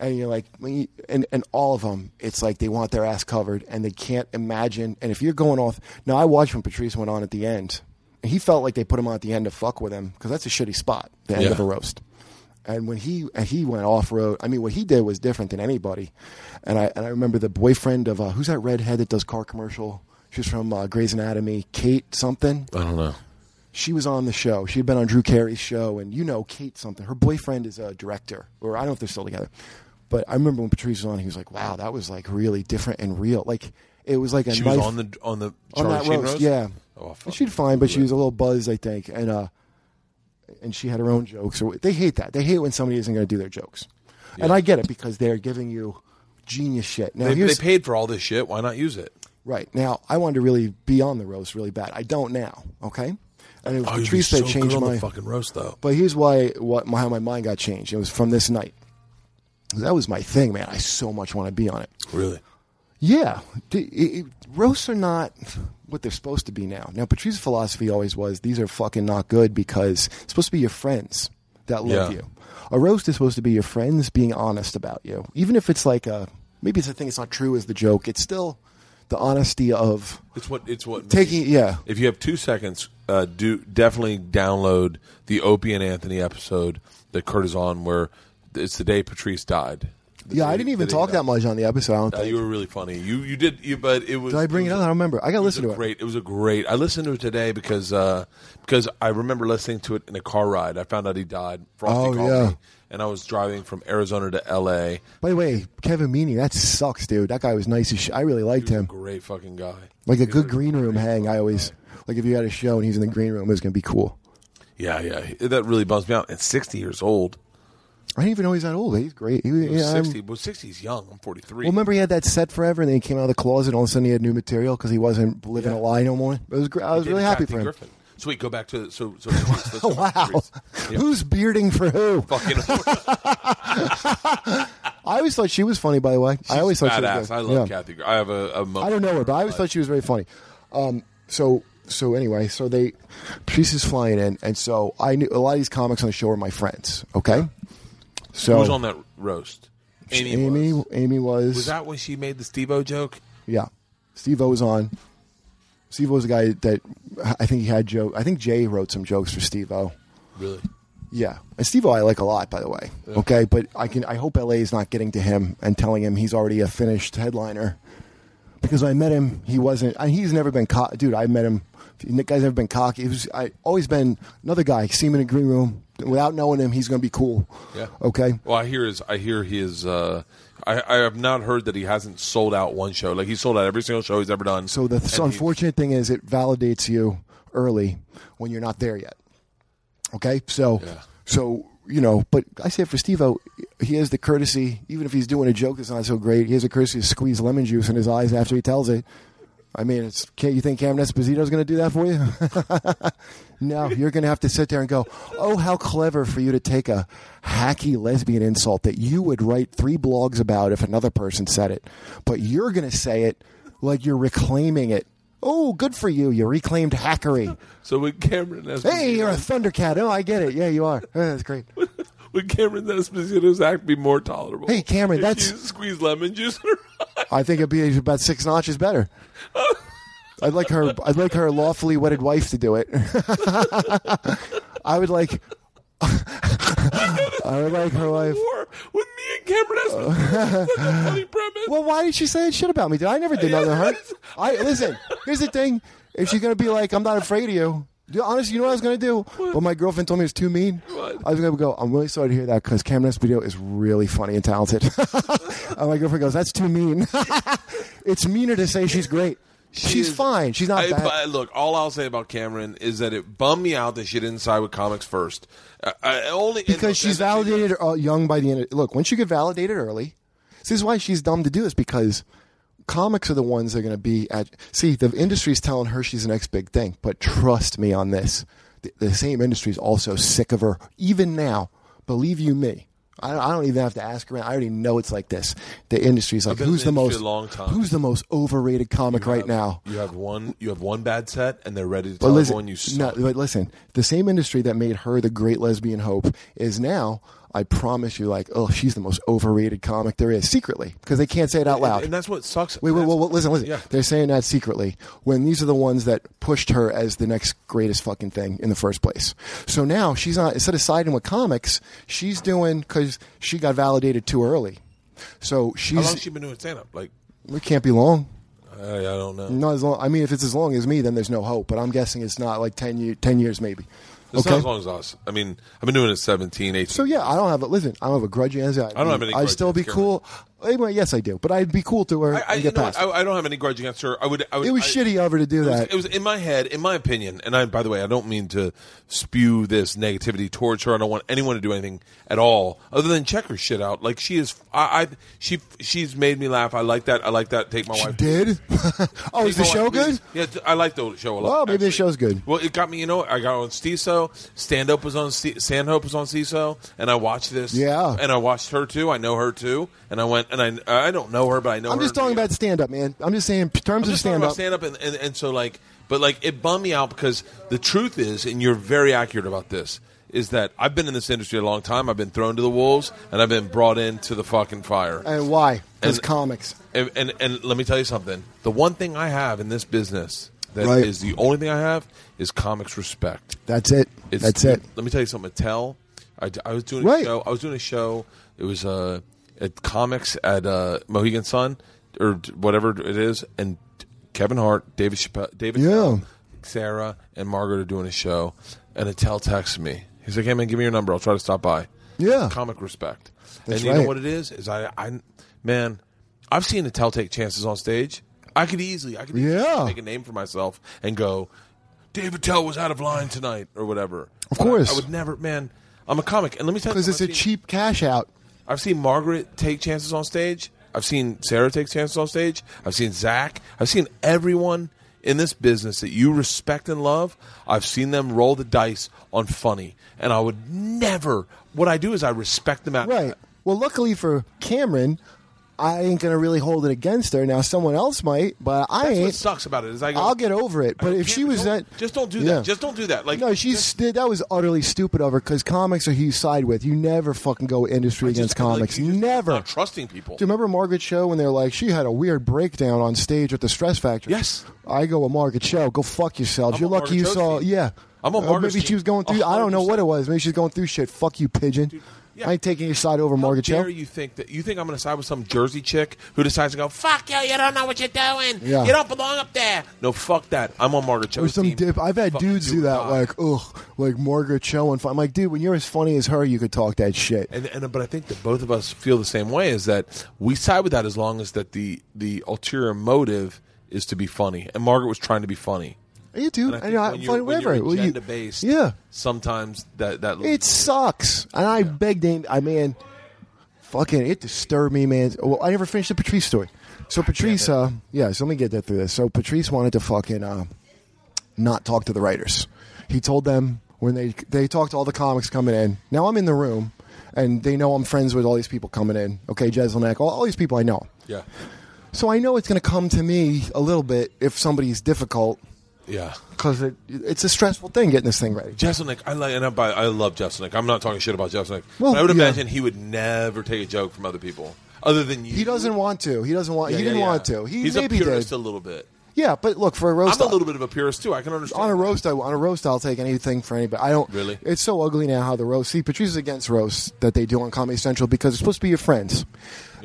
S3: And you're like, when you- and, and all of them, it's like they want their ass covered and they can't imagine. And if you're going off, now I watched when Patrice went on at the end. And he felt like they put him on at the end to fuck with him because that's a shitty spot, the end
S4: Yeah.
S3: of a roast. And when he and he went off road, I mean, what he did was different than anybody. And I and I remember the boyfriend of uh, who's that redhead that does car commercial? She's from uh, Grey's Anatomy, Kate something
S4: I don't know.
S3: she was on the show. She had been on Drew Carey's show, and you know Kate something. Her boyfriend is a director, or I don't know if they're still together. But I remember when Patrice was on, he was like, "Wow, that was like really different and real. Like it was like a
S4: She
S3: knife
S4: was on the on the
S3: on
S4: Charlie
S3: that
S4: Sheen
S3: roast,
S4: roast.
S3: yeah.
S4: Oh, fuck.
S3: And she'd fine, but she was a little buzzed, I think, and uh, and she had her own jokes. Or they hate that. They hate when somebody isn't going to do their jokes, and I get it because they're giving you genius shit. Now
S4: They, they
S3: here's
S4: paid for all this shit. Why not use it?
S3: Right. Now, I wanted to really be on the roast really bad. I don't now, okay? And it was
S4: Oh, you'd be
S3: Patrice
S4: so
S3: that
S4: good
S3: changed
S4: on
S3: my.
S4: the fucking roast though.
S3: but here's why what, my, how my mind got changed. It was from this night. That was my thing, man. I so much want to be on it.
S4: Really?
S3: Yeah, the, it, it, roasts are not what they're supposed to be now. Now, Patrice's philosophy always was these are fucking not good because it's supposed to be your friends that love
S4: Yeah.
S3: you. A roast is supposed to be your friends being honest about you, even if it's like a maybe it's a thing. It's not true as the joke. It's still the honesty of
S4: It's what it's what
S3: taking. Yeah,
S4: If you have two seconds, uh, do definitely download the Opie and Anthony episode that Kurt is on, where it's the day Patrice died. The
S3: yeah.
S4: day-
S3: I didn't even
S4: the day
S3: talk
S4: he died.
S3: that much on the episode. I don't
S4: Uh,
S3: think.
S4: you were really funny. You you did, you, but it was.
S3: Did I bring it up? I don't remember. I got to listen
S4: was
S3: to
S4: a
S3: it.
S4: great. It was a great. I listened to it today because uh, because I remember listening to it in a car ride. I found out he died. Frosty
S3: Oh,
S4: called
S3: yeah.
S4: me, and I was driving from Arizona to L.A.
S3: By the way, Kevin Meaney, that sucks, dude. That guy was nice as shit. I really liked him.
S4: Great fucking guy.
S3: Like a good green room hang. I always like if you had a show and he's in the green room, it was gonna be cool.
S4: Yeah, yeah. He- That really bums me out. And sixty years old.
S3: I didn't even know he's that old. He's great. He,
S4: He was
S3: yeah, I'm-
S4: sixty. Well, sixty's young. I'm forty three.
S3: well, remember he had that set forever, and then he came out of the closet. and All of a sudden, he had new material because he wasn't living a lie no more. It was great. I was
S4: David
S3: really happy
S4: Kathy
S3: for him.
S4: Griffin. So wait, go back to so so. Patrice, let's go back
S3: [LAUGHS]
S4: to
S3: Wow,
S4: Patrice. Yeah.
S3: who's bearding for who? [LAUGHS]
S4: Fucking
S3: I always thought she was funny. By the way, I always thought she was
S4: badass.
S3: good.
S4: I love
S3: Yeah.
S4: Kathy. Gr- I have a, a moment
S3: I don't know her, but I always thought she was very funny. Um, so so anyway, so they Patrice is flying in, and so I knew a lot of these comics on the show were my friends. Okay, so
S4: Who was on that roast? Amy.
S3: Amy
S4: was.
S3: Amy was,
S4: Was that when she made the Steve-O joke?
S3: yeah. Steve O was on. Steve O was the guy that I think he had joke. I think Jay wrote some jokes for Steve O.
S4: Really?
S3: Yeah, and Steve O I like a lot, by the way. Okay, but I can I hope LA is not getting to him and telling him he's already a finished headliner. Because when I met him, he wasn't. I, he's never been cocky, dude. I met him. The guy's never been cocky. He was. I always been another guy. See him in a green room without knowing him. He's gonna be cool.
S4: Yeah.
S3: Okay.
S4: Well, I hear is I hear he is. Uh, I, I have not heard that he hasn't sold out one show. Like he sold out every single show he's ever done.
S3: So the
S4: And he-
S3: unfortunate thing is, it validates you early when you're not there yet. Okay, so
S4: Yeah.
S3: so you know, but I say for Steve-O, he has the courtesy, even if he's doing a joke that's not so great, he has the courtesy to squeeze lemon juice in his eyes after he tells it. I mean, it's can't you think Cameron Esposito's going to do that for you? [LAUGHS] no, you're going to have to sit there and go, "Oh, how clever for you to take a hacky lesbian insult that you would write three blogs about if another person said it, but you're going to say it like you're reclaiming it." Oh, good for you! You reclaimed hackery.
S4: so with Cameron Esposito,
S3: Hey, you're a Thundercat. Oh, I get it. Yeah, you are. Oh, that's great.
S4: would Cameron Esposito's act be more tolerable?
S3: Hey, Cameron,
S4: If
S3: that's-
S4: you squeeze lemon juice. in her [LAUGHS] eye?
S3: I think it'd be about six notches better. I'd like her. I'd like her lawfully wedded wife to do it. [LAUGHS] I would like. [LAUGHS] I would like her wife.
S4: Or with me and Cameron
S3: [LAUGHS]
S4: Esposito, that's a funny premise.
S3: Well, why did she say that shit about me? Dude, I never did nothing to
S4: [LAUGHS]
S3: her. I listen. Here's the thing: if she's gonna be like, "I'm not afraid of you," dude, honestly, you know what I was gonna do? But my girlfriend told me it was too mean.
S4: What?
S3: I was gonna go. I'm really sorry to hear that because Cameron Esposito is really funny and talented. [LAUGHS] and my girlfriend goes, "That's too mean." [LAUGHS] it's meaner to say she's great. she's
S4: is-
S3: fine. She's not
S4: I,
S3: bad.
S4: but look, all I'll say about Cameron is that it bummed me out that she didn't side with comics first. I, I only and look,
S3: because she's
S4: and- and-
S3: validated uh, young by the end. Of, look, once you get validated early, this is why she's dumb to do this because comics are the ones that are going to be at. See, the industry's telling her she's the next big thing, but trust me on this. The, the same industry's also sick of her, even now. Believe you me. I don't, I don't even have to ask around. I already know it's like this. The industry's like,
S4: been in
S3: who's
S4: the
S3: the, most
S4: industry a long time.
S3: who's the most overrated comic right now?
S4: You have one. You have one bad set, and they're ready to
S3: But
S4: tell
S3: listen,
S4: everyone you
S3: no,
S4: suck.
S3: but listen, the same industry that made her the great lesbian hope is now, I promise you, like, oh, she's the most overrated comic there is secretly because they can't say it out loud.
S4: and that's what sucks.
S3: wait, wait,
S4: That's-
S3: wait, wait, listen, listen.
S4: Yeah.
S3: They're saying that secretly when these are the ones that pushed her as the next greatest fucking thing in the first place. So now she's not, instead of siding with comics, she's doing because she got validated too early. So
S4: How long
S3: she's,
S4: she been doing stand up? Like,
S3: it can't be long.
S4: I, I don't know.
S3: Not as long. I mean, if it's as long as me, then there's no hope. But I'm guessing it's not like 10, year, 10 years, maybe.
S4: It's not as long as us. I mean, I've been doing it 17, 18.
S3: So yeah, I don't have a listen. I don't have a grudge against I
S4: don't have any
S3: I'd
S4: grudge
S3: still be
S4: against
S3: cool. Anyway, yes, I do, but I'd be cool to her
S4: I, I,
S3: and
S4: you
S3: get
S4: know what?
S3: past. it.
S4: I, I don't have any grudge against her. I would. I would
S3: it was
S4: I-
S3: shitty of her to do
S4: It was,
S3: that.
S4: it was in my head, in my opinion, and I. By the way, I don't mean to spew this negativity towards her. I don't want anyone to do anything at all, other than check her shit out. Like she is, I, I she she's made me laugh. I like that. I like that. Take my
S3: she
S4: wife. [LAUGHS]
S3: did. [LAUGHS] oh, is the
S4: Take my
S3: show
S4: wife,
S3: good?
S4: please. Yeah, th- I like the show a lot.
S3: Well, maybe the
S4: actually.
S3: show's good.
S4: Well, it got me. You know, I got on CISO. Stand up was on C- Sandhope was on CISO, and I watched this.
S3: Yeah.
S4: and I watched her too. I know her too, and I went, and I I don't know her, but I know.
S3: I'm
S4: her
S3: just talking
S4: name.
S3: about stand up, man. I'm just saying in terms
S4: I'm
S3: of
S4: just talking
S3: stand
S4: about
S3: up.
S4: stand up, and, and and so like, but like it bummed me out because the truth is, and you're very accurate about this, is that I've been in this industry a long time. I've been thrown to the wolves, and I've been brought into the fucking fire.
S3: And why? Because
S4: And-
S3: comics.
S4: And, and and let me tell you something. The one thing I have in this business that is
S3: Right.
S4: the only thing I have is comics respect.
S3: That's it.
S4: It's-
S3: That's it.
S4: Let me tell you something. Mattel. I, d- I was doing a
S3: Right.
S4: show. I was doing a show. It was uh, at comics at uh, Mohegan Sun or d- whatever it is, and Kevin Hart, David Chappelle, David,
S3: Yeah.
S4: Chappelle, Sarah, and Margaret are doing a show, and Mattel texts me. He's like, "Hey man, give me your number. I'll try to stop by."
S3: Yeah.
S4: Comic respect.
S3: That's
S4: and you know
S3: right.
S4: what it is? Is I, I, man, I've seen Mattel take chances on stage. I could easily, I could easily
S3: Yeah.
S4: make a name for myself and go, David Tell was out of line tonight or whatever.
S3: Of
S4: But I-
S3: course.
S4: I, would never, man. I'm a comic, and let me tell you,
S3: Because it's
S4: something,
S3: a
S4: I've seen-
S3: cheap cash out.
S4: I've seen Margaret take chances on stage. I've seen Sarah take chances on stage. I've seen Zach. I've seen everyone in this business that you respect and love. I've seen them roll the dice on funny, and I would never. What I do is I respect them out.
S3: Right. Well, luckily for Cameron, I ain't going to really hold it against her. Now, someone else might, but I
S4: That's what
S3: ain't.
S4: sucks about it. Is I go,
S3: I'll get over it. But
S4: I
S3: if she
S4: can't-
S3: was
S4: don't-
S3: that.
S4: just don't do
S3: Yeah.
S4: that. Just don't do that. Like
S3: No, she's
S4: just-
S3: st- that was utterly stupid of her because comics are who you side with. You never fucking go industry
S4: I just
S3: against
S4: feel like
S3: comics.
S4: you just-
S3: never.
S4: not trusting people.
S3: Do you remember Margaret Show when they were like, she had a weird breakdown on stage at the Stress Factory?
S4: Yes.
S3: I go with Margaret Show. Go fuck yourselves.
S4: I'm
S3: You're
S4: on
S3: lucky you
S4: Margaret Show's
S3: saw.
S4: team.
S3: Yeah.
S4: I'm on
S3: Or
S4: Margaret's
S3: Maybe she
S4: team.
S3: was going through. I don't know what it
S4: 100%.
S3: was. Maybe she's going through shit. Fuck you, pigeon.
S4: yeah.
S3: I ain't taking your side over
S4: How
S3: Margaret
S4: dare
S3: Show.
S4: you think that you think I'm going to side with some Jersey chick who decides to go fuck you? You don't know what you're doing.
S3: Yeah.
S4: You don't belong up there. No, fuck that. I'm on Margaret Cho.
S3: Or some dip. I've had dudes do that, like, ugh, like Margaret Cho. And I'm like, dude, when you're as funny as her, you could talk that shit.
S4: and, and but I think that both of us feel the same way is that we side with that as long as that the the ulterior motive is to be funny. And Margaret was trying to be funny.
S3: You do.
S4: And I
S3: I,
S4: think
S3: know.
S4: when
S3: I'm funny,
S4: you're, when you're
S3: whatever. Well, you-
S4: agenda based,
S3: Yeah.
S4: Sometimes that that
S3: It sucks. And I begged him. I mean, fucking, it disturbed me, man. Well, I never finished the Patrice story. So Patrice, uh, yeah. So let me get that through this. So Patrice wanted to fucking uh, not talk to the writers. He told them when they they talked to all the comics coming in. Now I'm in the room, and they know I'm friends with all these people coming in. Okay, Jezelnik, all, all these people I know.
S4: yeah
S3: So I know it's going to come to me a little bit if somebody's difficult
S4: yeah.
S3: because it, it's a stressful thing getting this thing ready.
S4: Jeselnik, I like, and I, buy- I love Jeselnik. I'm not talking shit about Jeselnik.
S3: Well,
S4: but I would
S3: yeah.
S4: imagine he would never take a joke from other people, other than you.
S3: He doesn't want to. He doesn't want.
S4: Yeah,
S3: he
S4: yeah,
S3: didn't
S4: yeah.
S3: want to. He
S4: He's
S3: maybe
S4: a purist
S3: did.
S4: a little bit.
S3: Yeah, but look for a roast.
S4: I'm a little bit of a purist too. I can understand.
S3: on a
S4: that.
S3: roast. I, on a roast, I'll take anything for anybody. I don't
S4: Really?
S3: It's so ugly now how the roast. See, Patrice is against roasts that they do on Comedy Central because it's supposed to be your friends,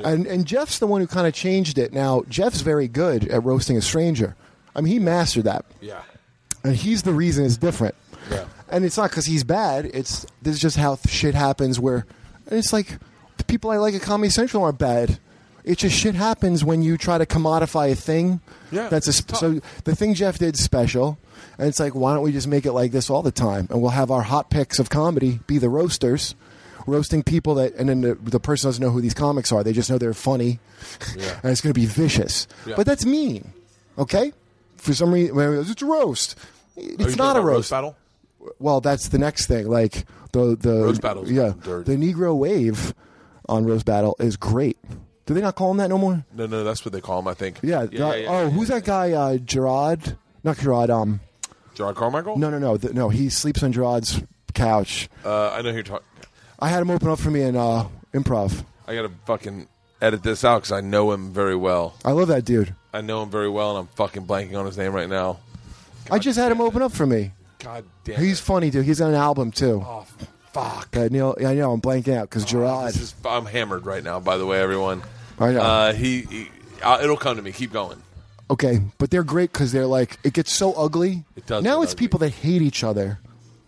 S3: and and Jeff's the one who kind of changed it. Now Jeff's very good at roasting a stranger. I mean, he mastered that,
S4: Yeah.
S3: and he's the reason it's different.
S4: Yeah.
S3: And it's not because he's bad. It's this is just how th- shit happens. Where and it's like the people I like at Comedy Central aren't bad. It just shit happens when you try to commodify a thing.
S4: Yeah,
S3: that's a
S4: it's
S3: sp-
S4: tough.
S3: so the thing Jeff did special, and it's like why don't we just make it like this all the time? And we'll have our hot picks of comedy be the roasters. Roasting people that, and then the, the person doesn't know who these comics are. They just know they're funny,
S4: Yeah.
S3: [LAUGHS] and it's going to be vicious.
S4: Yeah.
S3: But that's mean, okay? For some reason, it's a roast.
S4: Are
S3: It's
S4: you
S3: not
S4: talking
S3: a
S4: about
S3: roast
S4: battle.
S3: well, that's the next thing. Like the the
S4: Roast battle's
S3: yeah,
S4: fucking dirty.
S3: the Negro wave on Rose Battle is great. Do they not call him that no more?
S4: No, no, that's what they call him. I think.
S3: Yeah. that- oh, who's that guy? Uh, Gerard? Not Gerard. Um,
S4: Gerard Carmichael.
S3: no, no, no, th- no. He sleeps on Gerard's couch.
S4: Uh, I know who you're talking.
S3: I had him open up for me in uh, improv.
S4: I gotta fucking edit this out because I know him very well.
S3: I love that dude.
S4: I know him very well, and I'm fucking blanking on his name right now.
S3: I just had him open up for me.
S4: God damn.
S3: He's
S4: it.
S3: funny, dude. He's on an album too.
S4: oh, fuck.
S3: Uh, Neil, I know I'm blanking out because Gerard.
S4: This is, I'm hammered right now. By the way, everyone.
S3: I know.
S4: Uh, he. he uh, it'll come to me. Keep going.
S3: Okay, but they're great because they're like it gets so ugly.
S4: It does
S3: Now
S4: get
S3: it's
S4: ugly.
S3: people that hate each other,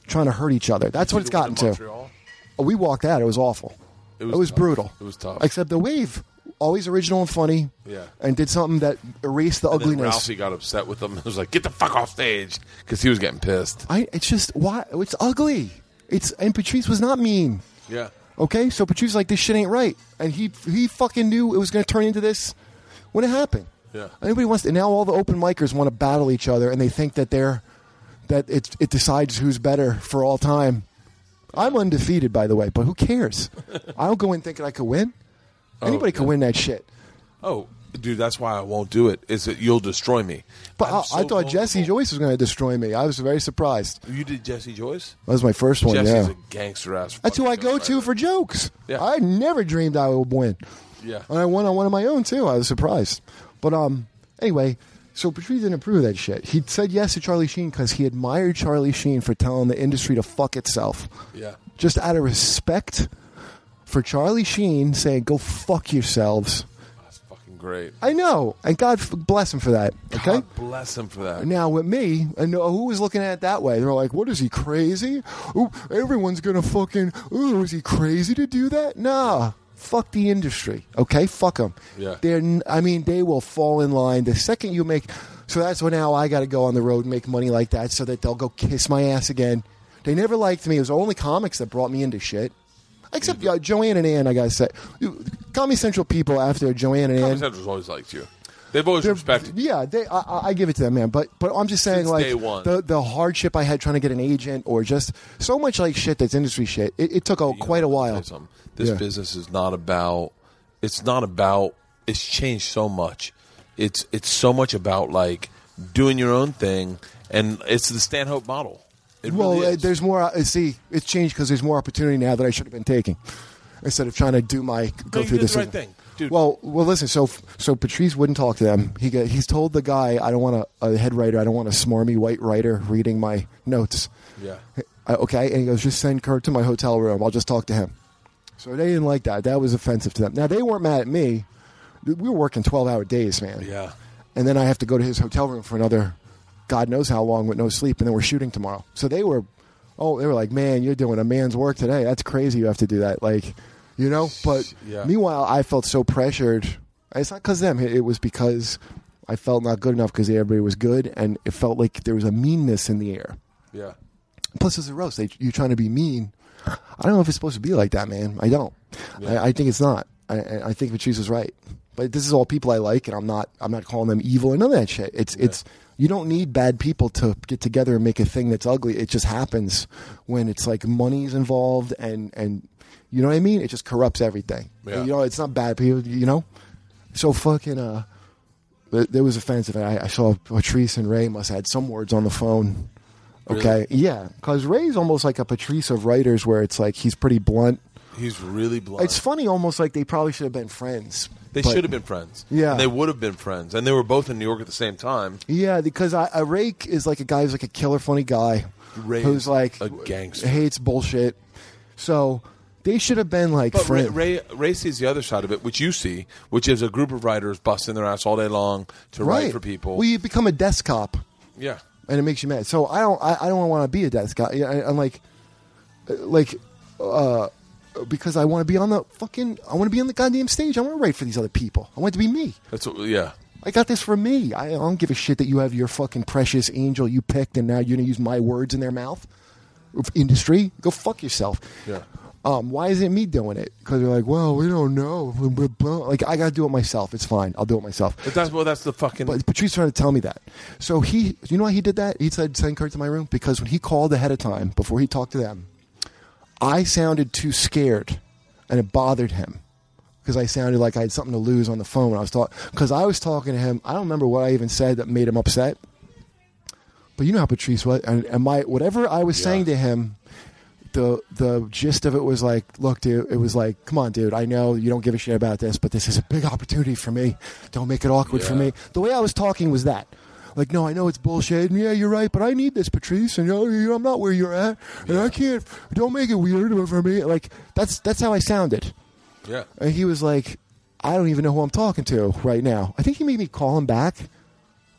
S3: trying to hurt each other. That's what it's
S4: The one in
S3: gotten to.
S4: Montreal?
S3: Oh, We walked out. It was awful.
S4: It
S3: It
S4: was
S3: was,
S4: tough.
S3: brutal.
S4: It was tough.
S3: Except the wave, always original and funny.
S4: Yeah.
S3: And did something that erased the
S4: And then
S3: ugliness.
S4: Ralphie got upset with him. [LAUGHS] He was like, "Get the fuck off stage," because he was getting pissed.
S3: I. It's just why it's ugly. It's and Patrice was not mean.
S4: Yeah.
S3: Okay, so Patrice was like this shit ain't right, and he he fucking knew it was going to turn into this when it happened.
S4: Yeah.
S3: Anybody wants to now all the open micers want to battle each other, and they think that they're that it it decides who's better for all
S4: [LAUGHS]
S3: time. I'm undefeated, by the way, but who cares? I don't go in thinking I could win. Anybody could win that shit.
S4: Oh, dude, that's why I won't do it. Is that you'll destroy me?
S3: But
S4: I'm
S3: I,
S4: so
S3: I thought Jesse
S4: vulnerable.
S3: Joyce was going to destroy me. I was very surprised.
S4: You did Jesse Joyce.
S3: That was my first one.
S4: Jesse's
S3: yeah,
S4: a gangster ass.
S3: that's who I
S4: fucking
S3: go to
S4: ghostwriter.
S3: for jokes.
S4: Yeah.
S3: I never dreamed I would win.
S4: Yeah.
S3: and I won on one of my own too. I was surprised. But um, anyway, so Patrice didn't approve of that shit. He said yes to Charlie Sheen because he admired Charlie Sheen for telling the industry to fuck itself.
S4: Yeah. Oh,
S3: just out of respect for Charlie Sheen saying "Go fuck yourselves."
S4: That's fucking great.
S3: I know, and God f- bless him for that. Okay.
S4: God bless him for that.
S3: Now with me, and who was looking at it that way? They're like, "What is he crazy? Ooh, everyone's gonna fucking. Ooh, is he crazy to do that? Nah, fuck the industry. Okay, fuck them.
S4: Yeah.
S3: They're. n- I mean, they will fall in line the second you make. So that's why now I got to go on the road and make money like that, so that they'll go kiss my ass again. They never liked me. It was only comics that brought me into shit. Except uh, Joanne and Ann, I gotta say, Comedy Central people after Joanne and
S4: Comedy
S3: Ann,
S4: Central's always liked you. They've always respected. you.
S3: yeah, they, I- I, I give it to them, man. But but I'm just saying,
S4: Since
S3: like
S4: day one.
S3: the the hardship I had trying to get an agent, or just so much like shit that's industry shit. It, it took a, quite a
S4: I'll tell
S3: while.
S4: you something. This
S3: Yeah.
S4: business is not about. It's not about. It's changed so much. It's it's so much about like doing your own thing, and it's the Stanhope model. It
S3: Well,
S4: really
S3: uh,
S4: is.
S3: there's more. Uh, see, it's changed because there's more opportunity now that I should have been taking instead of trying to do my go
S4: you
S3: through
S4: did
S3: this
S4: the right thing, dude.
S3: Well, well, listen. So so Patrice wouldn't talk to them. He got, he's told the guy, I don't want a, a head writer. I don't want a smarmy white writer reading my notes.
S4: yeah.
S3: I, okay, and he goes, just send Kurt to my hotel room. I'll just talk to him. So they didn't like that. That was offensive to them. Now they weren't mad at me. We were working twelve hour days, man.
S4: Yeah.
S3: And then I have to go to his hotel room for another, God knows how long with no sleep, and then we're shooting tomorrow. So they were, oh, they were like, man, you're doing a man's work today. That's crazy. You have to do that, like, you know. But
S4: Yeah.
S3: meanwhile, I felt so pressured. It's not because them. It it was because I felt not good enough because everybody was good, and it felt like there was a meanness in the air.
S4: Yeah.
S3: Plus, it's a roast. They, you're trying to be mean. I don't know if it's supposed to be like that, man. I don't. I, I think it's not. I- I, I think Patrice is right. But this is all people I like, and I'm not. I'm not calling them evil or none of that shit. It's it's. You don't need bad people to get together and make a thing that's ugly. It just happens when it's like money's involved, and and you know what I mean. It just corrupts everything.
S4: Yeah.
S3: You know, it's not bad people. You know, so fucking uh. It, it was offensive. I, I saw Patrice and Ray must have had some words on the phone. Okay, yeah, because Ray's almost like a Patrice of writers, where it's like he's pretty blunt.
S4: He's really blunt.
S3: It's funny, almost like they probably should have been friends.
S4: They
S3: but-
S4: should have been friends.
S3: Yeah.
S4: And they would have been friends. And they were both in New York at the same time.
S3: Yeah, because I, a rake is like a guy who's like a killer, funny guy
S4: Ray
S3: who's
S4: is
S3: like
S4: a gangster.
S3: hates bullshit. So they should have been like
S4: But Ray,
S3: friends.
S4: Ray, Ray sees the other side of it, which you see, which is a group of writers busting their ass all day long to write for people.
S3: Well, you become a desk cop,
S4: yeah.
S3: and it makes you mad. So I don't, I, I don't want to be a desk cop. Yeah, I, I'm like, like, uh, because I want to be on the fucking, I want to be on the goddamn stage. I want to write for these other people. I want it to be me.
S4: That's what, yeah.
S3: I got this for me. I don't give a shit that you have your fucking precious angel you picked, and now you're gonna use my words in their mouth. Of Industry, go fuck yourself.
S4: Yeah.
S3: Um, why isn't me doing it? Because they're like, well, we don't know. Blah, blah, blah. Like I gotta do it myself. It's fine. I'll do it myself.
S4: But that's, well, that's the fucking.
S3: But Patrice trying to tell me that. So he, you know why he did that? He said, send Kurt to my room because when he called ahead of time, before he talked to them, I sounded too scared and it bothered him because I sounded like I had something to lose on the phone when I was talking. Because I was talking to him. I don't remember what I even said that made him upset. But you know how Patrice was. And, and my, whatever I was saying to him, the the gist of it was like, look, dude, it was like, come on, dude, I know you don't give a shit about this, but this is a big opportunity for me. Don't make it awkward for
S4: Yeah.
S3: me. The way I was talking was that. Like, no, I know it's bullshit, and yeah, you're right, but I need this, Patrice, and you know, you know, I'm not where you're at, and I can't. Don't make it weird for me. Like, that's that's how I sounded.
S4: yeah.
S3: And he was like, I don't even know who I'm talking to right now. I think he made me call him back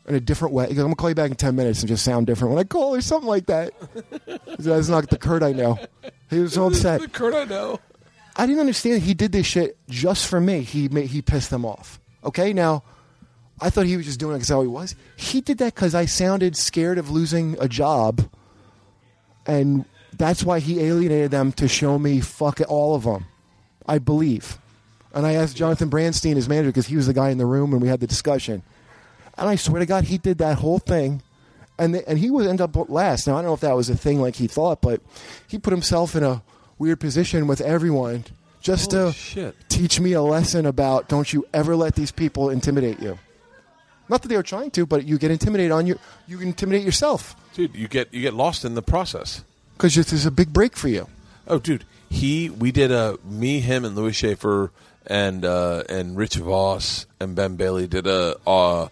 S3: in a different way. He goes, I'm going to call you back in 10 minutes and just sound different when I call or something like that. [LAUGHS] That's not the Kurt I know. He was so upset.
S4: The Kurt I know.
S3: I didn't understand he did this shit just for me. He ma- he pissed them off. Okay, now I thought he was just doing it because how he was. He did that because I sounded scared of losing a job, and that's why he alienated them to show me fuck it, all of them. I believe, and I asked Jonathan Brandstein, his manager, because he was the guy in the room when we had the discussion, and I swear to God, he did that whole thing. And, the, and he would end up last. Now, I don't know if that was a thing like he thought, but he put himself in a weird position with everyone just
S4: Holy
S3: to
S4: shit.
S3: teach me a lesson about don't you ever let these people intimidate you. Not that they were trying to, but you get intimidated on your you intimidate yourself
S4: dude. You get you get lost in the process.
S3: because this is a big break for you.
S4: Oh, dude, he we did a me, him, and Louis Schaefer and uh, and Rich Voss and Ben Bailey did a uh,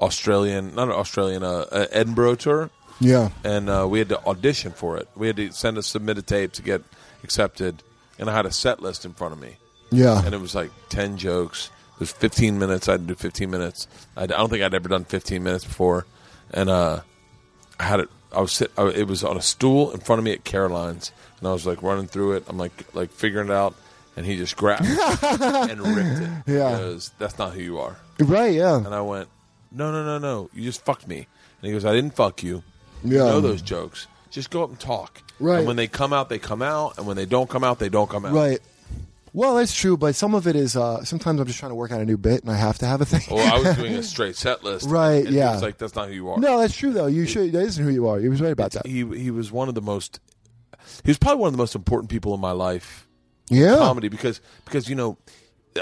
S4: Australian, not an Australian, uh, uh, Edinburgh tour.
S3: Yeah.
S4: and uh, we had to audition for it. We had to send a submit a tape to get accepted, and I had a set list in front of me,
S3: Yeah.
S4: and it was like ten jokes. It was fifteen minutes. I had to do fifteen minutes. I, I don't think I'd ever done fifteen minutes before, and uh, I had it. I was sit. I, it was on a stool in front of me at Caroline's, and I was like running through it. I'm like like figuring it out, and he just grabbed
S3: [LAUGHS]
S4: and ripped it.
S3: Yeah.
S4: He goes, that's not who you are.
S3: Right, yeah.
S4: And I went, no, no, no, no. You just fucked me. And he goes, I didn't fuck you. You
S3: Yeah.
S4: know those jokes. Just go up and talk.
S3: Right.
S4: And when they come out, they come out. And when they don't come out, they don't come out.
S3: Right. Well, that's true, but some of it is uh, sometimes I'm just trying to work out a new bit and I have to have a thing.
S4: Or I was doing a straight set list.
S3: Right,
S4: and he
S3: yeah.
S4: was like, that's not who you
S3: [LAUGHS]
S4: are.
S3: no, that's true though. You should that isn't who you are. You was right about that.
S4: He, he was one of the most, he was probably one of the most important people in my life.
S3: Yeah.
S4: Comedy because, because, you know,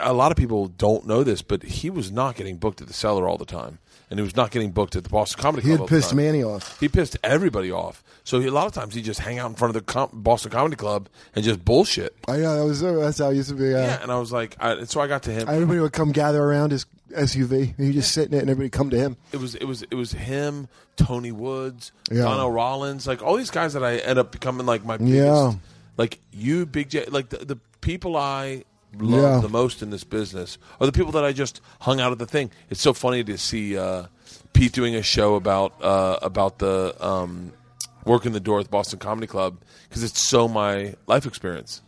S4: a lot of people don't know this, but he was not getting booked at the cellar all the time. And he was not getting booked at the Boston Comedy
S3: He
S4: Club.
S3: had
S4: all the
S3: pissed
S4: time.
S3: Manny off.
S4: He pissed everybody off. So he, a lot of times he just hang out in front of the com- Boston Comedy Club and just bullshit.
S3: I know that was uh, that's how it used to be.
S4: Yeah, and I was like, I, and so I got to him.
S3: Everybody would come gather around his SUV. And he just sit in it, and everybody come to him.
S4: it was it was it was him, Tony Woods,
S3: Yeah.
S4: Donnell Rollins, like all these guys that I end up becoming like my biggest,
S3: Yeah.
S4: like you, Big J, like the, the people I love
S3: Yeah.
S4: the most in this business are the people that I just hung out at the thing. It's so funny to see uh, Pete doing a show about uh, about the um, work in the door at the Boston Comedy Club because it's so my life experience,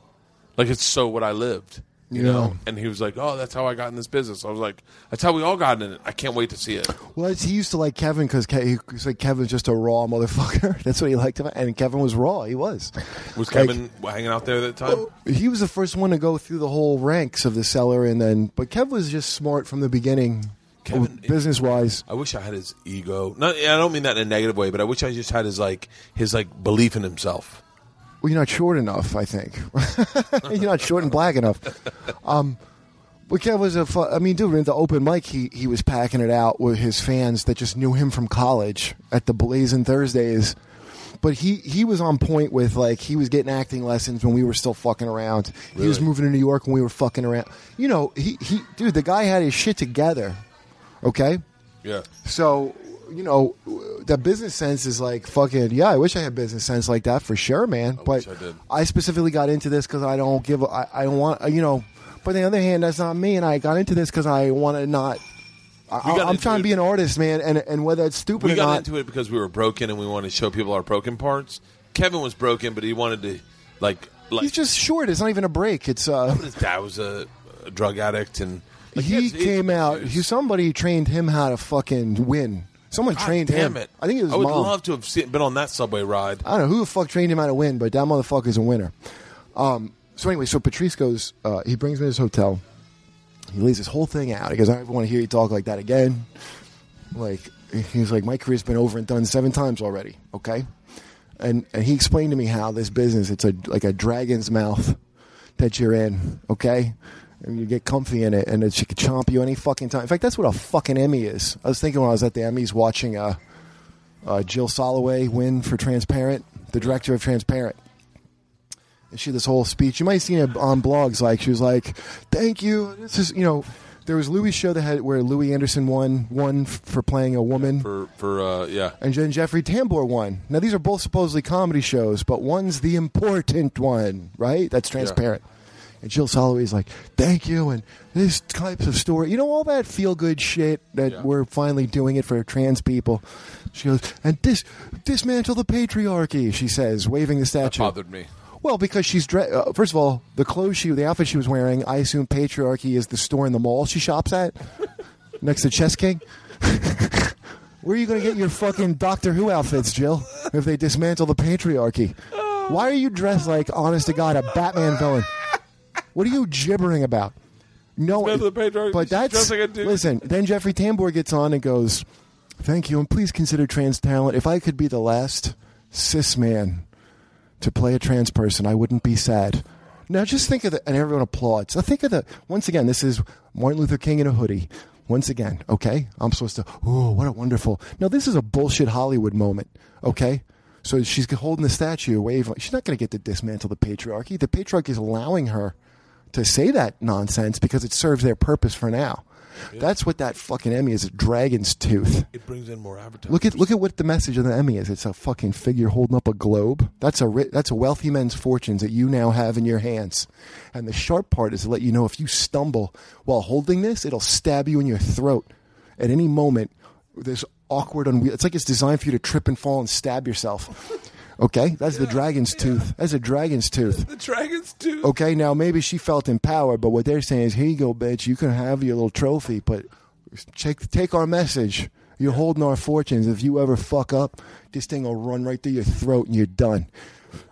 S4: like it's so what I lived. You
S3: Yeah.
S4: know, and he was like, "Oh, that's how I got in this business." I was like, "That's how we all got in it." I can't wait to see it.
S3: Well, that's- he used to like Kevin because Ke- he was like Kevin's just a raw motherfucker. [LAUGHS] That's what he liked about. And Kevin was raw. He was.
S4: Was
S3: Like-
S4: Kevin hanging out there at that time?
S3: He was the first one to go through the whole ranks of the cellar, and then. But Kev was just smart from the beginning,
S4: Kevin-
S3: business wise.
S4: I wish I had his ego. Not, I don't mean that in a negative way, but I wish I just had his like his like belief in himself.
S3: Well, you're not short enough. I think [LAUGHS] you're not short and black enough. Um, but Kev was a. Fu- I mean, dude, in the open mic, he he was packing it out with his fans that just knew him from college at the Blazing Thursdays. But he he was on point with like he was getting acting lessons when we were still fucking around. He was
S4: Really?
S3: moving to New York when we were fucking around. You know, he he dude, the guy had his shit together. Okay,
S4: Yeah,
S3: so, you know, that business sense is like fucking. Yeah, I wish I had business sense like that for sure, man. but
S4: wish I did.
S3: specifically got into this because I don't give. a- I, I don't want. You know. But on the other hand, that's not me, and I got into this because I want to not. I,
S4: We got
S3: I'm
S4: into
S3: trying
S4: it-
S3: to be an artist, man, and and whether it's stupid
S4: we
S3: or
S4: got
S3: not.
S4: into it because we were broken and we wanted to show people our broken parts. Kevin was broken, but he wanted to like like
S3: he's just short. It's not even a break. It's uh.
S4: his dad was a, a drug addict and like,
S3: he
S4: had his
S3: came out.
S4: issues.
S3: He, somebody trained him how to fucking win. Someone
S4: God
S3: trained
S4: damn
S3: him.
S4: it!
S3: I think it was
S4: I would
S3: mom.
S4: love to have seen, been on that subway ride.
S3: I don't know who the fuck trained him how to win, but that motherfucker's a winner. Um, so anyway, so Patrice goes. Uh, he brings me to his hotel. He lays this whole thing out. He goes, "I don't ever want to hear you talk like that again." Like he's like, "My career's been over and done seven times already." Okay, and and he explained to me how this business it's a like a dragon's mouth that you're in. Okay. And you get comfy in it, and it, she could chomp you any fucking time. In fact, that's what a fucking Emmy is. I was thinking when I was at the Emmys watching uh, uh, Jill Soloway win for Transparent, the director of Transparent. And she had this whole speech. You might have seen it on blogs. Like she was like, "Thank you." This is you know, there was Louis show that had where Louis Anderson won won f- for playing a woman,
S4: For for uh, yeah,
S3: and then Jeffrey Tambor won. Now these are both supposedly comedy shows, but one's the important one, right? That's transparent. And Jill Soloway's like, "Thank you," and this types of story, you know, all that feel good shit that
S4: Yeah.
S3: we're finally doing it for trans people. She goes, "And dis- dismantle the patriarchy," she says, waving the statue.
S4: bothered me.
S3: Well, because she's dre- uh, first of all, the clothes she, the outfit she was wearing, I assume patriarchy is the store in the mall she shops at, next to Chess King. [LAUGHS] Where are you going to get your fucking Doctor Who outfits, Jill? If they dismantle the patriarchy, why are you dressed like, honest to God, a Batman villain? What are you gibbering about? No,
S4: Dismantle the patriarchy.
S3: but
S4: She's
S3: that's
S4: dressed like a dude.
S3: listen. Then Jeffrey Tambor gets on and goes, "Thank you, and please consider trans talent. If I could be the last cis man." to play a trans person, I wouldn't be sad. Now just think of the, and everyone applauds. Now think of the, once again, this is Martin Luther King in a hoodie. Once again, okay? I'm supposed to, oh, what a wonderful. Now this is a bullshit Hollywood moment, okay? So she's holding the statue, wave. She's not going to get to dismantle the patriarchy. The patriarchy is allowing her to say that nonsense because it serves their purpose for now. That's what that fucking Emmy is, a dragon's tooth.
S4: It brings in more advertising.
S3: Look at look at what the message of the Emmy is. It's a fucking figure holding up a globe. That's a ri- that's a wealthy men's fortunes that you now have in your hands. And the sharp part is to let you know if you stumble while holding this, it'll stab you in your throat at any moment. This awkward unwe It's like it's designed for you to trip and fall and stab yourself. Okay, that's the dragon's tooth. That's a dragon's tooth.
S4: the dragons too.
S3: Okay, now maybe she felt empowered, but what they're saying is, here you go, bitch. You can have your little trophy, but take take our message. You're holding our fortunes. If you ever fuck up, this thing will run right through your throat, and you're done.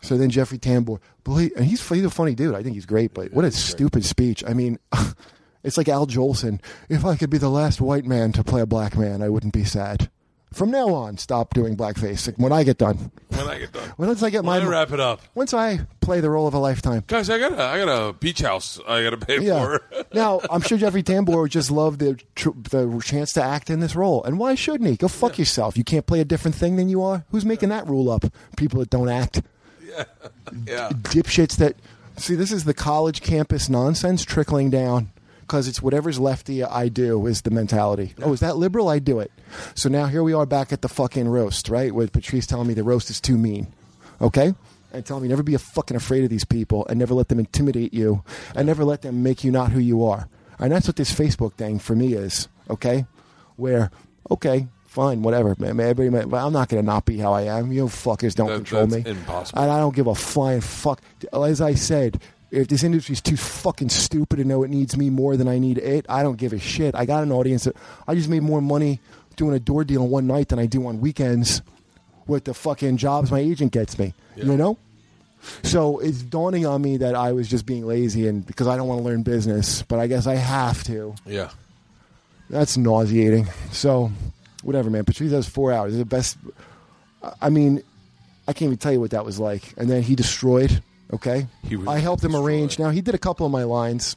S3: So then Jeffrey Tambor, boy, and he's he's a funny dude. I think he's great, but what a stupid speech. I mean, [LAUGHS] it's like Al Jolson. If I could be the last white man to play a black man, I wouldn't be sad. From now on, stop doing blackface. When I get done,
S4: When I get done,
S3: once I get
S4: when I
S3: my,
S4: wrap it up,
S3: once I play the role of a lifetime.
S4: guys. I got a, I got a beach house. I got to
S3: [LAUGHS]
S4: pay
S3: Yeah.
S4: for.
S3: now, I'm sure Jeffrey Tambor would just love the tr- the chance to act in this role. And why shouldn't he? Go fuck yourself. You can't play a different thing than you are. Who's making that rule up? People that don't act.
S4: [LAUGHS] yeah,
S3: Dipshits that. See, this is the college campus nonsense trickling down because it's whatever's lefty I do is the mentality. Oh, is that liberal? I do it. So now here we are back at the fucking roast, right? With Patrice telling me the roast is too mean. Okay? And telling me never be a fucking afraid of these people and never let them intimidate you and never let them make you not who you are. And that's what this Facebook thing for me is, okay? Where, okay, fine, whatever, man. Everybody, might- but I'm not going to not be how I am. You fuckers don't
S4: That-
S3: control
S4: that's
S3: me.
S4: impossible.
S3: And I don't give a flying fuck. As I said, if this industry's too fucking stupid to know it needs me more than I need it, I don't give a shit. I got an audience. That, I just made more money doing a door deal in one night than I do on weekends with the fucking jobs my agent gets me. You know? So it's dawning on me that I was just being lazy and because I don't want to learn business, but I guess I have to.
S4: yeah.
S3: That's nauseating. So, whatever, man. Patrice has four hours. It's the best. I mean, I can't even tell you what that was like. And then he destroyed. Okay,
S4: He really
S3: I helped him
S4: destroyed.
S3: arrange. Now he did a couple of my lines,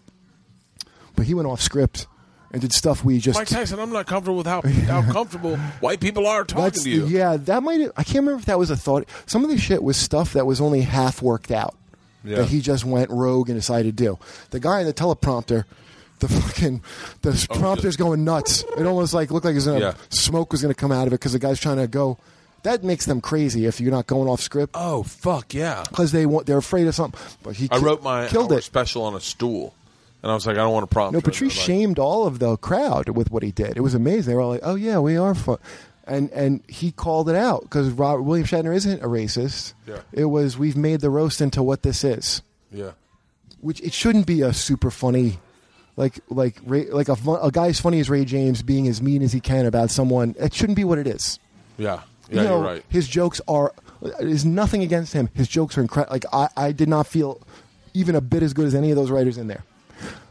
S3: but he went off script and did stuff we just.
S4: Mike Tyson, I'm not comfortable with how
S3: [LAUGHS]
S4: how comfortable white people are talking
S3: That's
S4: to you.
S3: yeah. That might. I can't remember if that was a thought. Some of the shit was stuff that was only half worked out.
S4: Yeah.
S3: That he just went rogue and decided to do. The guy in the teleprompter, the fucking the prompter's going nuts. It almost like looked like it was gonna,
S4: Oh, Yeah.
S3: smoke was going to come out of it because the guy's trying to go. That makes them crazy if you're not going off script
S4: Oh fuck yeah!
S3: because they want they're afraid of something. But he
S4: I
S3: ki-
S4: wrote my
S3: killed
S4: hour
S3: it.
S4: special on a stool, and I was like, I don't want a problem.
S3: No, Patrice shamed all of the crowd with what he did. It was amazing. They were all like, "Oh yeah, we are fun," and and he called it out because Robert William Shatner isn't a racist.
S4: Yeah.
S3: It was we've made the roast into what this is,
S4: Yeah,
S3: which it shouldn't be a super funny, like like Ray, like a, fun, a guy as funny as Ray James being as mean as he can about someone. It shouldn't be what it is.
S4: yeah, yeah.
S3: you know,
S4: you're right.
S3: His jokes are. There's nothing against him. His jokes are incredible. Like I, I did not feel even a bit as good as any of those writers in there.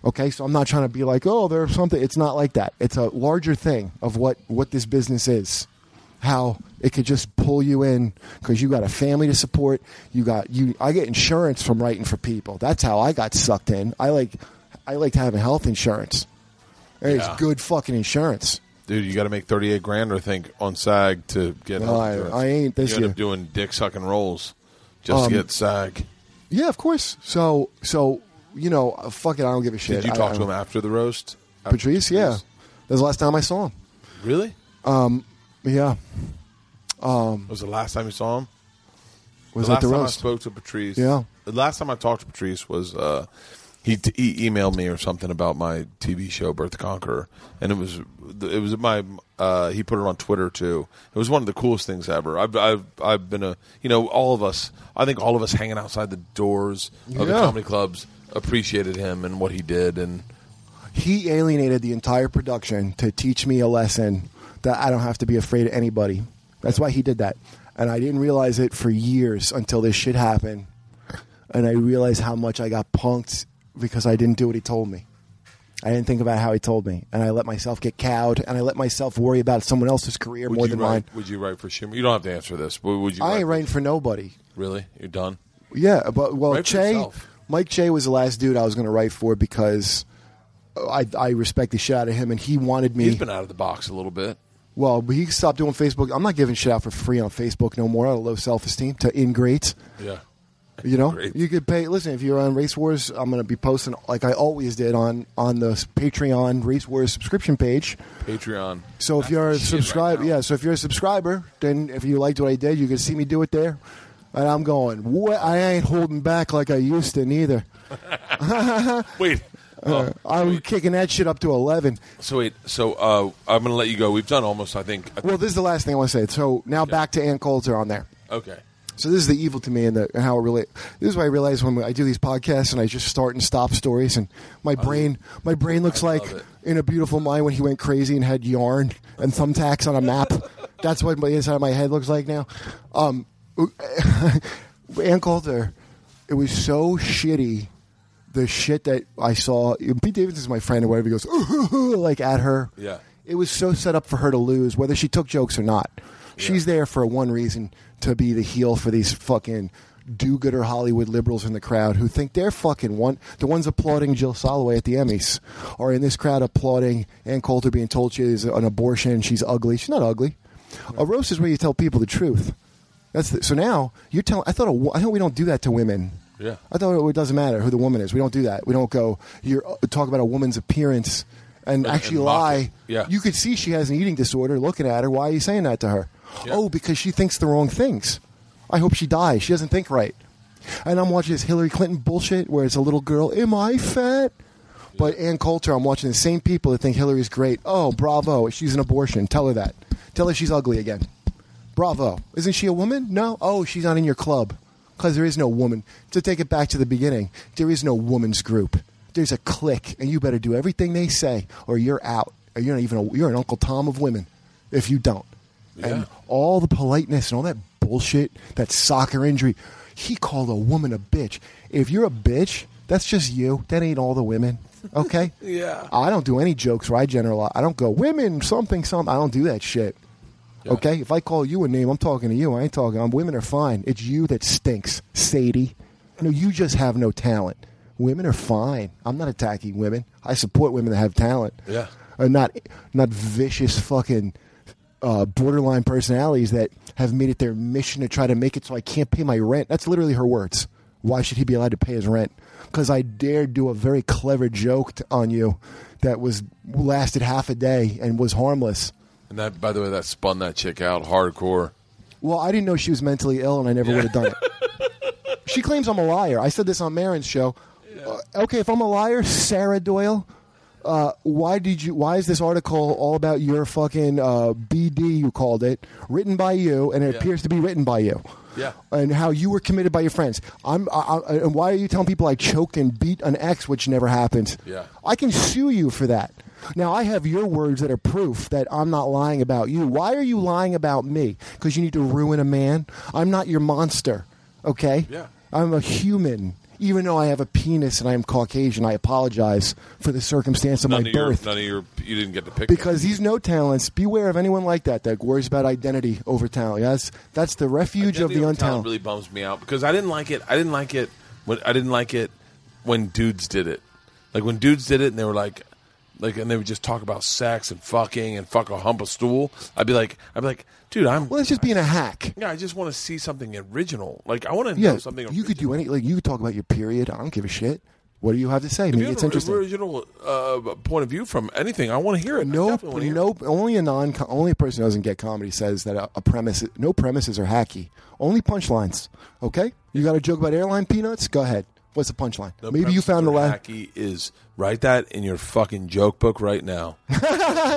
S3: Okay, so I'm not trying to be like, oh, there's something. It's not like that. It's a larger thing of what what this business is, how it could just pull you in because you got a family to support. You got you. I get insurance from writing for people. That's how I got sucked in. I like, I liked having health insurance. It's
S4: Yeah.
S3: good fucking insurance.
S4: Dude, you got to make thirty-eight grand or think on SAG to get.
S3: No,
S4: health
S3: I-
S4: insurance.
S3: I ain't this
S4: you end up
S3: year.
S4: doing dick sucking rolls just
S3: Um,
S4: to get SAG.
S3: Yeah, of course. So, so you know, uh, fuck it. I don't give a shit.
S4: Did you
S3: I-
S4: talk
S3: I-
S4: to him after the roast? After
S3: Patrice? Yeah, that was the last time I saw him.
S4: Really?
S3: Yeah,
S4: It was the last time you saw him.
S3: was
S4: the
S3: at
S4: last
S3: the
S4: time I
S3: roast.
S4: spoke to Patrice.
S3: Yeah.
S4: The last time I talked to Patrice was uh, he, he emailed me or something about my TV show Birth the Conqueror, and it was it was my uh, he put it on Twitter too. It was one of the coolest things ever. I've I've, I've been a you know all of us. I think all of us hanging outside the doors of the
S3: Yeah.
S4: comedy clubs appreciated him and what he did and.
S3: He alienated the entire production to teach me a lesson that I don't have to be afraid of anybody. That's why he did that, and I didn't realize it for years until this shit happened, and I realized how much I got punked because I didn't do what he told me. I didn't think about how he told me, and I let myself get cowed, and I let myself worry about someone else's career
S4: Would
S3: more
S4: you
S3: than
S4: write,
S3: mine.
S4: Would you write for Schumer? You don't have to answer this. Would, would you?
S3: I
S4: write
S3: ain't writing for nobody.
S4: Really? You're done.
S3: Yeah, but well,
S4: Write for
S3: Che,
S4: yourself.
S3: Mike Shea was the last dude I was going to write for because uh, I, I respect the shit out of him, and he wanted me.
S4: He's been out of the box a little bit.
S3: well, but he stopped doing Facebook. I'm not giving shit out for free on Facebook no more. I have low self esteem to ingrates.
S4: Yeah.
S3: You know,
S4: Great.
S3: you could pay. Listen, if you're on Race Wars, I'm going to be posting like I always did on on the Patreon Race Wars subscription page.
S4: Patreon.
S3: So if you're a subscriber, yeah. So if you're a subscriber, then if you liked what I did, you can see me do it there. And I'm going. What? I ain't holding back like I used to neither.
S4: Wait.
S3: Uh,
S4: Oh,
S3: I'm kicking that shit up to eleven.
S4: so wait. So uh, I'm gonna let you go. We've done almost. I think. I think-
S3: Well, this is the last thing I want to say. So now back to Ann Coulter on there.
S4: okay.
S3: So this is the evil to me and, the, and how it relate. This is why I realize when I do these podcasts and I just start and stop stories, and my brain, my brain looks
S4: I
S3: like
S4: love it.
S3: in a beautiful mind when he went crazy and had yarn and thumbtacks on a map.
S4: [LAUGHS]
S3: That's what the inside of my head looks like now. Um, Ann Coulter, it was so shitty. The shit that I saw, Pete Davidson's my friend, and whatever he goes, [LAUGHS] like at her.
S4: Yeah.
S3: It was so set up for her to lose, whether she took jokes or not. She's there for one reason to be the heel for these fucking do-gooder Hollywood liberals in the crowd who think they're fucking one. The ones applauding Jill Soloway at the Emmys are in this crowd applauding Ann Coulter being told she is an abortion. She's ugly. She's not ugly. A roast is where you tell people the truth. That's the, so now you're telling. I thought a wo- I thought we don't do that to women.
S4: Yeah.
S3: I thought it doesn't matter who the woman is. We don't do that. We don't go. You're uh, talk about a woman's appearance and,
S4: and
S3: actually
S4: mock
S3: lie.
S4: it. Yeah.
S3: You could see she has an eating disorder looking at her. Why are you saying that to her?
S4: Yeah.
S3: Oh, because she thinks the wrong things. I hope she dies. She doesn't think right. And I'm watching this Hillary Clinton bullshit where it's a little girl, am I fat? But Ann Coulter, I'm watching the same people that think Hillary's great. Oh, bravo. She's an abortion. Tell her that. Tell her she's ugly again. Bravo. Isn't she a woman? No. Oh, she's not in your club. Because there is no woman. To take it back to the beginning, there is no woman's group. There's a clique, and you better do everything they say, or you're out. Or you're not even a, you're an Uncle Tom of women if you don't.
S4: Yeah.
S3: And all the politeness and all that bullshit, that soccer injury. He called a woman a bitch. If you're a bitch, that's just you. That ain't all the women. Okay?
S4: [LAUGHS] Yeah.
S3: I don't do any jokes where I generalize. I don't go, women, something, something. I don't do that shit.
S4: Yeah.
S3: Okay? If I call you a name, I'm talking to you. I ain't talking. I'm, women are fine. It's you that stinks, Sadie. No, you just have no talent. Women are fine. I'm not attacking women. I support women that have talent.
S4: Yeah.
S3: Uh, not, not vicious fucking uh, borderline personalities that have made it their mission to try to make it so I can't pay my rent. That's literally her words. Why should he be allowed to pay his rent? Because I dared do a very clever joke t- on you that was lasted half a day and was harmless.
S4: And that, by the way, that spun that chick out hardcore.
S3: Well, I didn't know she was mentally ill, and I never would have done it.
S4: [LAUGHS]
S3: she claims I'm a liar. I said this on Marin's show. Uh, okay, if I'm a liar, Sarah Doyle, uh, why did you? Why is this article all about your fucking uh, BD? You called it written by you, and it
S4: Yeah.
S3: appears to be written by you.
S4: Yeah.
S3: And how you were committed by your friends. I'm. I, I, and why are you telling people I choked and beat an ex, which never happened?
S4: Yeah.
S3: I can sue you for that. Now I have your words that are proof that I'm not lying about you. Why are you lying about me? Because you need to ruin a man. I'm not your monster. Okay.
S4: Yeah.
S3: I'm a human. Even though I have a penis and I am Caucasian, I apologize for the circumstance of
S4: None
S3: my
S4: of your,
S3: birth.
S4: none of your, you didn't get to pick.
S3: because these no talents, beware of anyone like that that worries about identity over talent. That's that's the refuge of the
S4: Deadly Old Town
S3: untalented.
S4: really bums me out because I didn't like it. I didn't like it when I didn't like it when dudes did it. Like when dudes did it and they were like like and they would just talk about sex and fucking and fuck a hump a stool. I'd be like I'd be like, dude, I'm
S3: well, it's just being a hack.
S4: yeah, I just want to see something original. Like I want to
S3: Yeah,
S4: know something
S3: you could do any. Like you could talk about your period. I don't give a shit. What do you have to say? Maybe
S4: original.
S3: it's
S4: If
S3: interesting.
S4: you have an original uh, point of view from anything. I want to hear it. I
S3: No,
S4: definitely wanna hear it.
S3: no. Only a non. Only a person who doesn't get comedy says that a, a premise. No premises are hacky. Only punchlines. Okay. You got a joke about airline peanuts? Go ahead. What's the punchline?
S4: The
S3: Maybe you
S4: premise
S3: found the
S4: for
S3: last.
S4: Hacky is write that in your fucking joke book right
S3: [LAUGHS]
S4: now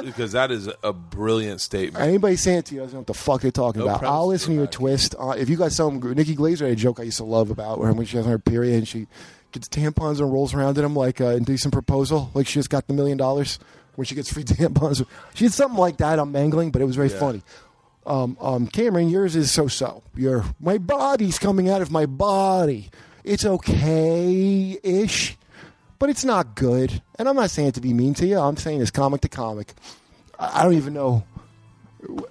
S4: because that is a brilliant statement.
S3: Anybody saying it to you doesn't know what the fuck they're talking
S4: No
S3: about.
S4: premise
S3: I'll listen
S4: for
S3: to your
S4: hacky.
S3: twist. Uh, if you got some, Nikki Glaser had a joke I used to love about where when she has her period and she gets tampons and rolls around in them like an indecent proposal, like she just got the million dollars when she gets free [LAUGHS] tampons. She did something like that on Mangling, but it was very
S4: Yeah.
S3: funny. Um, um, Cameron, yours is so so. Your my body's coming out of my body. It's okay ish, but it's not good. And I'm not saying it to be mean to you. I'm saying it's comic to comic. I, I don't even know.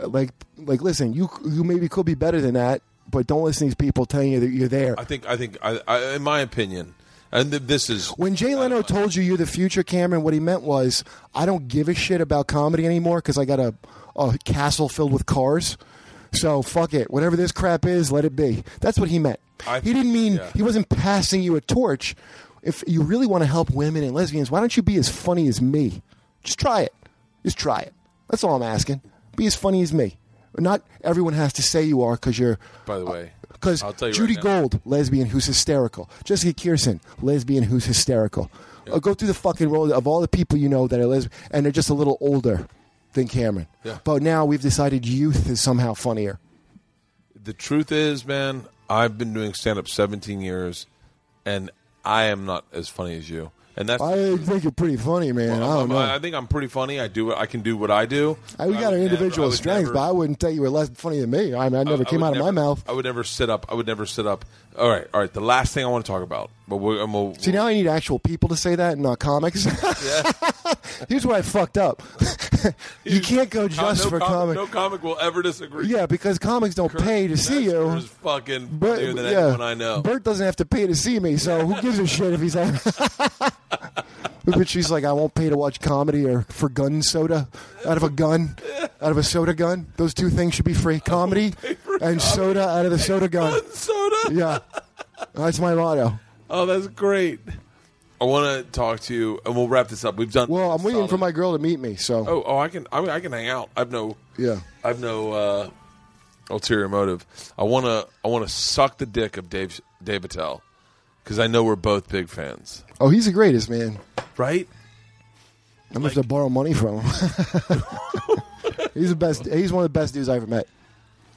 S3: Like like listen, you you maybe could be better than that, but don't listen to these people telling you that you're there.
S4: I think I think I, I in my opinion, And th- this is
S3: When Jay Leno told you you're the future, Cameron, what he meant was, I don't give a shit about comedy anymore because I got a, a castle filled with cars. So fuck it. Whatever this crap is, let it be. That's what he meant.
S4: I-
S3: he didn't mean
S4: yeah.
S3: he wasn't passing you a torch. If you really want to help women and lesbians, why don't you be as funny as me? Just try it. Just try it. That's all I'm asking. Be as funny as me. Not everyone has to say you are because you're
S4: by the way
S3: because
S4: I'll tell you
S3: Uh, Judy
S4: right now.
S3: Gold, lesbian who's hysterical. Jessica Kearson, lesbian who's hysterical. Uh, go through the fucking roll of all the people you know that are lesbian, and they're just a little older than Cameron.
S4: Yeah.
S3: But now we've decided youth is somehow funnier.
S4: the truth is, man, I've been doing stand up 17 years, and I am not as funny as you. And that's
S3: I think you're pretty funny, man. I don't
S4: I'm-
S3: know.
S4: I, I think I'm pretty funny. I do. I can do what I do.
S3: I, we
S4: I
S3: got
S4: would
S3: our
S4: never- I
S3: individual
S4: would
S3: strengths,
S4: never-
S3: but I wouldn't tell you were less funny than me. I mean, I never
S4: I
S3: came
S4: would
S3: out of my
S4: never-
S3: mouth.
S4: I would never sit up. I would never sit up. All right, all right. The last thing I want to talk about, but we're, I'm a,
S3: See, now I need actual people to say that and not comics. [LAUGHS] Here's where I fucked up. [LAUGHS] you can't go just
S4: [LAUGHS] no
S3: for
S4: comic,
S3: comic.
S4: No comic will ever disagree.
S3: Yeah, because comics don't pay to see you.
S4: Is fucking
S3: Bert,
S4: funnier than
S3: yeah,
S4: anyone I know.
S3: Bert doesn't have to pay to see me, so who gives a shit if he's on? [LAUGHS] but she's like, I won't pay to watch comedy or for gun soda out of a gun, out of a soda gun. Those two things should be
S4: [LAUGHS]
S3: free: comedy and soda out of the soda gun.
S4: Soda.
S3: Yeah, that's my motto.
S4: Oh, that's great. I want to talk to you, and we'll wrap this up. We've done.
S3: Well, I'm waiting
S4: solid-
S3: for my girl to meet me, so
S4: Oh, oh, I can, I, I can hang out. I've no,
S3: Yeah.
S4: I've no uh, ulterior motive. I wanna, I wanna suck the dick of Dave, Dave Attell, because I know we're both big fans,
S3: oh, he's the greatest man.
S4: right?
S3: I'm gonna have to borrow money from him. [LAUGHS] he's the best. He's one of the best dudes I ever met.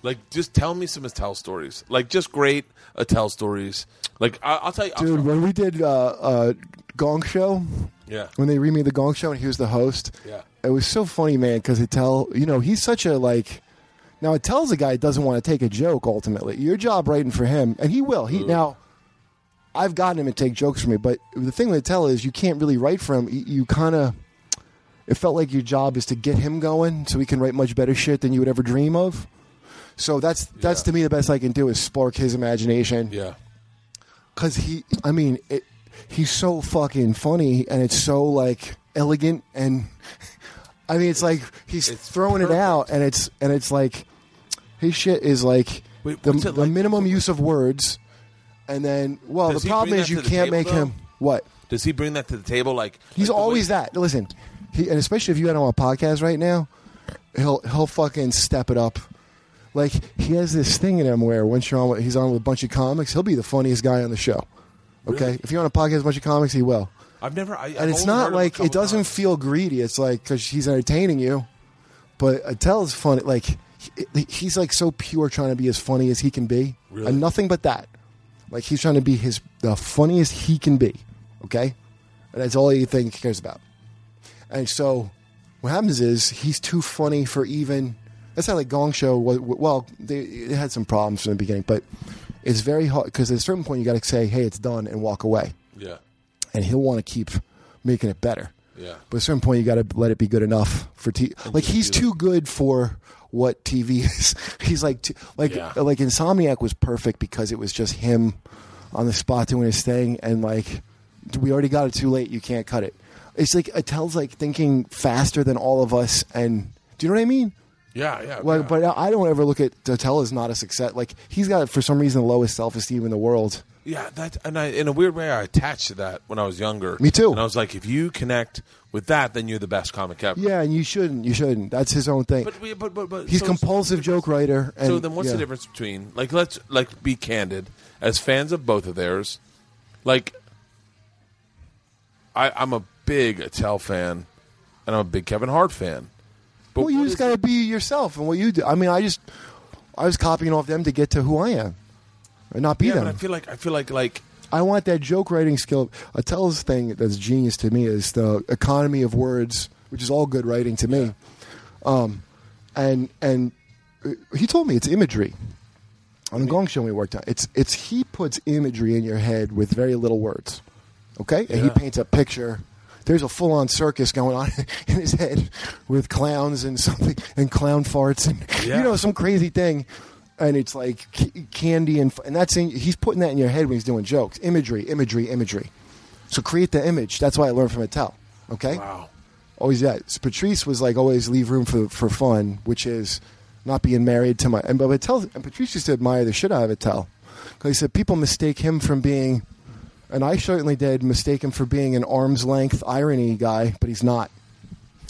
S4: Like, just tell me some Attell stories. Like, just great Attell stories. Like, I, I'll tell you, I'll
S3: Dude,
S4: tell-
S3: when we did uh, uh, Gong Show,
S4: yeah,
S3: when they remade the Gong Show and he was the host.
S4: Yeah.
S3: it was so funny, man, because tell you know he's such a like. Now it tells a guy that doesn't want to take a joke. Ultimately, your job writing for him, and he will. He now. I've gotten him to take jokes from me, but the thing with tell is you can't really write for him. You, you kind of. It felt like your job is to get him going so he can write much better shit than you would ever dream of. So that's that's
S4: Yeah.
S3: to me the best I can do is spark his imagination
S4: yeah.
S3: because he i mean it, he's so fucking funny and it's so like elegant and i mean it's like he's
S4: it's
S3: throwing it out and it's and it's like his shit is like
S4: Wait,
S3: the,
S4: what's it
S3: the
S4: like-
S3: minimum use of words and then well
S4: Does
S3: the
S4: he
S3: problem
S4: bring
S3: is
S4: that
S3: you
S4: to the
S3: can't
S4: table,
S3: make
S4: though?
S3: him what
S4: Does he bring that to the table? Like,
S3: He's
S4: like the way-
S3: always that. Listen, he, and especially if you had him on a podcast right now, he'll he'll fucking step it up. Like he has this thing in him where once you're on, with, he's on with a bunch of comics, he'll be the funniest guy on the show. Okay,
S4: Really?
S3: if you're on a podcast with a bunch of comics, he will.
S4: I've never, I, I've
S3: And it's
S4: only heard
S3: not
S4: him a
S3: like
S4: couple
S3: it doesn't
S4: times.
S3: feel greedy. It's like because he's entertaining you, but Attell's funny. Like he, he's like so pure, trying to be as funny as he can be,
S4: Really?
S3: and nothing but that. Like he's trying to be his the funniest he can be. Okay, and that's all you think he cares about. And so, what happens is he's too funny for even. That's how like Gong Show was. Well, they, it had some problems from the beginning, but it's very hard because at a certain point you got to say, "Hey, it's done," and walk away
S4: Yeah,
S3: and he'll want to keep making it better.
S4: Yeah.
S3: But at a certain point, you got to let it be good enough for T. Like he's too good for what TV [LAUGHS] is. he's like, too, like,
S4: Yeah.
S3: like Insomniac was perfect because it was just him on the spot doing his thing, and like, we already got it too late. You can't cut it. It's like Attell's like thinking faster than all of us, and do you know what I mean?
S4: yeah, yeah.
S3: Like,
S4: yeah.
S3: But I don't ever look at Attell as not a success. Like he's got for some reason the lowest self esteem in the world.
S4: Yeah, that and I in a weird way I attached to that when I was younger.
S3: Me too.
S4: And I was like, if you connect with that, then you're the best comic ever.
S3: Yeah, and you shouldn't. You shouldn't. That's his own thing.
S4: But we, but but but
S3: He's
S4: so-
S3: compulsive joke writer. And,
S4: So then, what's
S3: yeah.
S4: the difference between like let's like be candid as fans of both of theirs, like I, I'm a big Attell fan, and I'm a big Kevin Hart fan. But
S3: Well, you
S4: what
S3: just
S4: is-
S3: got to be yourself and what you do. I mean, I just, I was copying off them to get to who I am, and not be
S4: yeah,
S3: them.
S4: but I feel like I feel like like
S3: I want that joke writing skill. Attell's thing that's genius to me is the economy of words, which is all good writing to me. Um, and and uh, he told me it's imagery. On the Gong Show we worked on it's it's he puts imagery in your head with very little words. Okay, and he
S4: Yeah.
S3: paints a picture. There's a full on circus going on [LAUGHS] in his head with clowns and something and clown farts and
S4: Yeah.
S3: you know some crazy thing and it's like c- candy and f- and that's in, he's putting that in your head when he's doing jokes imagery imagery imagery So create the image. That's why I learned from Mattel. Okay.
S4: Wow.
S3: Always that. So Patrice was like always leave room for for fun, which is not being married to my and but Mattel and Patrice used to admire the shit out of Mattel because he said people mistake him from being, and I certainly did mistake him for being an arm's length irony guy, but he's not.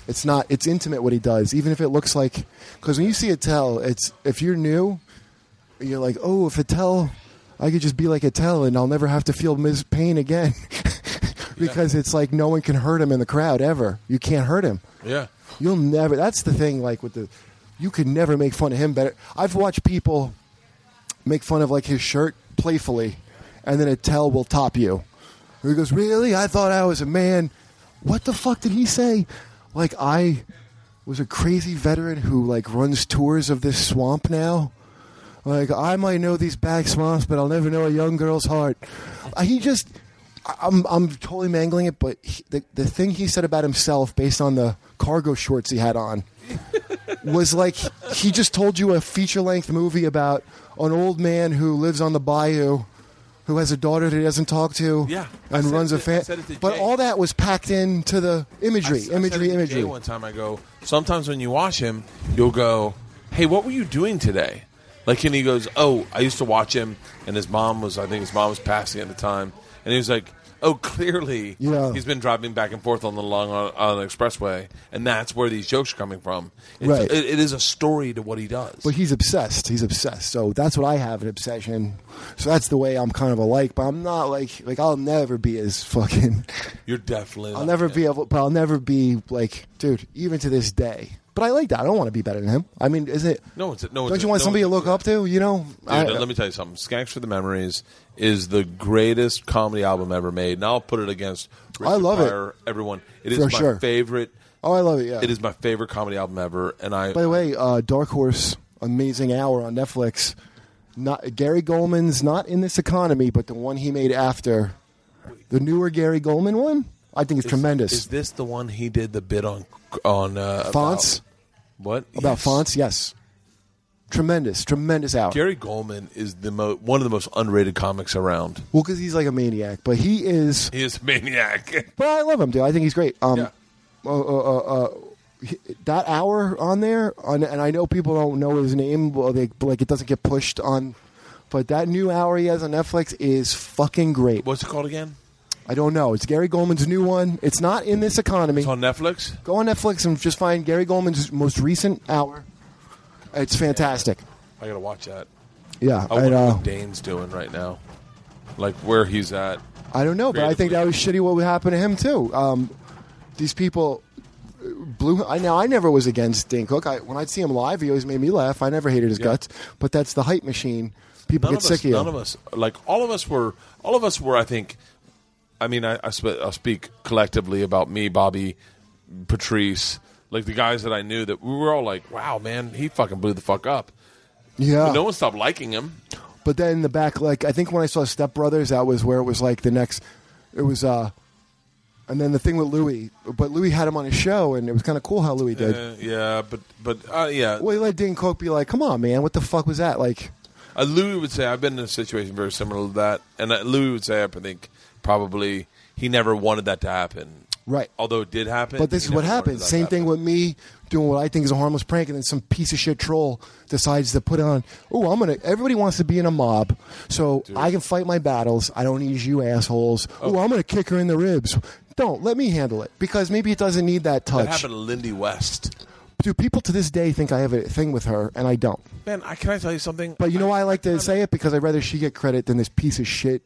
S3: It's not. It's intimate what he does, even if it looks like. Because when you see Attell, it's if you're new, you're like, oh, if Attell, I could just be like Attell, and I'll never have to feel Ms. Pain again, [LAUGHS] because it's like no one can hurt him in the crowd ever. You can't hurt him.
S4: Yeah.
S3: You'll never. That's the thing. Like with the, you could never make fun of him better. I've watched people make fun of like his shirt playfully, and then Attell will top you. He goes, "Really? I thought I was a man. What the fuck did he say? Like I was a crazy veteran who like runs tours of this swamp now." Like I might know these back swamps, but I'll never know a young girl's heart. Uh, He just, I- I'm, I'm totally mangling it. But he, the the thing he said about himself, based on the cargo shorts he had
S4: [LAUGHS]
S3: on, was like he just told you a feature length movie about an old man who lives on the bayou, who has a daughter that he doesn't talk to,
S4: Yeah. I
S3: and
S4: said
S3: runs
S4: it
S3: a
S4: to-
S3: fan.
S4: I said it to
S3: But
S4: Jay.
S3: all that was packed into the imagery,
S4: I said it
S3: imagery,
S4: to Jay
S3: imagery.
S4: One time I go, sometimes when you watch him, you'll go, hey, what were you doing today? Like, and he goes, oh, I used to watch him, and his mom was, I think his mom was passing at the time. And he was like, oh, clearly
S3: Yeah.
S4: he's been driving back and forth on the long on, the expressway, and that's where these jokes are coming from. It's,
S3: Right.
S4: it, it is a story to what he does.
S3: But he's obsessed. He's obsessed. So that's what I have an obsession. So that's the way I'm kind of alike. But I'm not like like I'll never be as fucking.
S4: You're definitely.
S3: I'll
S4: like
S3: never
S4: him.
S3: be able. But I'll never be like, dude. Even to this day. But I like that. I don't want to be better than him. I mean, is it?
S4: No, it's no.
S3: Don't
S4: it's
S3: you want
S4: no,
S3: somebody to
S4: it's-
S3: look up to? You know. I-
S4: Dude, let me tell you something. Skanks for the Memories is the greatest comedy album ever made, and I'll put it against. Richard
S3: I love it.
S4: Pryor, Everyone, it is
S3: For
S4: my
S3: sure.
S4: favorite.
S3: oh, I love it. Yeah.
S4: It is my favorite comedy album ever, and I.
S3: By the way, uh, Dark Horse, amazing hour on Netflix. Not Gary Goldman's not in this economy, but the one he made after the newer Gary Goldman one. I think it's tremendous.
S4: Is this the one he did the bit on on uh, about-
S3: Fonts.
S4: what
S3: about
S4: Yes.
S3: fonts. Yes, tremendous, tremendous out.
S4: Gary Goldman is the mo- one of the most underrated comics around.
S3: well, because he's like a maniac, but he is.
S4: He is a maniac. [LAUGHS]
S3: But I love him, dude. I think he's great. Um,
S4: Yeah.
S3: uh, uh, uh, uh, he- that hour on there, on, and I know people don't know his name, well, they, like it doesn't get pushed on. But that new hour he has on Netflix is fucking great.
S4: What's it called again?
S3: I don't know. It's Gary Goldman's new one. It's not in this economy.
S4: It's on Netflix.
S3: Go on Netflix and just find Gary Goldman's most recent hour. It's fantastic.
S4: I gotta watch that.
S3: Yeah,
S4: I
S3: and,
S4: wonder
S3: uh,
S4: what Dane's doing right now, like where he's at.
S3: I don't know, but I think
S4: Creatively.
S3: that was shitty. What would happen to him too? Um, these people uh, blew. I now I never was against Dane Cook. I, when I'd see him live, he always made me laugh. I never hated his guts, but that's the hype machine. People
S4: none
S3: get
S4: of
S3: sick
S4: us,
S3: of you.
S4: None of us, like all of us were, all of us were. I think. I mean, I, I sp- I'll speak collectively about me, Bobby, Patrice, like the guys that I knew that we were all like, "Wow, man, he fucking blew the fuck up."
S3: yeah,
S4: But no one stopped liking him.
S3: But then in the back, like I think when I saw Step Brothers, that was where it was like the next. It was, uh and then the thing with Louis, but Louis had him on his show, and it was kind of cool how Louis did.
S4: Uh, yeah, but but uh, yeah,
S3: well, he let Dane Cook be like, "Come on, man, what the fuck was that?" Like,
S4: Uh, Louis would say I've been in a situation very similar to that, and uh, Louis would say I think probably he never wanted that to happen.
S3: Right.
S4: Although it did happen,
S3: But this
S4: he
S3: is what
S4: never wanted
S3: happens.
S4: that to
S3: Same
S4: happen.
S3: thing with me doing what I think is a harmless prank, and then some piece of shit troll decides to put on. Oh, I'm gonna. Everybody wants to be in a mob, so I can fight my battles. I don't need you assholes. Oh, I'm gonna kick her in the ribs. Don't let me handle it because maybe it doesn't need that
S4: That
S3: touch.
S4: happened to Lindy West.
S3: Dude, people to this day think I have a thing with her, and I don't.
S4: Man, I, can I tell you something?
S3: But you know why I like to say it because I'd rather she get credit than this piece of shit,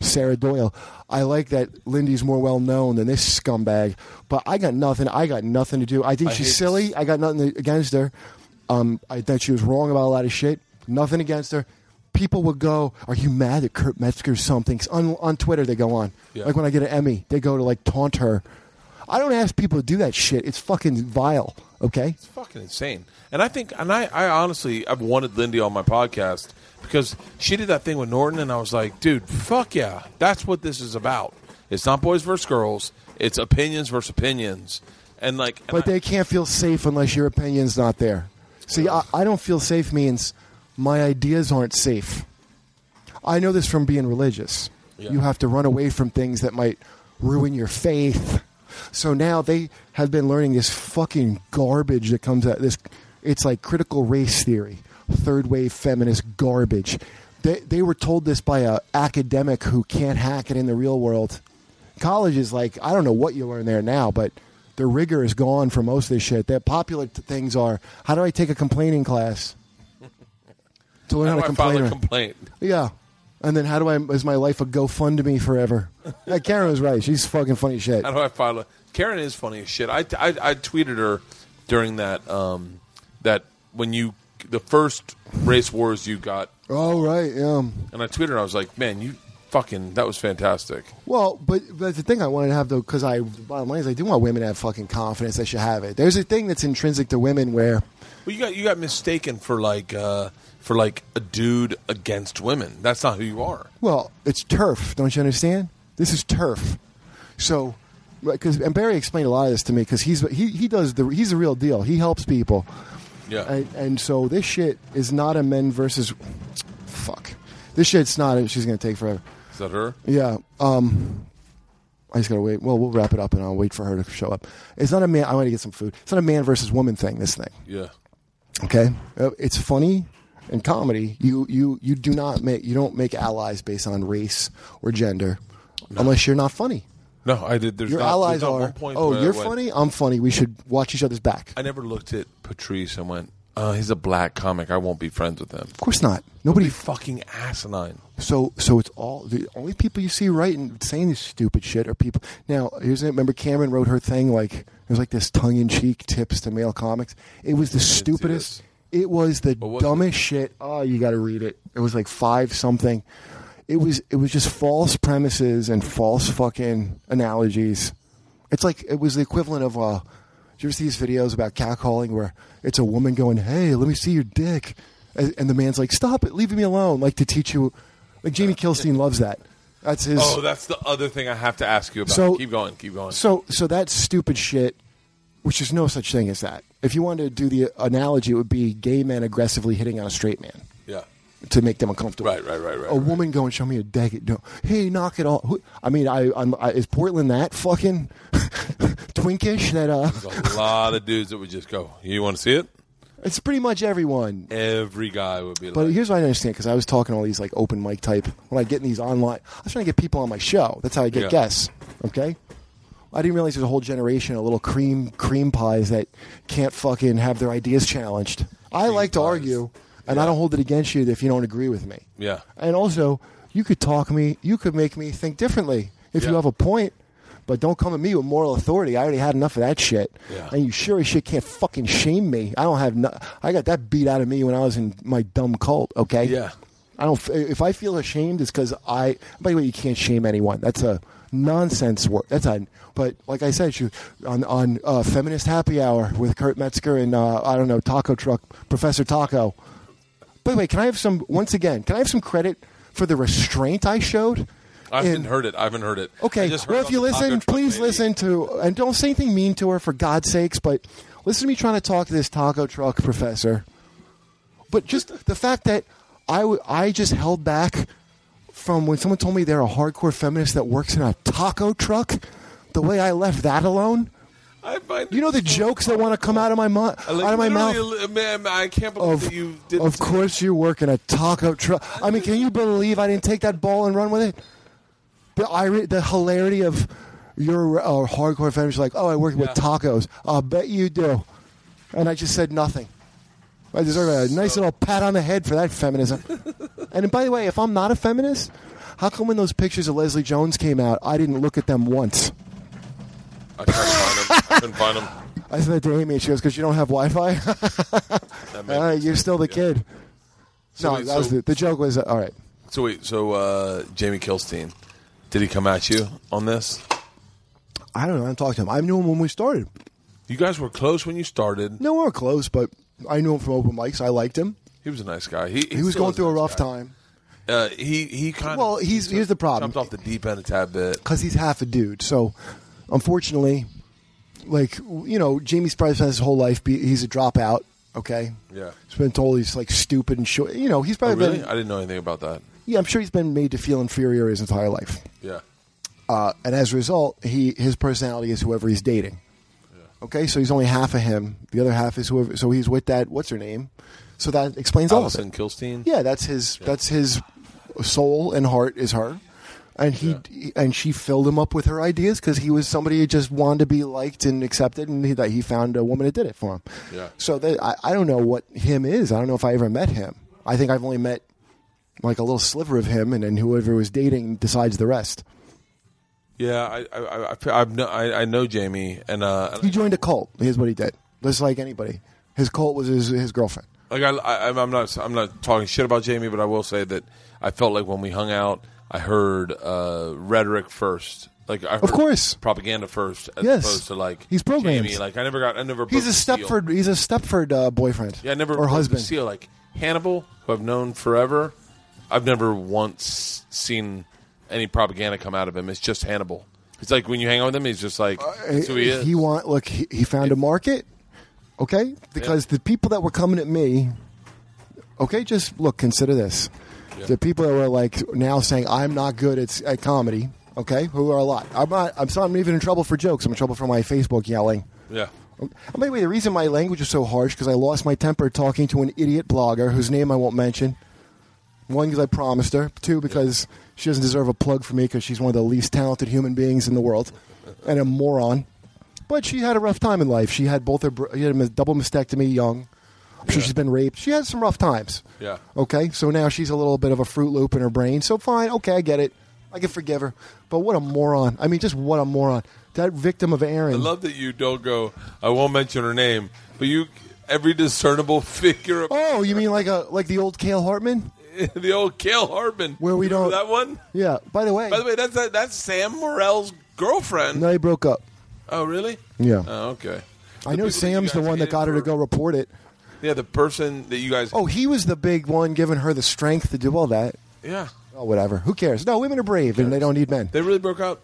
S3: Sarah Doyle. I like that Lindy's more well known than this scumbag. But I got nothing. I got nothing to do. I think
S4: I hate
S3: she's silly. I got nothing against her. Um, I think she was wrong about a lot of shit. Nothing against her. People would go, "Are you mad that Kurt Metzger's something?" 'Cause On, on Twitter, they go on.
S4: Yeah.
S3: Like when I get an Emmy, they go to like taunt her. I don't ask people to do that shit. It's fucking vile. Okay.
S4: It's fucking insane. And I think, and I, I honestly, I've wanted Lindy on my podcast because she did that thing with Norton, and I was like, dude, fuck yeah, that's what this is about. It's not boys versus girls. It's opinions versus opinions. And like, and
S3: But
S4: I-
S3: they can't feel safe unless your opinion's not there. See, I, I don't feel safe means my ideas aren't safe. I know this from being religious.
S4: Yeah.
S3: You have to run away from things that might ruin your faith. So now they have been learning this fucking garbage that comes out. This it's like critical race theory, third wave feminist garbage. They they were told this by a academic who can't hack it in the real world. College is like I don't know what you learn there now, but the rigor is gone for most of this shit. The popular t- things are how do I take a complaining class to learn
S4: How
S3: how,
S4: do
S3: to
S4: I
S3: complain?
S4: file a
S3: or-
S4: complaint? [LAUGHS]
S3: yeah. And then how do I, is my life a GoFundMe forever? [LAUGHS] Yeah, Karen was right. She's fucking funny shit.
S4: How do I file a? Karen is funny as shit. I, I, I tweeted her during that um that when you the first race wars you got,
S3: Oh, right. Yeah.
S4: and I tweeted her. I was like, man, you fucking that was fantastic.
S3: Well, but, but the thing I wanted to have though, because I, the bottom line is I do want women to have fucking confidence. They should have it. There's a thing that's intrinsic to women where,
S4: Well, you got you got mistaken for like uh for like a dude against women. That's not who you are.
S3: well, it's turf. Don't you understand? This is turf. So, because, and Barry explained a lot of this to me because he's, he, he does the, he's the real deal. He helps people.
S4: Yeah.
S3: And, and so this shit is not a men versus, fuck. This shit's not, she's going to take forever.
S4: is that her?
S3: Yeah. Um, I just gotta wait. Well, we'll wrap it up, and I'll wait for her to show up. It's not a man. I want to get some food. It's not a man versus woman thing. This thing.
S4: Yeah.
S3: Okay. Uh, It's funny and comedy. You you you do not make you don't make allies based on race or gender, unless you're not funny.
S4: No, I did. There's
S3: Your
S4: not,
S3: allies
S4: there's not
S3: are.
S4: one point
S3: Oh,
S4: where I
S3: you're
S4: went-
S3: funny. I'm funny. We should watch each other's back.
S4: I never looked at Patrice and went, uh, he's a black comic. I won't be friends with him.
S3: Of course not. Nobody.
S4: Fucking asinine.
S3: So so it's all the only people you see writing saying this stupid shit are people. Now here's remember Cameron wrote her thing like it was like this tongue in cheek tips to male comics. It was the stupidest. It was the
S4: was it?
S3: dumbest shit. Oh, you got to read it. It was like five something. It was it was just false premises and false fucking analogies. It's like it was the equivalent of uh, did you ever see these videos about catcalling where it's a woman going, "Hey, let me see your dick," and, and the man's like, "Stop it, leave me alone." Like to teach you, like Jamie Kilstein loves that. That's his.
S4: Oh, that's the other thing I have to ask you about.
S3: So-
S4: keep going. Keep going.
S3: So, so that stupid shit, which is no such thing as that. If you wanted to do the analogy, it would be gay men aggressively hitting on a straight man
S4: yeah.
S3: to make them uncomfortable.
S4: Right, right, right, right,
S3: A
S4: right.
S3: woman going, show me a dick. No, hey, knock it off. Who- I mean, I, I'm, I is Portland that fucking [LAUGHS] twinkish that uh,
S4: There's a lot of dudes that would just go, you want to see it?
S3: it's pretty much everyone.
S4: Every guy would be like,
S3: But here's what I don't understand because I was talking to all these like open mic type when I get in these online. I was trying to get people on my show. That's how I get
S4: Yeah.
S3: guests. Okay. I didn't realize there's a whole generation of little cream cream pies that can't fucking have their ideas challenged. I like to
S4: pies.
S3: argue, and I don't hold it against you if you don't agree with me.
S4: yeah.
S3: And also, you could talk me. You could make me think differently if you
S4: Yeah.
S3: have a point. But don't come at me with moral authority. I already had enough of that shit.
S4: Yeah.
S3: And you sure as shit can't fucking shame me. I don't have. No, I got that beat out of me when I was in my dumb cult. Okay.
S4: Yeah.
S3: I don't. f- If I feel ashamed, it's because I. By the way, you can't shame anyone. That's a nonsense word. That's a. But like I said, she, on on uh, feminist happy hour with Kurt Metzger and uh, I don't know Taco Truck Professor Taco. By the way, can I have some once again? Can I have some credit for the restraint I showed?
S4: I
S3: in-
S4: haven't heard it. I haven't heard it. I
S3: Okay,
S4: just heard
S3: well,
S4: it
S3: if
S4: on
S3: you
S4: the Taco
S3: listen,
S4: Truck
S3: please
S4: lady.
S3: listen to and don't say anything mean to her for God's sakes. But listen to me trying to talk to this taco truck professor. But just the fact that I w- I just held back from when someone told me they're a hardcore feminist that works in a taco truck. The way I left that alone,
S4: I find
S3: you know the jokes that want to come out of my mu- out
S4: Like,
S3: of my mouth.
S4: literally, uh, Man, I can't believe
S3: Of,
S4: that you did
S3: of course you work in a taco truck. I mean, can you believe I didn't take that ball and run with it? The ir- the hilarity of your uh, hardcore fans like, oh, I work with
S4: Yeah.
S3: tacos. I'll bet you do. And I just said nothing. I deserve a nice little pat on the head for that feminism. [LAUGHS] and by the way, if I'm not a feminist, how come when those pictures of Leslie Jones came out, I didn't look at them once?
S4: I couldn't find him. I couldn't
S3: [LAUGHS]
S4: find him.
S3: I said to Amy, and she goes, because you don't have Wi Fi? [LAUGHS]
S4: That made-
S3: all right, you're still the kid.
S4: So
S3: no,
S4: wait,
S3: that was
S4: so-
S3: the, the joke was, uh, all right.
S4: So wait, so uh, Jamie Kilstein, did he come at you on this?
S3: I don't know. I don't talk to him. I knew him when we started.
S4: You guys were close when you started.
S3: No, we were close, but I knew him from open mics. I liked him.
S4: He was a nice guy. He,
S3: He was
S4: still
S3: going
S4: is
S3: through a
S4: nice
S3: rough
S4: guy.
S3: time
S4: Uh, he he kind
S3: Well,
S4: of
S3: he's-
S4: he
S3: here's the problem.
S4: Jumped off the deep end a tad bit.
S3: because he's half a dude. So, unfortunately, like you know, Jamie Price has his whole life. Be, he's a dropout. Okay.
S4: Yeah.
S3: He's been told he's like stupid and short. You know, he's
S4: Oh,
S3: probably
S4: really?
S3: been.
S4: I didn't know anything about that.
S3: Yeah, I'm sure he's been made to feel inferior his entire life.
S4: Yeah.
S3: uh, and as a result, he his personality is whoever he's dating. Okay, so he's only half of him. The other half is whoever. So he's with that. What's her name? So that explains all of it.
S4: Allison Kilstein.
S3: Yeah, that's his. That's his soul and heart is her, and he and she filled him up with her ideas because he was somebody who just wanted to be liked and accepted, and he, that he found a woman that did it for him.
S4: Yeah.
S3: So that I, I don't know what him is. I don't know if I ever met him. I think I've only met like a little sliver of him, and then whoever was dating decides the rest.
S4: Yeah, I I I, I, I've kno- I, I know Jamie, and uh,
S3: He joined a cult. Here's what he did. Just like anybody, his cult was his his girlfriend.
S4: like I, I I'm not I'm not talking shit about Jamie, but I will say that I felt like when we hung out, I heard uh, rhetoric first. Like I heard
S3: Of course.
S4: propaganda first, as
S3: Yes.
S4: opposed to like
S3: He's programmed.
S4: Jamie. Like I never got I never
S3: He's
S4: broke
S3: a
S4: the seal.
S3: Stepford. He's a Stepford uh, boyfriend.
S4: Yeah, I never
S3: or
S4: broke the
S3: husband.
S4: seal. Like Hannibal, who I've known forever, I've never once seen any propaganda come out of him. It's just Hannibal. It's like when you hang out with him, he's just like that's who he is.
S3: Uh, He want look. He, he found a market. Okay, because the people that were coming at me. Okay, just look. Consider this: the people that were like now saying I'm not good at, at comedy. Okay, who are a lot. I'm not. I'm, so- I'm not even in trouble for jokes. I'm in trouble for my Facebook yelling.
S4: yeah.
S3: And Oh, By the way, the reason my language is so harsh because I lost my temper talking to an idiot blogger whose name I won't mention. One, because I promised her. Two, because she doesn't deserve a plug for me because she's one of the least talented human beings in the world and a moron. But she had a rough time in life. She had both her br- she had a mis- double mastectomy young. I'm sure she's been raped. She had some rough times.
S4: Yeah.
S3: Okay, so now she's a little bit of a Fruit Loop in her brain. So fine, okay, I get it. I can forgive her. But what a moron. I mean, just what a moron. That victim of Aaron.
S4: I love that you don't go. I won't mention her name, but you every discernible [LAUGHS] figure of
S3: Oh, you mean like a like the old Cale Hartman?
S4: [LAUGHS] the old Kale Harbin.
S3: Where we
S4: Remember
S3: don't-
S4: that one.
S3: Yeah. By the way,
S4: By the way, that's uh, that's Sam Morrell's girlfriend.
S3: no, they broke up.
S4: Oh, really?
S3: Yeah.
S4: Oh, okay.
S3: I know
S4: people that you
S3: Sam's the
S4: guys
S3: one that
S4: hated
S3: got her to
S4: were-
S3: go report it.
S4: Yeah, the person that you guys.
S3: Oh, he was the big one giving her the strength to do all that.
S4: yeah.
S3: Oh, whatever. Who cares? No, women are brave and they don't need men.
S4: They really broke up.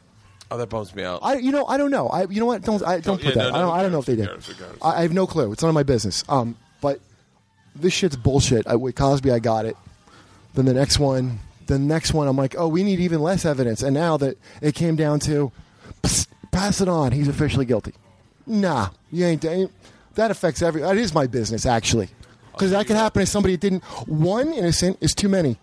S4: Oh, that bums me out.
S3: I, you know, I don't know. I, you know what? Don't, I, don't
S4: Don't-
S3: put
S4: yeah,
S3: that. I
S4: no, no,
S3: don't,
S4: who
S3: I don't know if they did.
S4: cares? Who cares?
S3: I, I have no clue. It's none of my business. Um, but this shit's bullshit. I, with Cosby, I got it. Then the next one, the next one, I'm like, oh, we need even less evidence. And now that it came down to, "Psst, pass it on. He's officially guilty. Nah, you ain't. ain't- That affects every. That is my business actually, because that could happen if somebody didn't. One innocent is too many.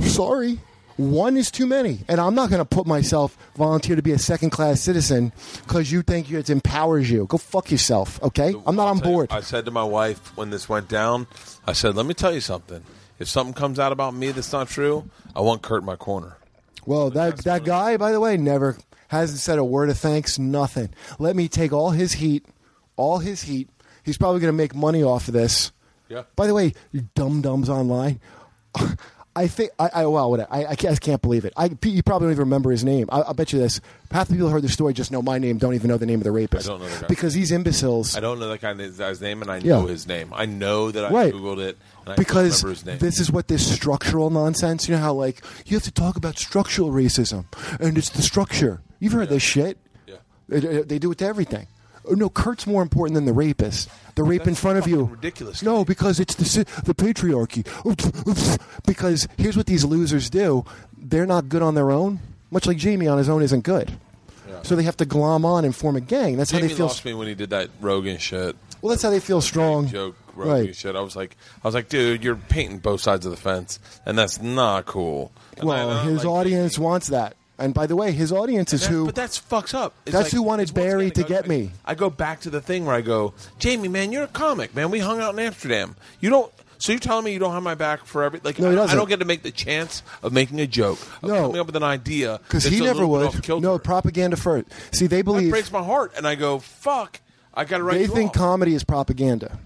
S3: Sorry. One is too many, and I'm not going to put myself volunteer to be a second class citizen because you think it empowers you. Go fuck yourself, okay? I'm not
S4: I'll
S3: on
S4: tell you,
S3: board.
S4: I said to my wife when this went down, I said, "Let me tell you something. If something comes out about me that's not true, I want Kurt in my corner."
S3: Well, that that guy, by the way, never hasn't said a word of thanks, nothing. Let me take all his heat, all his heat. He's probably going to make money off of this.
S4: Yeah.
S3: By the way, you dum dums online. [LAUGHS] I think I, I well, what I, I can't, I can't believe it. I you probably don't even remember his name. I, I bet you this. Half the people who heard the story just know my name, don't even know the name of the rapist.
S4: I don't know the guy.
S3: because these imbeciles.
S4: I don't know that guy's guy's name, and I
S3: Yeah.
S4: know his name. I know that I
S3: Right.
S4: googled it, and I
S3: because
S4: don't remember his name.
S3: this is what this structural nonsense. You know how like you have to talk about structural racism, and it's the structure. You've heard this shit.
S4: Yeah.
S3: It- it- they do it to everything. Oh, no, Kurt's more important than the rapist. The rape in
S4: That's
S3: front of you.
S4: fucking ridiculous to
S3: No,
S4: me.
S3: because it's the si- the patriarchy. Because here's what these losers do: they're not good on their own. Much like Jamie on his own isn't good. So they have to glom on and form a gang. That's how
S4: Jamie
S3: they feel.
S4: lost me when he did that Rogan shit.
S3: Well, that's how they feel strong.
S4: joke Rogan
S3: right?
S4: shit. I was like, I was like, dude, you're painting both sides of the fence, and that's not cool. And I- and
S3: Well,
S4: I
S3: his
S4: like-
S3: audience wants that. And by the way, his audience is
S4: That-
S3: who.
S4: but that's fucks up. It's
S3: That's who wanted
S4: it's once
S3: Barry
S4: again,
S3: to
S4: it goes
S3: get me.
S4: I go back to the thing where I go, Jamie, man, you're a comic, man. We hung out in Amsterdam. You don't. So you're telling me you don't have my back for every like?
S3: No, he
S4: I, I
S3: doesn't.
S4: don't get to make the chance of making a joke, of
S3: No.
S4: coming up with an idea
S3: because he
S4: that's a
S3: never
S4: little bit
S3: would.
S4: off-kilter.
S3: No propaganda first. See, they
S4: that
S3: believe
S4: breaks my heart, and I go, fuck, I got to write.
S3: they
S4: you
S3: think
S4: off.
S3: comedy is propaganda.